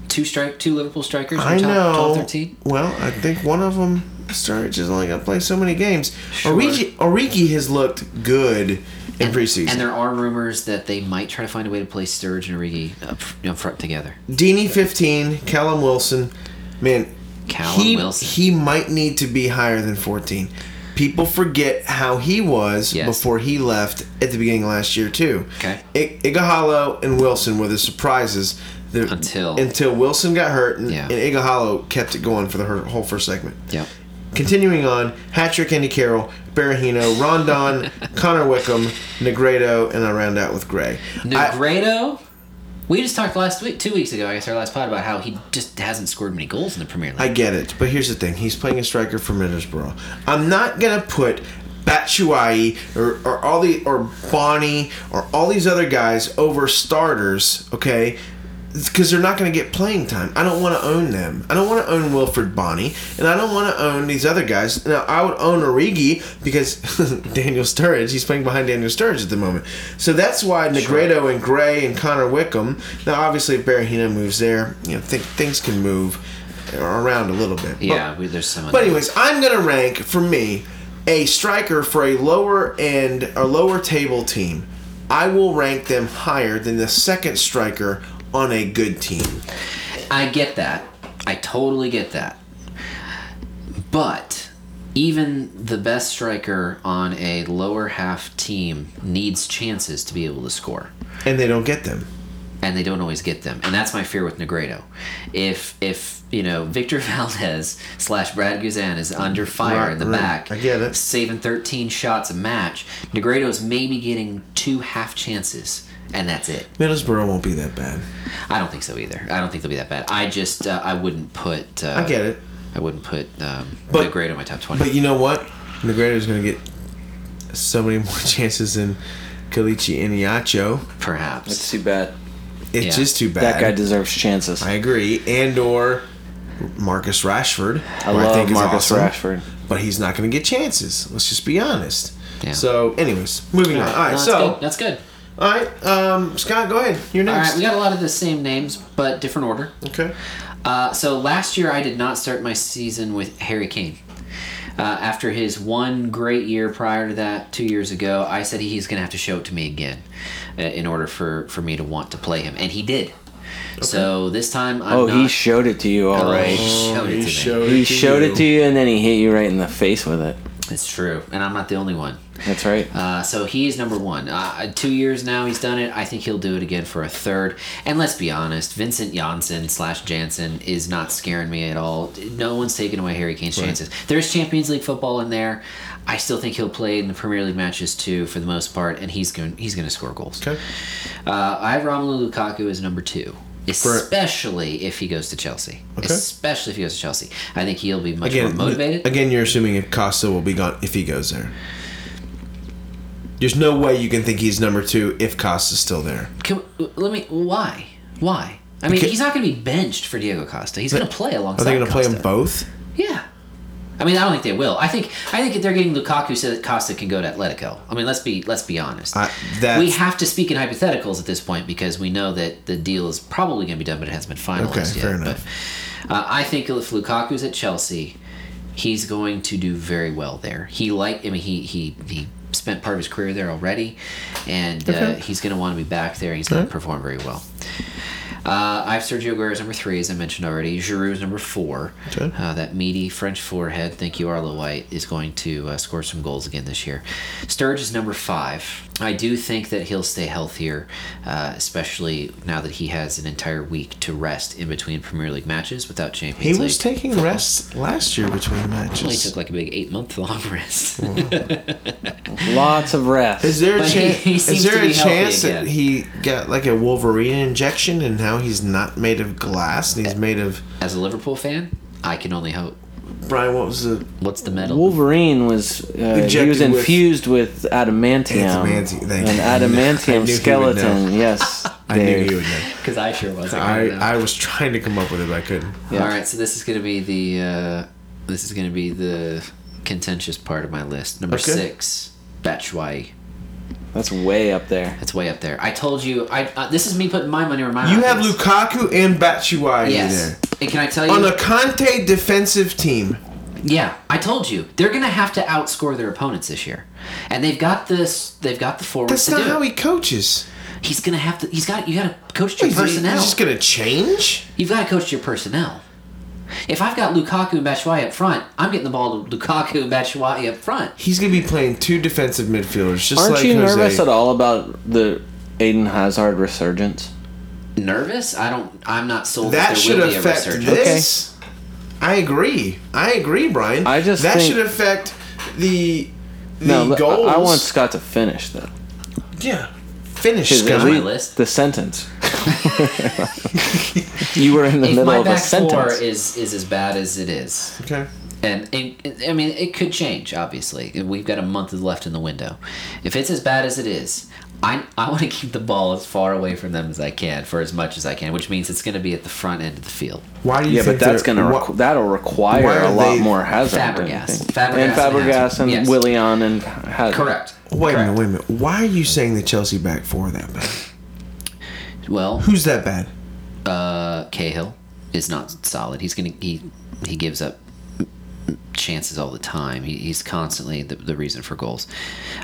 [SPEAKER 2] Two strike, two Liverpool strikers.
[SPEAKER 1] I
[SPEAKER 2] in top,
[SPEAKER 1] know.
[SPEAKER 2] 12, 13.
[SPEAKER 1] Well, I think one of them, Sturridge, is only going to play so many games.
[SPEAKER 2] Sure.
[SPEAKER 1] Origi, Origi has looked good in preseason.
[SPEAKER 2] And there are rumors that they might try to find a way to play Sturridge and Origi up, up front together.
[SPEAKER 1] Deeney, 15. Callum Wilson. Man,
[SPEAKER 2] Callum
[SPEAKER 1] he,
[SPEAKER 2] Wilson.
[SPEAKER 1] he might need to be higher than 14. People forget how he was
[SPEAKER 2] Yes.
[SPEAKER 1] before he left at the beginning of last year, too.
[SPEAKER 2] Okay.
[SPEAKER 1] I- Igahalo and Wilson were the surprises. that-
[SPEAKER 2] Until-
[SPEAKER 1] until Wilson got hurt, and,
[SPEAKER 2] Yeah.
[SPEAKER 1] and Igahalo kept it going for the her- whole first segment.
[SPEAKER 2] Yep.
[SPEAKER 1] Continuing on, Hatrick, Andy Carroll, Barahino, Rondon, Connor Wickham, Negredo, and I round out with Gray. I,
[SPEAKER 2] Negredo. we just talked last week, two weeks ago, I guess our last pod about how he just hasn't scored many goals in the Premier League.
[SPEAKER 1] I get it, but here's the thing: he's playing a striker for Middlesbrough. I'm not gonna put Batshuayi or, or all the or Bonnie or all these other guys over starters, okay? Because they're not gonna get playing time. I don't want to own them. I don't want to own Wilfred Bonnie, and I don't want to own these other guys. Now I would own Origi because Daniel Sturridge. He's playing behind Daniel Sturridge at the moment, so that's why Negredo and Gray and Connor Wickham. Now obviously if Barahino moves there. You know th- things can move around a little bit. But-
[SPEAKER 2] yeah, we, there's some.
[SPEAKER 1] But anyways, I'm gonna rank for me a striker for a lower end a lower table team. I will rank them higher than the second striker on a good team.
[SPEAKER 2] I get that. I totally get that. But even the best striker on a lower half team needs chances to be able to score.
[SPEAKER 1] And they don't get them.
[SPEAKER 2] and they don't always get them. And that's my fear with Negredo. If if you know Victor Valdez slash Brad Guzan is under fire
[SPEAKER 1] Right,
[SPEAKER 2] in the
[SPEAKER 1] right.
[SPEAKER 2] back,
[SPEAKER 1] I get it.
[SPEAKER 2] saving thirteen shots a match, Negredo is maybe getting two half chances. And that's it.
[SPEAKER 1] Middlesbrough won't be that bad.
[SPEAKER 2] I don't think so either. I don't think they'll be that bad. I just uh, I wouldn't put. Uh,
[SPEAKER 1] I get it.
[SPEAKER 2] I wouldn't put um,
[SPEAKER 1] But-
[SPEAKER 2] Negredo in my top twenty.
[SPEAKER 1] But you know what? Negredo's gonna get so many more chances than Kalichi Iniacho.
[SPEAKER 2] Perhaps.
[SPEAKER 3] It's too bad.
[SPEAKER 1] It's
[SPEAKER 2] Yeah.
[SPEAKER 1] just too bad.
[SPEAKER 3] That guy deserves chances.
[SPEAKER 1] I agree. And or Marcus Rashford. who
[SPEAKER 3] I love
[SPEAKER 1] is
[SPEAKER 3] Marcus Rashford.
[SPEAKER 1] But he's not going to get chances. Let's just be honest.
[SPEAKER 2] Yeah.
[SPEAKER 1] So, anyways, moving on. All right,
[SPEAKER 2] No, that's
[SPEAKER 1] so
[SPEAKER 2] good. that's good.
[SPEAKER 1] all right, um, Scott, go ahead. You're
[SPEAKER 2] All
[SPEAKER 1] next.
[SPEAKER 2] right, we got a lot of the same names, but different order.
[SPEAKER 1] okay.
[SPEAKER 2] Uh, so last year, I did not start my season with Harry Kane. Uh, after his one great year prior to that, two years ago, I said he's going to have to show it to me again uh, in order for, for me to want to play him, and he did. So this time, I'm
[SPEAKER 3] Oh,
[SPEAKER 2] not,
[SPEAKER 3] he showed it to you
[SPEAKER 2] Oh,
[SPEAKER 3] already.
[SPEAKER 2] he showed it to
[SPEAKER 1] Oh,
[SPEAKER 2] me.
[SPEAKER 3] He showed it to you, and then he hit you right in the face with it.
[SPEAKER 2] It's true, and I'm not the only one.
[SPEAKER 3] That's right.
[SPEAKER 2] Uh, so he is number one. Uh, two years now he's done it. I think he'll do it again for a third. And let's be honest, Vincent Janssen slash Jansen is not scaring me at all. No one's taking away Harry Kane's chances. There's Champions League football in there. I still think he'll play in the Premier League matches too for the most part, and he's going he's going to score goals.
[SPEAKER 1] Okay.
[SPEAKER 2] Uh, I have Romelu Lukaku as number two. Especially if he goes to Chelsea.
[SPEAKER 1] Okay.
[SPEAKER 2] Especially if he goes to Chelsea. I think he'll be much
[SPEAKER 1] Again,
[SPEAKER 2] more motivated.
[SPEAKER 1] again, you're assuming if Costa will be gone if he goes there. There's no way you can think he's number two if Costa's still there.
[SPEAKER 2] Can, let me. Why? Why? I mean,
[SPEAKER 1] Because-
[SPEAKER 2] he's not going to be benched for Diego Costa. He's going to play
[SPEAKER 1] Are
[SPEAKER 2] alongside.
[SPEAKER 1] they going to play them
[SPEAKER 2] Costa.
[SPEAKER 1] both?
[SPEAKER 2] Yeah. I mean, I don't think they will. I think I think if they're getting Lukaku so that Costa can go to Atletico. I mean, let's be let's be honest.
[SPEAKER 1] I- that's-
[SPEAKER 2] we have to speak in hypotheticals at this point because we know that the deal is probably going to be done, but it hasn't been finalized
[SPEAKER 1] Okay,
[SPEAKER 2] yet.
[SPEAKER 1] fair enough.
[SPEAKER 2] But uh, I think if Lukaku's at Chelsea, he's going to do very well there. He like I mean he he he spent part of his career there already, and uh,
[SPEAKER 1] Okay.
[SPEAKER 2] he's going to want to be back there. He's going to perform very well. Uh, I have Sergio Aguero as number three, as I mentioned already. Giroud is number four.
[SPEAKER 1] Okay.
[SPEAKER 2] Uh, that meaty French forehead, thank you, Arlo White, is going to uh, score some goals again this year. Sturge is number five. I do think that he'll stay healthier, uh, especially now that he has an entire week to rest in between Premier League matches without Champions
[SPEAKER 1] He
[SPEAKER 2] League.
[SPEAKER 1] was taking rests last year between
[SPEAKER 2] He
[SPEAKER 1] matches.
[SPEAKER 2] took like a big eight month long rest.
[SPEAKER 3] Lots of rest.
[SPEAKER 1] Is there a,
[SPEAKER 2] But
[SPEAKER 1] chan-
[SPEAKER 2] he- he
[SPEAKER 1] is
[SPEAKER 2] seems
[SPEAKER 1] there
[SPEAKER 2] to
[SPEAKER 1] a
[SPEAKER 2] be healthy
[SPEAKER 1] chance that
[SPEAKER 2] again.
[SPEAKER 1] he got like a Wolverine injection and now he's not made of glass and he's made of
[SPEAKER 2] As a Liverpool fan, I can only hope.
[SPEAKER 1] Brian? What was the
[SPEAKER 2] What's the medal?
[SPEAKER 3] Wolverine was uh, he
[SPEAKER 1] Injected
[SPEAKER 3] was
[SPEAKER 1] with-
[SPEAKER 3] infused with adamantium,
[SPEAKER 1] Adamantium, thank
[SPEAKER 3] an
[SPEAKER 1] you. I knew he
[SPEAKER 3] adamantium
[SPEAKER 1] would
[SPEAKER 3] skeleton. Yes,
[SPEAKER 1] I knew
[SPEAKER 3] Dave.
[SPEAKER 1] you would know.
[SPEAKER 2] Because I sure was.
[SPEAKER 1] I
[SPEAKER 2] couldn't know.
[SPEAKER 1] I was trying to come up with it, but I couldn't.
[SPEAKER 3] Yeah.
[SPEAKER 2] All right, so this is gonna be the uh, this is gonna be the contentious part of my list. Number
[SPEAKER 1] Okay.
[SPEAKER 2] six, Batshuayi.
[SPEAKER 3] That's way up there.
[SPEAKER 2] That's way up there. I told you. I uh, this is me putting my money where my
[SPEAKER 1] You
[SPEAKER 2] mouth
[SPEAKER 1] have
[SPEAKER 2] is.
[SPEAKER 1] Lukaku and Batshuayi
[SPEAKER 2] Yes.
[SPEAKER 1] there
[SPEAKER 2] And can I tell you?
[SPEAKER 1] on a Conte defensive team.
[SPEAKER 2] yeah, I told you they're gonna have to outscore their opponents this year, and they've got this. They've got the forwards
[SPEAKER 1] That's
[SPEAKER 2] to
[SPEAKER 1] not
[SPEAKER 2] do
[SPEAKER 1] how
[SPEAKER 2] it.
[SPEAKER 1] he coaches.
[SPEAKER 2] He's gonna have to. He's got. You gotta coach your
[SPEAKER 1] He's, he's
[SPEAKER 2] personnel.
[SPEAKER 1] just gonna change.
[SPEAKER 2] You've got to coach your personnel. If I've got Lukaku and Batshuayi up front, I'm getting the ball to Lukaku and Batshuayi up front.
[SPEAKER 1] He's gonna be playing two defensive midfielders. Just
[SPEAKER 3] Aren't
[SPEAKER 1] like
[SPEAKER 3] you
[SPEAKER 1] Jose.
[SPEAKER 3] nervous at all about the Aiden Hazard resurgence?
[SPEAKER 2] nervous. I don't. I'm not sold that,
[SPEAKER 1] that
[SPEAKER 2] there
[SPEAKER 1] should
[SPEAKER 2] will be a
[SPEAKER 1] affect
[SPEAKER 2] resurgence.
[SPEAKER 1] this. I agree. I agree, Brian.
[SPEAKER 3] I just
[SPEAKER 1] that
[SPEAKER 3] think-
[SPEAKER 1] should affect the the
[SPEAKER 3] no, I-
[SPEAKER 1] goals.
[SPEAKER 3] I want Scott to finish though.
[SPEAKER 1] yeah. Finish
[SPEAKER 3] 'Cause
[SPEAKER 1] Scott.
[SPEAKER 3] at
[SPEAKER 2] my
[SPEAKER 3] least
[SPEAKER 2] list.
[SPEAKER 3] The sentence. you were in the
[SPEAKER 2] If
[SPEAKER 3] middle
[SPEAKER 2] my
[SPEAKER 3] of a
[SPEAKER 2] back four
[SPEAKER 3] sentence.
[SPEAKER 2] is is as bad as it is,
[SPEAKER 1] Okay.
[SPEAKER 2] and, and I mean it could change. Obviously, we've got a month left in the window. If it's as bad as it is, I I want to keep the ball as far away from them as I can for as much as I can, which means it's going to be at the front end of the field.
[SPEAKER 1] Why do you
[SPEAKER 3] yeah,
[SPEAKER 1] think
[SPEAKER 3] but that's
[SPEAKER 1] they're-
[SPEAKER 3] gonna
[SPEAKER 1] wha-
[SPEAKER 3] requ- that'll
[SPEAKER 1] why
[SPEAKER 3] require
[SPEAKER 1] are
[SPEAKER 3] a lot
[SPEAKER 1] they-
[SPEAKER 3] more hazard. don't you
[SPEAKER 2] Fabregas.
[SPEAKER 3] think?
[SPEAKER 2] Fabregas
[SPEAKER 3] and
[SPEAKER 2] and
[SPEAKER 3] Fabregas
[SPEAKER 2] Hazard.
[SPEAKER 3] and,
[SPEAKER 2] Yes.
[SPEAKER 3] Willian and Hazard.
[SPEAKER 2] Correct.
[SPEAKER 1] Wait a
[SPEAKER 2] Correct.
[SPEAKER 1] minute. Wait a minute. Why are you saying the Chelsea back four that bad?
[SPEAKER 2] Well,
[SPEAKER 1] Who's that bad?
[SPEAKER 2] uh, Cahill is not solid. He's gonna he he gives up chances all the time. He, he's constantly the, the reason for goals.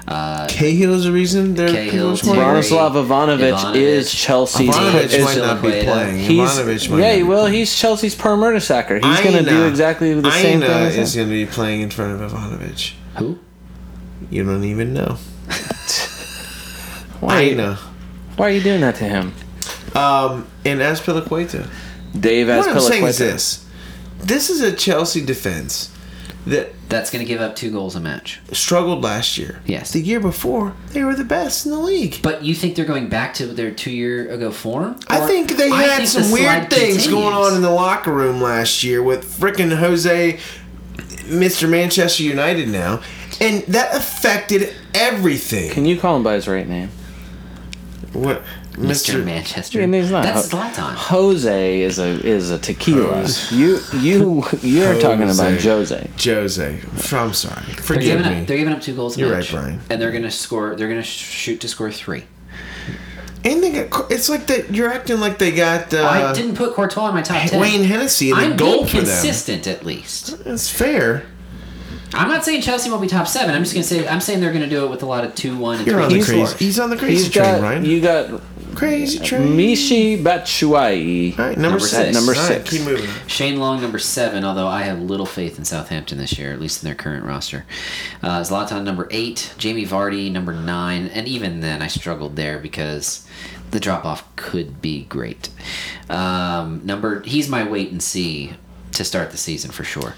[SPEAKER 2] Uh,
[SPEAKER 1] Cahill is the reason they're
[SPEAKER 2] Cahill,
[SPEAKER 1] people scoring?
[SPEAKER 2] Terry,
[SPEAKER 3] Branislav Ivanovic,
[SPEAKER 2] Ivanovic.
[SPEAKER 3] is Chelsea's.
[SPEAKER 1] Ivanovic
[SPEAKER 3] is-
[SPEAKER 1] might not be
[SPEAKER 2] Villanueva.
[SPEAKER 1] playing.
[SPEAKER 3] He's,
[SPEAKER 1] Ivanovic might
[SPEAKER 3] yeah,
[SPEAKER 1] not be
[SPEAKER 3] well, he's Chelsea's per Mertesacker. He's
[SPEAKER 1] playing.
[SPEAKER 3] going to do
[SPEAKER 1] Aina-
[SPEAKER 3] exactly the same
[SPEAKER 1] Aina
[SPEAKER 3] thing. as
[SPEAKER 1] is going
[SPEAKER 3] him.
[SPEAKER 1] to be playing in front of Ivanovic.
[SPEAKER 2] who?
[SPEAKER 1] You don't even know.
[SPEAKER 3] Why, are you-
[SPEAKER 1] Aina.
[SPEAKER 3] why are you doing that to him?
[SPEAKER 1] Um, and Aspilaqueta.
[SPEAKER 3] Dave
[SPEAKER 1] What I'm saying is
[SPEAKER 3] Azpilicueta.
[SPEAKER 1] this: this is a Chelsea defense that
[SPEAKER 2] That's gonna give up two goals a match.
[SPEAKER 1] struggled last year.
[SPEAKER 2] Yes.
[SPEAKER 1] the year before they were the best in the league.
[SPEAKER 2] But you think they're going back to their two year ago form?
[SPEAKER 1] I
[SPEAKER 2] Or-
[SPEAKER 1] think they
[SPEAKER 2] I
[SPEAKER 1] had
[SPEAKER 2] think
[SPEAKER 1] some
[SPEAKER 2] the
[SPEAKER 1] weird
[SPEAKER 2] slide
[SPEAKER 1] things going
[SPEAKER 2] continues.
[SPEAKER 1] on in the locker room last year with frickin' Jose, Mr. Manchester United now, and that affected everything.
[SPEAKER 3] Can you call him by his right name?
[SPEAKER 1] what,
[SPEAKER 2] Mr.
[SPEAKER 1] Mr.
[SPEAKER 2] Manchester.
[SPEAKER 3] And he's not-
[SPEAKER 2] That's Zlatan.
[SPEAKER 3] Jose is a is a tequila.
[SPEAKER 1] Jose.
[SPEAKER 3] You you you're talking about
[SPEAKER 1] Jose.
[SPEAKER 3] Jose.
[SPEAKER 1] Jose? I'm sorry.
[SPEAKER 2] They're
[SPEAKER 1] Forgive
[SPEAKER 2] giving, up,
[SPEAKER 1] me.
[SPEAKER 2] they're giving up two goals. a
[SPEAKER 1] You're
[SPEAKER 2] match,
[SPEAKER 1] right, Brian.
[SPEAKER 2] And they're gonna score. They're gonna sh- shoot to score three.
[SPEAKER 1] And they got, it's like that. You're acting like they got uh,
[SPEAKER 2] I didn't put Courtois in my top ten.
[SPEAKER 1] Wayne Hennessy in the
[SPEAKER 2] I'm
[SPEAKER 1] goal
[SPEAKER 2] being
[SPEAKER 1] for them.
[SPEAKER 2] consistent at least.
[SPEAKER 1] That's fair.
[SPEAKER 2] I'm not saying Chelsea won't be top seven. I'm just gonna say I'm saying they're gonna do it with a lot of two one and
[SPEAKER 1] You're on the
[SPEAKER 2] three.
[SPEAKER 3] He's
[SPEAKER 1] crazy.
[SPEAKER 3] lost.
[SPEAKER 1] He's on the crazy
[SPEAKER 3] He's
[SPEAKER 1] train,
[SPEAKER 3] got
[SPEAKER 1] Ryan.
[SPEAKER 3] you got
[SPEAKER 1] crazy train.
[SPEAKER 3] Mishi Batshuayi.
[SPEAKER 1] All right, number,
[SPEAKER 2] Number
[SPEAKER 1] six.
[SPEAKER 2] six.
[SPEAKER 3] Number
[SPEAKER 1] All right,
[SPEAKER 3] six.
[SPEAKER 1] keep moving.
[SPEAKER 2] Shane Long number seven, although I have little faith in Southampton this year, at least in their current roster. Uh, Zlatan number eight, Jamie Vardy number nine, and even then I struggled there because the drop off could be great. Um, number he's my wait and see to start the season for sure.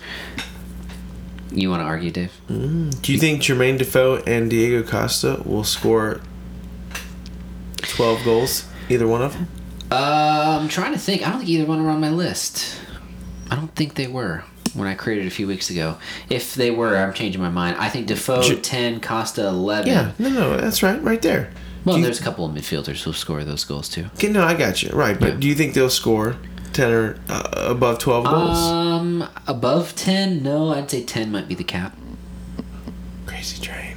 [SPEAKER 2] You want to argue, Dave?
[SPEAKER 1] Do you think Jermaine Defoe and Diego Costa will score 12 goals? Either one of them?
[SPEAKER 2] Uh, I'm trying to think. I don't think either one were on my list. I don't think they were when I created a few weeks ago. If they were, I'm changing my mind. I think Defoe
[SPEAKER 1] Ju-
[SPEAKER 2] 10, Costa 11.
[SPEAKER 1] Yeah, no, no, that's right, right there.
[SPEAKER 2] Well,
[SPEAKER 1] Do you-
[SPEAKER 2] there's a couple of midfielders who'll score those goals too.
[SPEAKER 1] Okay, no, I got you. Right, but
[SPEAKER 2] Yeah.
[SPEAKER 1] do you think they'll score 10 or uh, above 12 goals?
[SPEAKER 2] Um, above 10, no, I'd say 10 might be the cap.
[SPEAKER 1] Crazy train.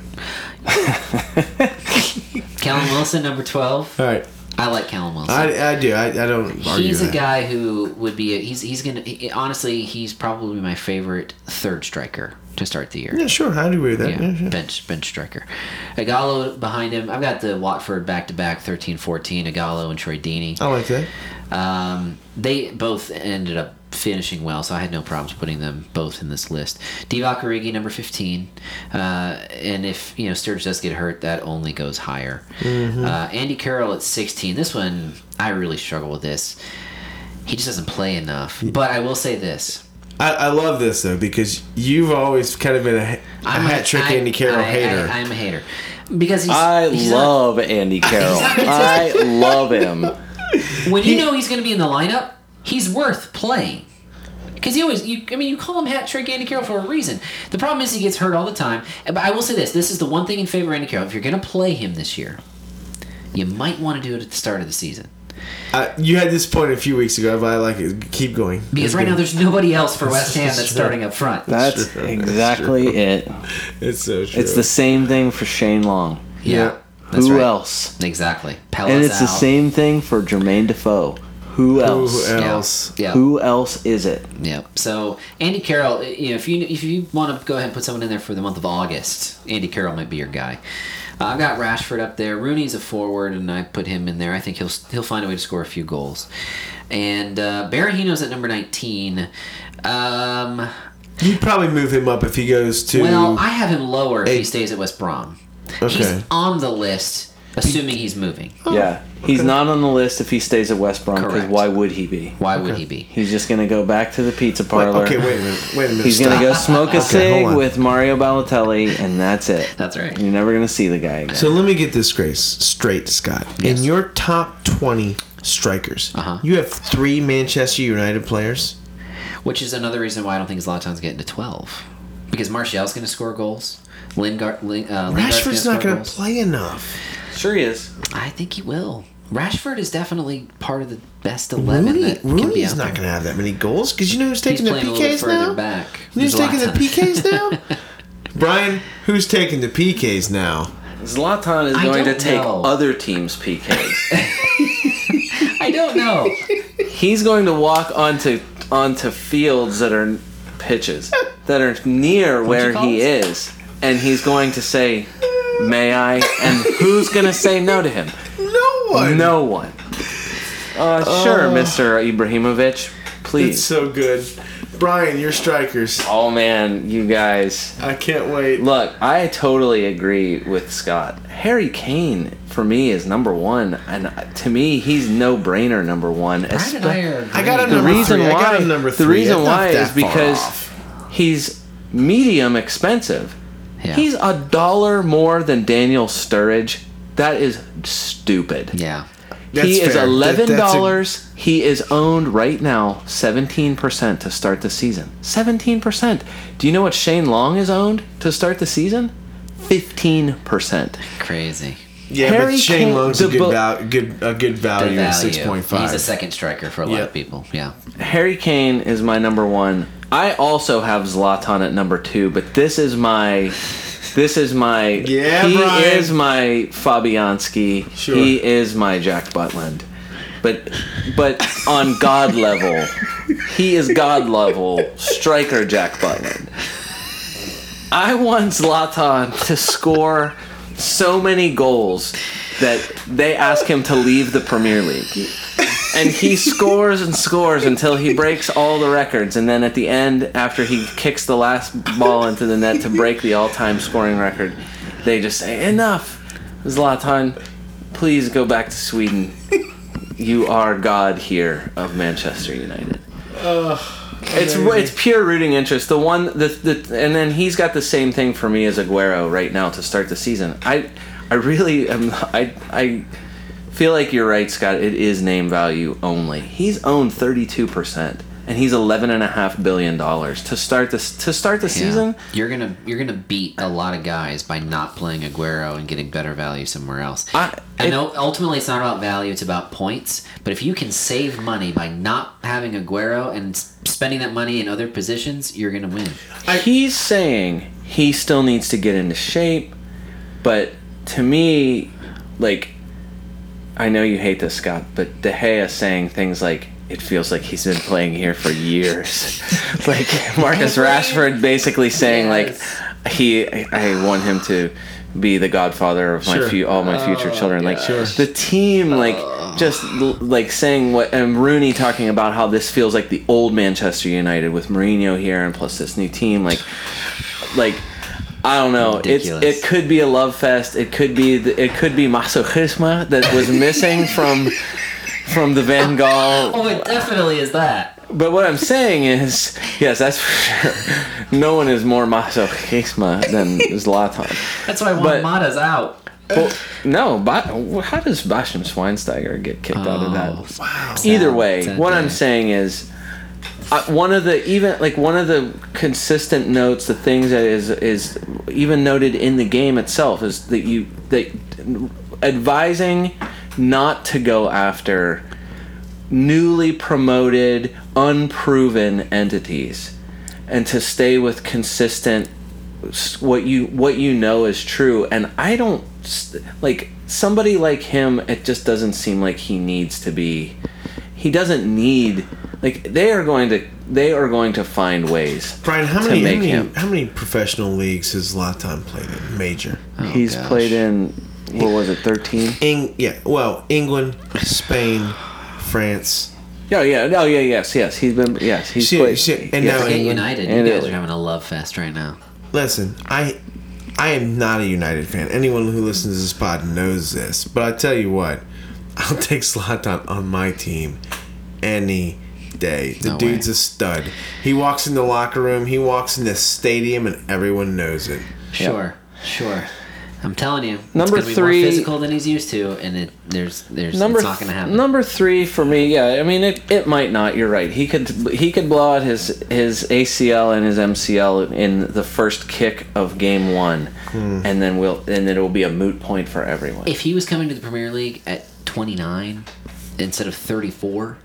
[SPEAKER 2] Callum Wilson, number 12.
[SPEAKER 1] All right,
[SPEAKER 2] I like Callum Wilson.
[SPEAKER 1] I, I do. I, I don't argue
[SPEAKER 2] he's a
[SPEAKER 1] that.
[SPEAKER 2] guy who would be a, he's he's gonna he- honestly he's probably my favorite third striker to start the year.
[SPEAKER 1] Yeah, sure, I agree with that.
[SPEAKER 2] Yeah,
[SPEAKER 1] Yeah, sure.
[SPEAKER 2] bench bench striker. Agallo behind him. I've got the Watford back to back 13-14, Agallo and Troy Deeney.
[SPEAKER 1] I like that.
[SPEAKER 2] Um, they both ended up finishing well, so I had no problems putting them both in this list. Divock Origi, number 15. Uh, and if, you know, Sturridge does get hurt, that only goes higher.
[SPEAKER 1] Mm-hmm.
[SPEAKER 2] Uh, Andy Carroll at 16. This one, I really struggle with this. He just doesn't play enough. But I will say this.
[SPEAKER 1] I, I love this, though, because you've always kind of been a, ha- a hat trick
[SPEAKER 2] I-
[SPEAKER 1] Andy Carroll
[SPEAKER 2] I- I-
[SPEAKER 1] hater.
[SPEAKER 2] I, am a hater. Because he's,
[SPEAKER 3] I
[SPEAKER 2] he's not-
[SPEAKER 3] love Andy Carroll. I love him.
[SPEAKER 2] when you know he's going to be in the lineup, he's worth playing. Because he always, you, I mean, you call him hat trick Andy Carroll for a reason. The problem is he gets hurt all the time. And- But I will say this: this is the one thing in favor of Andy Carroll. If you're going to play him this year, you might want to do it at the start of the season
[SPEAKER 1] I, you had this point a few weeks ago, but I like it. Keep going.
[SPEAKER 2] because
[SPEAKER 1] It's
[SPEAKER 2] right
[SPEAKER 1] good.
[SPEAKER 2] now there's nobody else for West Ham that's
[SPEAKER 1] true.
[SPEAKER 2] starting up front.
[SPEAKER 3] That's
[SPEAKER 1] true. That's
[SPEAKER 3] exactly
[SPEAKER 1] true.
[SPEAKER 3] it.
[SPEAKER 1] it's so true.
[SPEAKER 3] It's the same thing for Shane Long.
[SPEAKER 1] yeah.
[SPEAKER 2] that's
[SPEAKER 3] Who
[SPEAKER 2] right.
[SPEAKER 3] else?
[SPEAKER 2] Exactly. Pella's
[SPEAKER 3] And it's the
[SPEAKER 2] out.
[SPEAKER 3] same thing for Jermaine Defoe. Who else?
[SPEAKER 1] Who
[SPEAKER 2] Yeah.
[SPEAKER 1] else?
[SPEAKER 2] Yeah.
[SPEAKER 3] Who else is it?
[SPEAKER 2] Yep. So Andy Carroll, eh, you know, if you if you want to go ahead and put someone in there for the month of August, Andy Carroll might be your guy. Uh, I've got Rashford up there. Rooney's a forward, and I put him in there. I think he'll he'll find a way to score a few goals. And uh, Barahino's at number nineteen. Um,
[SPEAKER 1] You'd probably move him up if he goes to.
[SPEAKER 2] well, I have him lower if
[SPEAKER 1] Eight.
[SPEAKER 2] he stays at West Brom.
[SPEAKER 1] Okay.
[SPEAKER 2] He's on the list, assuming he's moving.
[SPEAKER 3] yeah. He's not on the list if he stays at West Brom because
[SPEAKER 2] Correct.
[SPEAKER 3] why would he be?
[SPEAKER 2] Why would he be?
[SPEAKER 3] He's just gonna go back to the pizza
[SPEAKER 1] Wait,
[SPEAKER 3] parlor.
[SPEAKER 1] okay, wait a minute. Wait a minute.
[SPEAKER 3] He's gonna go
[SPEAKER 1] stop.
[SPEAKER 3] smoke a
[SPEAKER 1] hold
[SPEAKER 3] cig
[SPEAKER 1] on.
[SPEAKER 3] with Mario Balotelli, and that's it.
[SPEAKER 2] That's right.
[SPEAKER 3] You're never gonna see the guy again.
[SPEAKER 1] So let me get this, Grace, straight, Scott.
[SPEAKER 2] Yes.
[SPEAKER 1] In your top 20 strikers,
[SPEAKER 2] Uh-huh.
[SPEAKER 1] you have three Manchester United players.
[SPEAKER 2] Which is another reason why I don't think Zlatan's getting to 12. Because Martial's going to score goals. Lingard, Ling, uh, Lingard's
[SPEAKER 1] Rashford's
[SPEAKER 2] gonna
[SPEAKER 1] not going
[SPEAKER 2] score
[SPEAKER 1] to
[SPEAKER 2] goals.
[SPEAKER 1] play enough.
[SPEAKER 3] sure he is.
[SPEAKER 2] I think he will. Rashford is definitely part of the best 11
[SPEAKER 1] Rooney,
[SPEAKER 2] that can be
[SPEAKER 1] Rooney's
[SPEAKER 2] out
[SPEAKER 1] not
[SPEAKER 2] there.
[SPEAKER 1] going to have that many goals because you know who's
[SPEAKER 2] He's
[SPEAKER 1] taking
[SPEAKER 2] playing
[SPEAKER 1] the
[SPEAKER 2] a little
[SPEAKER 1] PKs
[SPEAKER 2] further
[SPEAKER 1] now?
[SPEAKER 2] back.
[SPEAKER 1] You know who's taking the
[SPEAKER 2] Zlatan.
[SPEAKER 1] PKs now? Brian, who's taking the PKs now?
[SPEAKER 3] Zlatan is
[SPEAKER 2] I
[SPEAKER 3] going to
[SPEAKER 2] don't
[SPEAKER 3] take
[SPEAKER 2] know.
[SPEAKER 3] other teams' PKs.
[SPEAKER 2] I don't know.
[SPEAKER 3] He's going to walk onto onto fields that are pitches that are near where
[SPEAKER 2] call
[SPEAKER 3] he
[SPEAKER 2] it?
[SPEAKER 3] is, and he's going to say, "May I?" And who's gonna say no to him?
[SPEAKER 1] No one.
[SPEAKER 3] No one. Uh, sure,
[SPEAKER 2] Oh.
[SPEAKER 3] Mr.
[SPEAKER 1] It's
[SPEAKER 3] Ibrahimovic. Please.
[SPEAKER 2] uh,
[SPEAKER 1] so good. Brian, your strikers.
[SPEAKER 3] oh man, you guys.
[SPEAKER 1] I can't wait.
[SPEAKER 3] Look, I totally agree with Scott. Harry Kane for me is number one, and uh, to me, he's no brainer number one.
[SPEAKER 2] Brian and I
[SPEAKER 3] espe-
[SPEAKER 2] are
[SPEAKER 1] I got
[SPEAKER 2] agreeing.
[SPEAKER 1] him number
[SPEAKER 3] the reason
[SPEAKER 1] three. I got
[SPEAKER 3] why
[SPEAKER 1] him number three.
[SPEAKER 3] the reason
[SPEAKER 1] It's not
[SPEAKER 3] why
[SPEAKER 1] that
[SPEAKER 3] is
[SPEAKER 1] far
[SPEAKER 3] because
[SPEAKER 1] off.
[SPEAKER 3] he's medium expensive.
[SPEAKER 2] Yeah.
[SPEAKER 3] He's a dollar more than Daniel Sturridge. That is stupid.
[SPEAKER 2] Yeah.
[SPEAKER 1] That's
[SPEAKER 3] he is
[SPEAKER 1] fair. That-
[SPEAKER 3] eleven
[SPEAKER 1] that's a-
[SPEAKER 3] dollars. He is owned right now seventeen percent to start the season. Seventeen percent. Do you know what Shane Long is owned to start the season? 15%.
[SPEAKER 2] Crazy.
[SPEAKER 1] Yeah,
[SPEAKER 3] Harry
[SPEAKER 1] but Shane
[SPEAKER 3] Kane-
[SPEAKER 1] Long's
[SPEAKER 3] the
[SPEAKER 1] a good,
[SPEAKER 3] bel-
[SPEAKER 1] val- good, a good value,
[SPEAKER 2] The
[SPEAKER 1] at
[SPEAKER 2] value.
[SPEAKER 1] 6.5.
[SPEAKER 2] He's a second striker for a lot
[SPEAKER 1] Yeah.
[SPEAKER 2] of people. Yeah.
[SPEAKER 3] Harry Kane is my number one. I also have Zlatan at number two, but this is my, this is my.
[SPEAKER 1] Yeah,
[SPEAKER 3] he
[SPEAKER 1] Brian.
[SPEAKER 3] is my Fabianski.
[SPEAKER 1] Sure.
[SPEAKER 3] He is my Jack Butland, but but on God level, he is God level striker Jack Butland. I want Zlatan to score so many goals that they ask him to leave the Premier League. And he scores and scores until he breaks all the records. And then at the end, after he kicks the last ball into the net to break the all time scoring record, they just say, Enough, Zlatan, please go back to Sweden. You are God here of Manchester United. It's it's pure rooting interest. The one the, the and then he's got the same thing for me as Aguero right now to start the season. I I really am I I feel like you're right, Scott. It is name value only. He's owned 32 percent, and he's 11 and a half billion dollars to start this to start the season.
[SPEAKER 2] Yeah. You're gonna you're gonna beat a lot of guys by not playing Aguero and getting better value somewhere else.
[SPEAKER 3] I-
[SPEAKER 2] I
[SPEAKER 3] it-
[SPEAKER 2] know ultimately it's not about value, it's about points. But if you can save money by not having Aguero and s- spending that money in other positions, you're gonna win.
[SPEAKER 3] he's saying he still needs to get into shape, but to me, like, I know you hate this, Scott, but De Gea saying things like, it feels like he's been playing here for years. like, Marcus Rashford basically saying,
[SPEAKER 2] Yes.
[SPEAKER 3] like, he, I want him to be the godfather of my
[SPEAKER 1] Sure.
[SPEAKER 3] few, all my future children. Like,
[SPEAKER 1] Sure.
[SPEAKER 3] the team, like, just l- like saying what, and Rooney talking about how this feels like the old Manchester United with Mourinho here and plus this new team. Like, like I don't know.
[SPEAKER 2] Ridiculous.
[SPEAKER 3] It's it could be a love fest. It could be the, it could be masochisma that was missing from from the Van Gaal.
[SPEAKER 2] Oh, it definitely is that.
[SPEAKER 3] But what I'm saying is, yes, that's for sure. No one is more masochisma than Zlatan.
[SPEAKER 2] That's why
[SPEAKER 3] But-
[SPEAKER 2] Juan Mata's out.
[SPEAKER 3] Well, no, ba- how does Bastian Schweinsteiger get kicked out of that?
[SPEAKER 2] Wow.
[SPEAKER 3] Either way, what I'm saying is, uh, one of the even like one of the consistent notes, the things that is is even noted in the game itself is that you that advising not to go after newly promoted, unproven entities, and to stay with consistent s- what you what you know is true and i don't s- like somebody like him it just doesn't seem like he needs to be he doesn't need like they are going to they are going to find ways
[SPEAKER 1] Brian, how
[SPEAKER 3] to
[SPEAKER 1] many, how
[SPEAKER 3] make
[SPEAKER 1] many,
[SPEAKER 3] him.
[SPEAKER 1] how many professional leagues has Latan played in? Major.
[SPEAKER 3] he's
[SPEAKER 2] gosh.
[SPEAKER 3] played in what was it 13
[SPEAKER 1] Eng- yeah, well, England, Spain, France.
[SPEAKER 3] yeah Oh, yeah no yeah yes yes he's been yes he's
[SPEAKER 1] See,
[SPEAKER 3] played
[SPEAKER 1] see, and
[SPEAKER 3] yes.
[SPEAKER 1] now-
[SPEAKER 2] Get
[SPEAKER 1] England
[SPEAKER 2] United. You
[SPEAKER 3] and
[SPEAKER 2] guys
[SPEAKER 3] Italy.
[SPEAKER 2] are having a love fest right now.
[SPEAKER 1] Listen, I I am not a United fan. Anyone who listens to this pod knows this. But I tell you what, I'll take Zlatan on my team any day. The
[SPEAKER 2] No
[SPEAKER 1] dude's
[SPEAKER 2] way.
[SPEAKER 1] a stud. He walks in the locker room, he walks in the stadium, and everyone knows it.
[SPEAKER 2] Sure, sure. I'm telling you,
[SPEAKER 3] Number
[SPEAKER 2] it's gonna
[SPEAKER 3] three-
[SPEAKER 2] be more physical than he's used to, and it, there's there's
[SPEAKER 3] Number
[SPEAKER 2] it's not gonna happen.
[SPEAKER 3] number three for me, yeah. I mean, it, it might not. You're right. He could he could blow out his his ACL and his MCL in the first kick of game one, and then we'll and it'll be a moot point for everyone.
[SPEAKER 2] if he was coming to the Premier League at 29 instead of 34,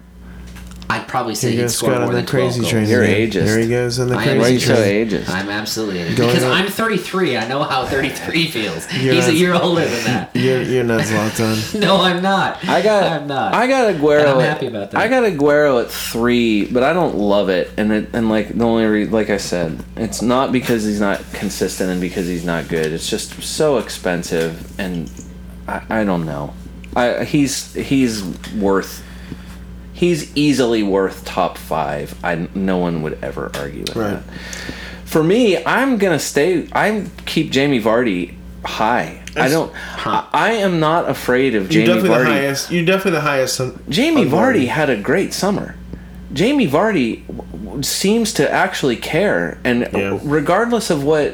[SPEAKER 2] I'd probably say he'd score more than 12 goals.
[SPEAKER 3] You're again. ageist.
[SPEAKER 1] There he goes on the
[SPEAKER 2] I am
[SPEAKER 3] Why are you
[SPEAKER 1] crazy
[SPEAKER 3] so
[SPEAKER 1] train.
[SPEAKER 3] ageist?
[SPEAKER 2] I'm absolutely because
[SPEAKER 1] up.
[SPEAKER 2] I'm 33. I know how 33 feels.
[SPEAKER 1] You're
[SPEAKER 2] He's a
[SPEAKER 1] not-
[SPEAKER 2] year older than that.
[SPEAKER 1] You're, you're not Zlatan.
[SPEAKER 2] No, I'm not.
[SPEAKER 3] I got
[SPEAKER 2] I'm not.
[SPEAKER 3] I got Aguero.
[SPEAKER 2] And I'm
[SPEAKER 3] at-
[SPEAKER 2] happy about that.
[SPEAKER 3] I got Aguero at three, but I don't love it. And it, and like the only re- like I said, it's not because he's not consistent and because he's not good. It's just so expensive, and I, I don't know. I he's he's worth. He's easily worth top five. I no one would ever argue with
[SPEAKER 1] Right.
[SPEAKER 3] that. For me, I'm gonna stay. I keep Jamie Vardy high. I don't. I, I am not afraid of
[SPEAKER 1] You're
[SPEAKER 3] Jamie
[SPEAKER 1] definitely the
[SPEAKER 3] Vardy.
[SPEAKER 1] highest. You're definitely the highest. On,
[SPEAKER 3] Jamie
[SPEAKER 1] on
[SPEAKER 3] Vardy had a great summer. Jamie Vardy w- w- seems to actually care, and
[SPEAKER 1] Yeah.
[SPEAKER 3] regardless of what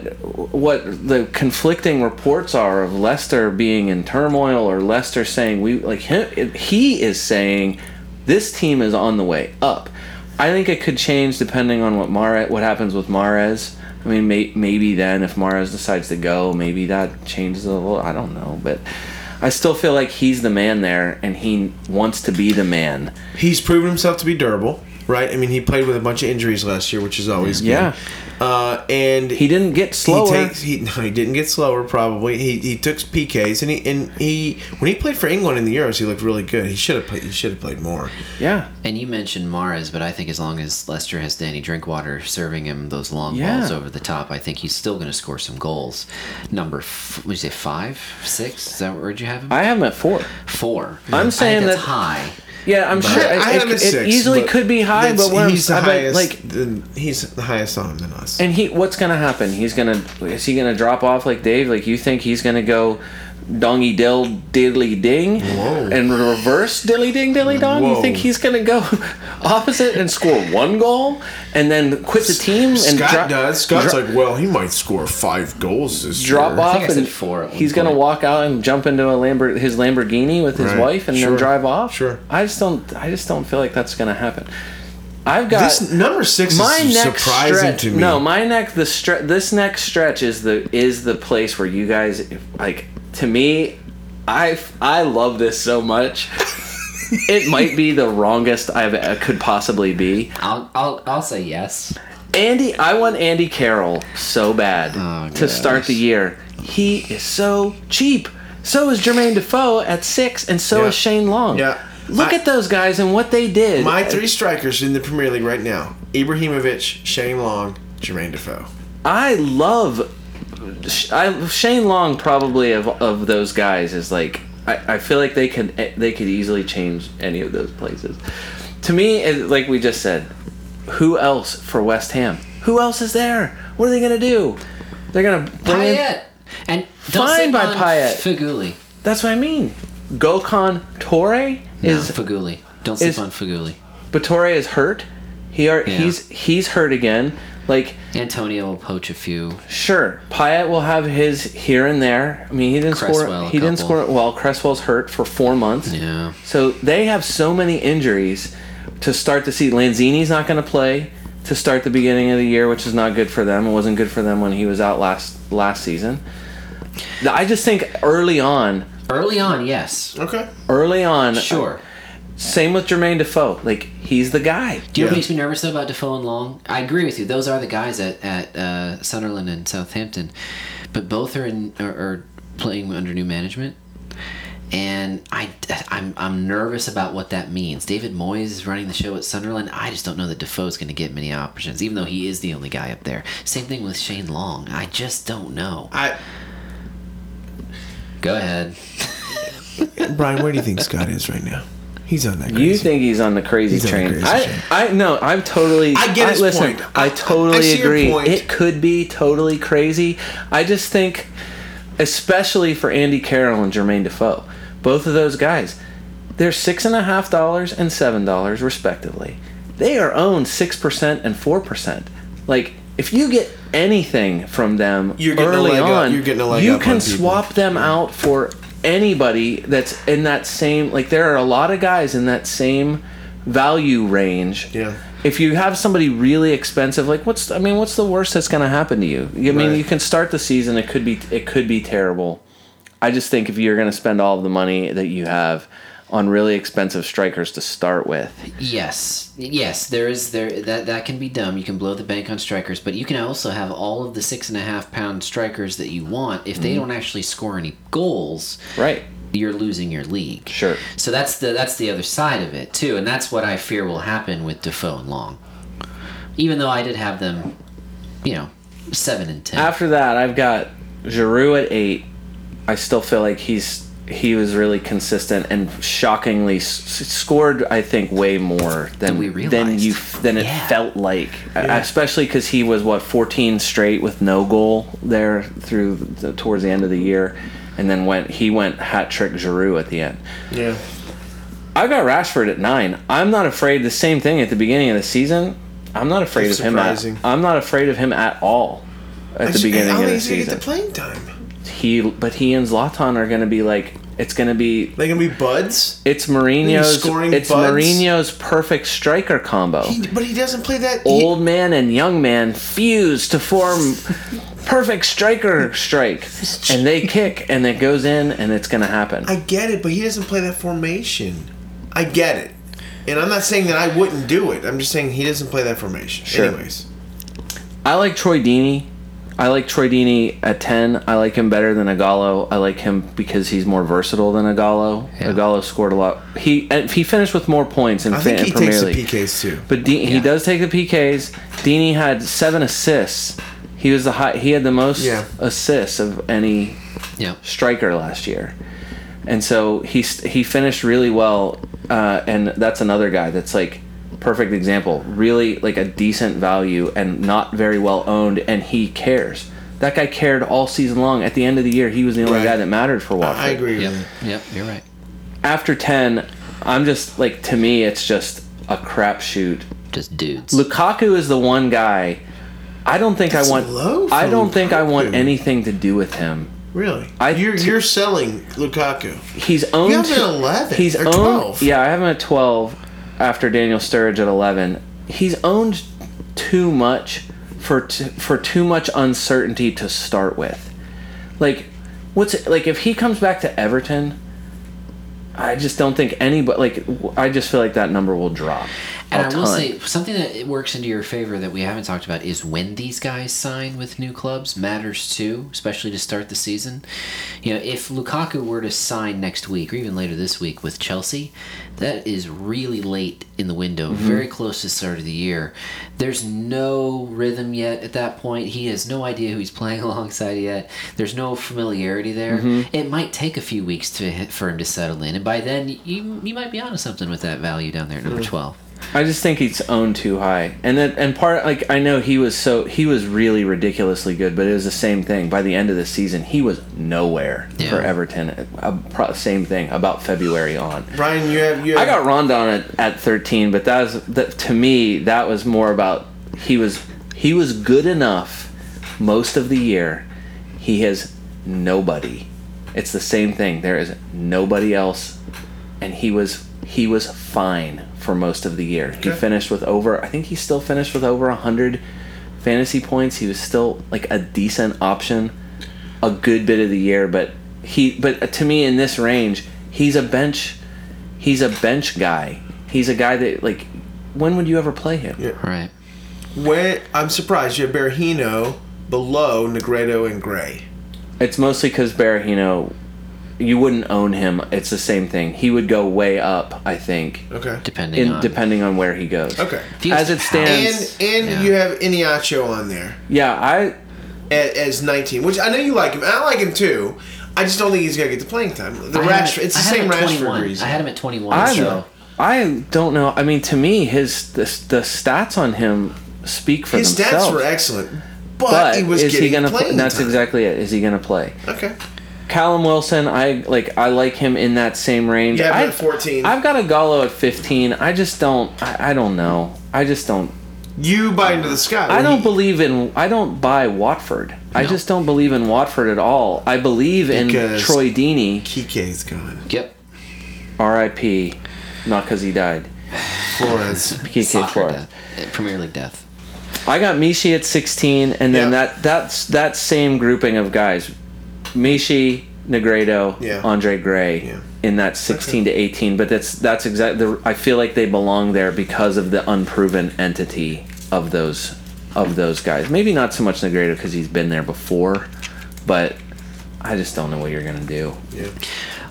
[SPEAKER 3] what the conflicting reports are of Leicester being in turmoil or Leicester saying we like him, he is saying this team is on the way up. I think it could change depending on what Mare, what happens with Mares. I mean, may, maybe then if Mares decides to go, maybe that changes a little. I don't know, but I still feel like he's the man there, and he wants to be the man.
[SPEAKER 1] He's proven himself to be durable, right? I mean, he played with a bunch of injuries last year, which is always good.
[SPEAKER 3] Yeah.
[SPEAKER 1] Uh, and
[SPEAKER 3] He didn't get slower.
[SPEAKER 1] He takes he no, he didn't get slower probably. He he took PKs and he and he when he played for England in the Euros he looked really good. He should have played he should have played more.
[SPEAKER 3] yeah,
[SPEAKER 2] And you mentioned Mares, but I think as long as Lester has Danny Drinkwater serving him those long
[SPEAKER 3] Yeah.
[SPEAKER 2] balls over the top, I think he's still going to score some goals. Number, f- what did you say, five, six? Is that where'd you have him?
[SPEAKER 3] I have him at four.
[SPEAKER 2] Four.
[SPEAKER 3] I'm
[SPEAKER 2] I
[SPEAKER 3] saying
[SPEAKER 2] think that's
[SPEAKER 3] that-
[SPEAKER 2] high.
[SPEAKER 3] Yeah, I'm sure.
[SPEAKER 1] I,
[SPEAKER 3] it-
[SPEAKER 1] I have him
[SPEAKER 3] it,
[SPEAKER 1] at
[SPEAKER 3] it
[SPEAKER 1] six.
[SPEAKER 3] easily
[SPEAKER 1] but
[SPEAKER 3] could be high,
[SPEAKER 1] that's-
[SPEAKER 3] but what I'm-
[SPEAKER 1] he's the
[SPEAKER 3] I bet,
[SPEAKER 1] highest.
[SPEAKER 3] like
[SPEAKER 1] the- he's the highest on than us.
[SPEAKER 3] And he, what's gonna happen? He's gonna is he gonna drop off like Dave? Like you think he's gonna go dongy dill diddly ding
[SPEAKER 1] Whoa.
[SPEAKER 3] and reverse dilly ding dilly dong? You
[SPEAKER 1] Whoa.
[SPEAKER 3] think he's gonna go opposite and score one goal and then quit the team and
[SPEAKER 1] Scott
[SPEAKER 3] drop-
[SPEAKER 1] does. Scott's
[SPEAKER 3] dro-
[SPEAKER 1] like, well, he might score five goals this
[SPEAKER 3] drop
[SPEAKER 1] year.
[SPEAKER 2] I think
[SPEAKER 3] off
[SPEAKER 2] I said
[SPEAKER 3] and
[SPEAKER 2] four at one
[SPEAKER 3] he's gonna
[SPEAKER 2] point.
[SPEAKER 3] walk out and jump into a Lambert his Lamborghini with his
[SPEAKER 1] Right.
[SPEAKER 3] wife and
[SPEAKER 1] Sure.
[SPEAKER 3] then drive off.
[SPEAKER 1] Sure.
[SPEAKER 3] I just don't. I just don't feel like that's gonna happen. I've got
[SPEAKER 1] This number six
[SPEAKER 3] my
[SPEAKER 1] is
[SPEAKER 3] next
[SPEAKER 1] surprising
[SPEAKER 3] stretch,
[SPEAKER 1] to me.
[SPEAKER 3] No, my neck. The stre- This next stretch is the is the place where you guys like. To me, I I love this so much. it might be the wrongest I've I could possibly be.
[SPEAKER 2] I'll, I'll, I'll say yes.
[SPEAKER 3] Andy, I want Andy Carroll so bad
[SPEAKER 2] Oh,
[SPEAKER 3] to start the year. He is so cheap. So is Jermaine Defoe at six, and so
[SPEAKER 1] Yeah.
[SPEAKER 3] is Shane Long.
[SPEAKER 1] Yeah.
[SPEAKER 3] Look
[SPEAKER 1] I-
[SPEAKER 3] at those guys and what they did.
[SPEAKER 1] my three strikers in the Premier League right now: Ibrahimovic, Shane Long, Jermaine Defoe.
[SPEAKER 3] I love I, Shane Long. Probably of of those guys is like I, I feel like they could they could easily change any of those places. To me, it, like we just said, who else for West Ham? Who else is there? What are they gonna do? They're gonna bring in-
[SPEAKER 2] Payet. And don't
[SPEAKER 3] Fine
[SPEAKER 2] sit
[SPEAKER 3] by
[SPEAKER 2] on
[SPEAKER 3] Payet.
[SPEAKER 2] Figuli.
[SPEAKER 3] That's what I mean. Gokhan Torre
[SPEAKER 2] No,
[SPEAKER 3] is
[SPEAKER 2] Figuli. Don't sleep
[SPEAKER 3] is-
[SPEAKER 2] on Figuli.
[SPEAKER 3] but Torre is hurt. He are, he's he's hurt again. Like
[SPEAKER 2] Antonio will poach a few.
[SPEAKER 3] Sure, Pyatt will have his here and there. I mean, he didn't
[SPEAKER 2] Cresswell,
[SPEAKER 3] score.
[SPEAKER 2] a
[SPEAKER 3] He didn't
[SPEAKER 2] couple.
[SPEAKER 3] score. Well, Cresswell's hurt for four months.
[SPEAKER 2] Yeah.
[SPEAKER 3] So they have so many injuries to start to see. Lanzini's not going to play to start the beginning of the year, which is not good for them. It wasn't good for them when he was out last last season. I just think early on,
[SPEAKER 2] Early on, yes.
[SPEAKER 1] Okay.
[SPEAKER 3] early on,
[SPEAKER 2] Sure.
[SPEAKER 3] same with Jermaine Defoe. Like he's the guy.
[SPEAKER 2] Do you know what
[SPEAKER 1] Yeah.
[SPEAKER 2] makes me nervous though about Defoe and Long? I agree with you. Those are the guys at at uh, Sunderland and Southampton, but both are in are, are playing under new management, and I I'm I'm nervous about what that means. David Moyes is running the show at Sunderland. I just don't know that Defoe's going to get many opportunities, even though he is the only guy up there. Same thing with Shane Long. I just don't know.
[SPEAKER 1] I
[SPEAKER 2] Go ahead.
[SPEAKER 1] Brian, where do you think Scott is right now? He's on that. Crazy.
[SPEAKER 3] You think he's on the crazy
[SPEAKER 1] He's on the
[SPEAKER 3] train?
[SPEAKER 1] crazy
[SPEAKER 3] I,
[SPEAKER 1] train.
[SPEAKER 3] I no, I'm totally.
[SPEAKER 1] I get his
[SPEAKER 3] listen,
[SPEAKER 1] point.
[SPEAKER 3] I
[SPEAKER 1] I-
[SPEAKER 3] totally
[SPEAKER 1] I see your
[SPEAKER 3] agree.
[SPEAKER 1] point.
[SPEAKER 3] It could be totally crazy. I just think, especially for Andy Carroll and Jermaine Defoe, both of those guys, they're six and a half dollars and seven dollars respectively. They are owned six percent and four percent. Like if you get anything from them
[SPEAKER 1] You're getting a
[SPEAKER 3] early
[SPEAKER 1] leg up.
[SPEAKER 3] on,
[SPEAKER 1] You're getting a leg
[SPEAKER 3] you
[SPEAKER 1] up
[SPEAKER 3] can
[SPEAKER 1] on people.
[SPEAKER 3] swap them out for anybody that's in that same like there are a lot of guys in that same value range
[SPEAKER 1] Yeah.
[SPEAKER 3] if you have somebody really expensive like what's i mean what's the worst that's going to happen to you i mean
[SPEAKER 1] Right.
[SPEAKER 3] you can start the season it could be it could be terrible i just think if you're going to spend all of the money that you have on really expensive strikers to start with
[SPEAKER 2] Yes, yes, there is there that that can be dumb. You can blow the bank on strikers, but you can also have all of the six and a half pound strikers that you want. If they don't actually score any goals,
[SPEAKER 3] right
[SPEAKER 2] you're losing your league.
[SPEAKER 3] Sure.
[SPEAKER 2] So that's the that's the other side of it too, and that's what I fear will happen with Defoe and Long. Even though I did have them, you know, seven and ten.
[SPEAKER 3] after that i've got giroux at eight i still feel like he's he was really consistent and shockingly s- scored i think way more than
[SPEAKER 2] we
[SPEAKER 3] than
[SPEAKER 2] realized.
[SPEAKER 3] you than it
[SPEAKER 2] Yeah.
[SPEAKER 3] felt like e, especially because he was what 14 straight with no goal there through the, towards the end of the year and then went he went hat trick giroux at the end
[SPEAKER 1] Yeah.
[SPEAKER 3] I got Rashford at nine. I'm not afraid. The same thing at the beginning of the season. I'm not afraid
[SPEAKER 1] That's
[SPEAKER 3] of him. At,
[SPEAKER 1] surprising.
[SPEAKER 3] I'm not afraid of him at all at the
[SPEAKER 1] Actually,
[SPEAKER 3] beginning
[SPEAKER 1] how
[SPEAKER 3] of the
[SPEAKER 1] is he gonna
[SPEAKER 3] season.
[SPEAKER 1] get the playing time?
[SPEAKER 3] He, but he and Zlatan are going to be like It's going to be
[SPEAKER 1] They gonna be buds?
[SPEAKER 3] it's Mourinho's
[SPEAKER 1] scoring
[SPEAKER 3] it's
[SPEAKER 1] buds?
[SPEAKER 3] Mourinho's perfect striker combo.
[SPEAKER 1] He, but he doesn't play that. he-
[SPEAKER 3] Old man and young man fuse to form perfect striker strike, and they kick and it goes in and it's going to happen.
[SPEAKER 1] I get it, but he doesn't play that formation. I get it, and I'm not saying that I wouldn't do it. I'm just saying he doesn't play that formation.
[SPEAKER 3] Sure.
[SPEAKER 1] Anyways,
[SPEAKER 3] I like Troy Deeney. I like Troy Deeney at 10. I like him better than Agallo. I like him because he's more versatile than Agallo. Agallo scored a lot. He and he finished with more points in,
[SPEAKER 1] I
[SPEAKER 3] fan,
[SPEAKER 1] think he
[SPEAKER 3] in Premier
[SPEAKER 1] takes the
[SPEAKER 3] League.
[SPEAKER 1] PKs too.
[SPEAKER 3] But De- he does take the PKs. Deeney had 7 assists. He was the high, he had the most
[SPEAKER 1] Yeah.
[SPEAKER 3] assists of any
[SPEAKER 2] Yeah.
[SPEAKER 3] striker last year, and so he st- he finished really well. Uh, and that's another guy that's like perfect example, really like a decent value and not very well owned, and he cares. That guy cared all season long. At the end of the year, he was the only
[SPEAKER 1] Right.
[SPEAKER 3] guy that mattered for Watford.
[SPEAKER 1] I agree with
[SPEAKER 2] Yep.
[SPEAKER 1] you.
[SPEAKER 2] Yep. You're right.
[SPEAKER 3] After ten, I'm just like to me, it's just a crapshoot.
[SPEAKER 2] Just dudes.
[SPEAKER 3] Lukaku is the one guy. I don't think
[SPEAKER 1] That's
[SPEAKER 3] I want.
[SPEAKER 1] low for
[SPEAKER 3] I don't think I want
[SPEAKER 1] Lukaku.
[SPEAKER 3] anything to do with him.
[SPEAKER 1] Really,
[SPEAKER 3] I-
[SPEAKER 1] you're you're selling Lukaku.
[SPEAKER 3] He's owned.
[SPEAKER 1] You have him at 11
[SPEAKER 3] He's
[SPEAKER 1] or
[SPEAKER 3] owned.
[SPEAKER 1] 12.
[SPEAKER 3] Yeah, I have him at twelve. After Daniel Sturridge at eleven, he's owned too much for t- for too much uncertainty to start with. Like, what's it, like if he comes back to Everton? I just don't think anybody like. w- I just feel like that number will drop. a
[SPEAKER 2] And I will
[SPEAKER 3] ton.
[SPEAKER 2] say something that it works into your favor that we haven't talked about is when these guys sign with new clubs matters too, especially to start the season. You know, if Lukaku were to sign next week or even later this week with Chelsea, that is really late in the window,
[SPEAKER 3] Mm-hmm.
[SPEAKER 2] very close to the start of the year. There's no rhythm yet at that point. He has no idea who he's playing alongside yet. There's no familiarity there.
[SPEAKER 3] Mm-hmm.
[SPEAKER 2] It might take a few weeks to for him to settle in, and by then you you might be onto something with that value down there at number twelve.
[SPEAKER 3] I just think he's owned too high, and then and part like I know he was so he was really ridiculously good, but it was the same thing. By the end of the season, he was nowhere
[SPEAKER 2] Yeah.
[SPEAKER 3] for Everton. Uh, pro- same thing about February on.
[SPEAKER 1] Brian, you have you. Have,
[SPEAKER 3] I got Rondon at, at thirteen, but that was that, to me that was more about he was he was good enough most of the year. He has nobody. It's the same thing. There is nobody else, and he was he was fine for most of the year. He
[SPEAKER 1] Okay.
[SPEAKER 3] finished with over. I think he still finished with over hundred fantasy points. He was still like a decent option a good bit of the year, but he but to me in this range, he's a bench he's a bench guy. He's a guy that like when would you ever play him?
[SPEAKER 1] Yeah.
[SPEAKER 2] Right.
[SPEAKER 1] When I'm surprised you have Berhino below Negredo and Gray.
[SPEAKER 3] It's mostly cuz Barahino you wouldn't own him. It's the same thing. He would go way up, I think,
[SPEAKER 1] Okay.
[SPEAKER 2] Depending
[SPEAKER 3] in
[SPEAKER 2] on
[SPEAKER 3] depending on where he goes.
[SPEAKER 1] Okay.
[SPEAKER 2] Feels-
[SPEAKER 3] As it
[SPEAKER 1] And
[SPEAKER 3] stands,
[SPEAKER 1] and
[SPEAKER 2] Yeah.
[SPEAKER 1] you have Iniacho on there
[SPEAKER 3] yeah, I
[SPEAKER 1] as, as 19, which I know you like him. and I like him too. I just don't think he's gonna get the playing time. The
[SPEAKER 2] I had him
[SPEAKER 1] Rash,
[SPEAKER 2] at-
[SPEAKER 1] it's the
[SPEAKER 2] I had
[SPEAKER 1] same
[SPEAKER 2] him at
[SPEAKER 1] Rashford
[SPEAKER 2] 21.
[SPEAKER 1] reason.
[SPEAKER 2] I had him at 21.
[SPEAKER 3] I
[SPEAKER 2] so
[SPEAKER 3] I don't know. I mean, to me, his the, the stats on him speak for
[SPEAKER 1] His
[SPEAKER 3] themselves.
[SPEAKER 1] stats were excellent, but,
[SPEAKER 3] but
[SPEAKER 1] he was
[SPEAKER 3] is
[SPEAKER 1] getting
[SPEAKER 3] he gonna?
[SPEAKER 1] playing
[SPEAKER 3] Play, that's
[SPEAKER 1] time.
[SPEAKER 3] exactly it. Is he gonna play?
[SPEAKER 1] Okay.
[SPEAKER 3] Callum Wilson, I like. I like him in that same range.
[SPEAKER 1] Yeah,
[SPEAKER 3] I,
[SPEAKER 1] but at 14.
[SPEAKER 3] I've got a Gallo at fifteen. I just don't. I, I don't know. I just don't.
[SPEAKER 1] You buy into the sky.
[SPEAKER 3] I don't believe in. I don't buy Watford. I
[SPEAKER 2] No.
[SPEAKER 3] just don't believe in Watford at all. I believe in
[SPEAKER 1] Because-
[SPEAKER 3] Troy Deeney.
[SPEAKER 1] Kike's gone.
[SPEAKER 2] yep.
[SPEAKER 3] R.I.P. Not because he died.
[SPEAKER 1] Flores.
[SPEAKER 3] PK
[SPEAKER 2] Soccer
[SPEAKER 3] Flores.
[SPEAKER 2] death. Uh, Premier League death.
[SPEAKER 3] I got Mishi at 16, and then
[SPEAKER 1] Yeah.
[SPEAKER 3] that that's that same grouping of guys, Mishi, Negredo,
[SPEAKER 1] Yeah.
[SPEAKER 3] Andre Gray,
[SPEAKER 1] Yeah.
[SPEAKER 3] in that 16 to 18. But that's that's exactly. I feel like they belong there because of the unproven entity of those of those guys. Maybe not so much Negredo because he's been there before, but I just don't know what you're gonna do.
[SPEAKER 1] yeah.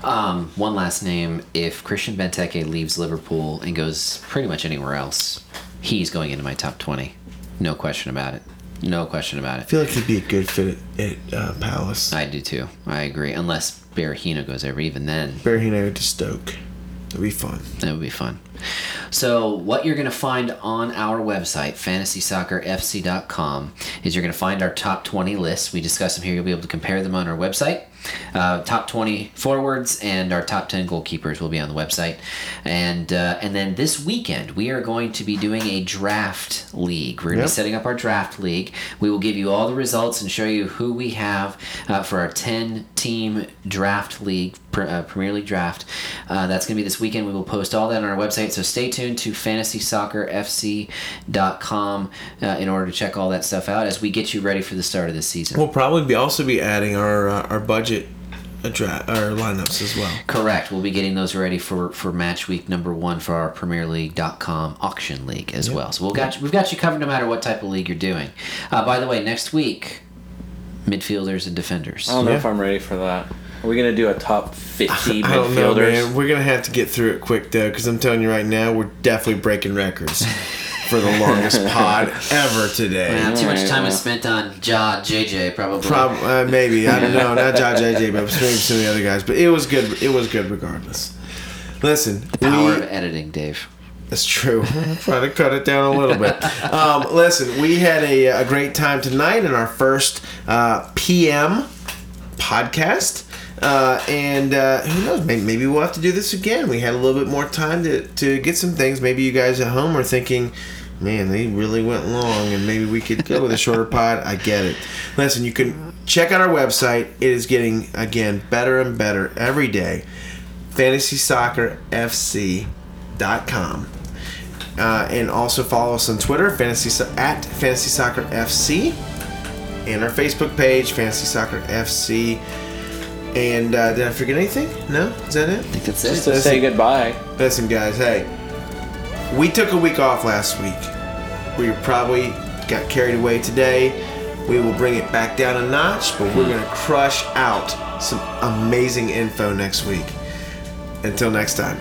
[SPEAKER 2] Um, one last name. If Christian Benteke leaves Liverpool and goes pretty much anywhere else, he's going into my top 20. No question about it. No question about
[SPEAKER 1] I
[SPEAKER 2] it.
[SPEAKER 1] feel like he'd be a good fit at, at uh, Palace.
[SPEAKER 2] I do too. I agree. Unless Barahino goes over, even then,
[SPEAKER 1] Berhino to Stoke. That'd be fun.
[SPEAKER 2] that would be fun. So, what you're going to find on our website, fantasysoccerfc.com, is you're going to find our top 20 lists. We discuss them here. You'll be able to compare them on our website. Uh, top 20 forwards and our top 10 goalkeepers will be on the website. And uh, and then this weekend, we are going to be doing a draft league. We're going to
[SPEAKER 1] Yep.
[SPEAKER 2] be setting up our draft league. We will give you all the results and show you who we have uh, for our 10 team draft league, pr- uh, Premier League draft. Uh, that's going to be this weekend. We will post all that on our website. So stay tuned to fantasysoccerfc.com uh, in order to check all that stuff out as we get you ready for the start of the season.
[SPEAKER 1] We'll probably be also be adding our uh, our budget, uh, dra- our lineups as well.
[SPEAKER 2] Correct. We'll be getting those ready for, for match week number one for our Premier League.com auction league as well. So we'll got you, we've got you covered no matter what type of league you're doing. Uh, by the way, next week, midfielders and defenders.
[SPEAKER 3] I don't know
[SPEAKER 1] Yeah.
[SPEAKER 3] if I'm ready for that. Are we gonna do a top 50
[SPEAKER 1] I don't know,
[SPEAKER 3] midfielders?
[SPEAKER 1] man. We're gonna have to get through it quick though, because I'm telling you right now, we're definitely breaking records for the longest pod ever today.
[SPEAKER 2] Yeah, Uh, too much
[SPEAKER 3] Alright,
[SPEAKER 2] time
[SPEAKER 3] well.
[SPEAKER 2] is spent on Ja JJ probably.
[SPEAKER 1] Prob- uh, maybe I don't know. Not John JJ, but maybe some of the other guys. But it was good. It was good regardless. Listen,
[SPEAKER 2] Power of
[SPEAKER 1] we-
[SPEAKER 2] editing, Dave.
[SPEAKER 1] That's true. Try to cut it down a little bit. Um, listen, we had a, a great time tonight in our first uh, PM podcast. Uh, and uh, who knows? Maybe, maybe we'll have to do this again. We had a little bit more time to, to get some things. Maybe you guys at home are thinking, man, they really went long, and maybe we could go with a shorter pod. I get it. Listen, you can check out our website. It is getting, again, better and better every day. FantasySoccerFC.com. Uh, and also follow us on Twitter, fantasy so- at Fantasy Soccer FC, and our Facebook page, Fantasy Soccer FC. And uh, did I forget anything? No, is that it?
[SPEAKER 2] I think that's
[SPEAKER 3] Just
[SPEAKER 2] it.
[SPEAKER 3] to say goodbye.
[SPEAKER 1] Listen, guys, hey, we took a week off last week. We probably got carried away today. We will bring it back down a notch, but we're going to crush out some amazing info next week. Until next time.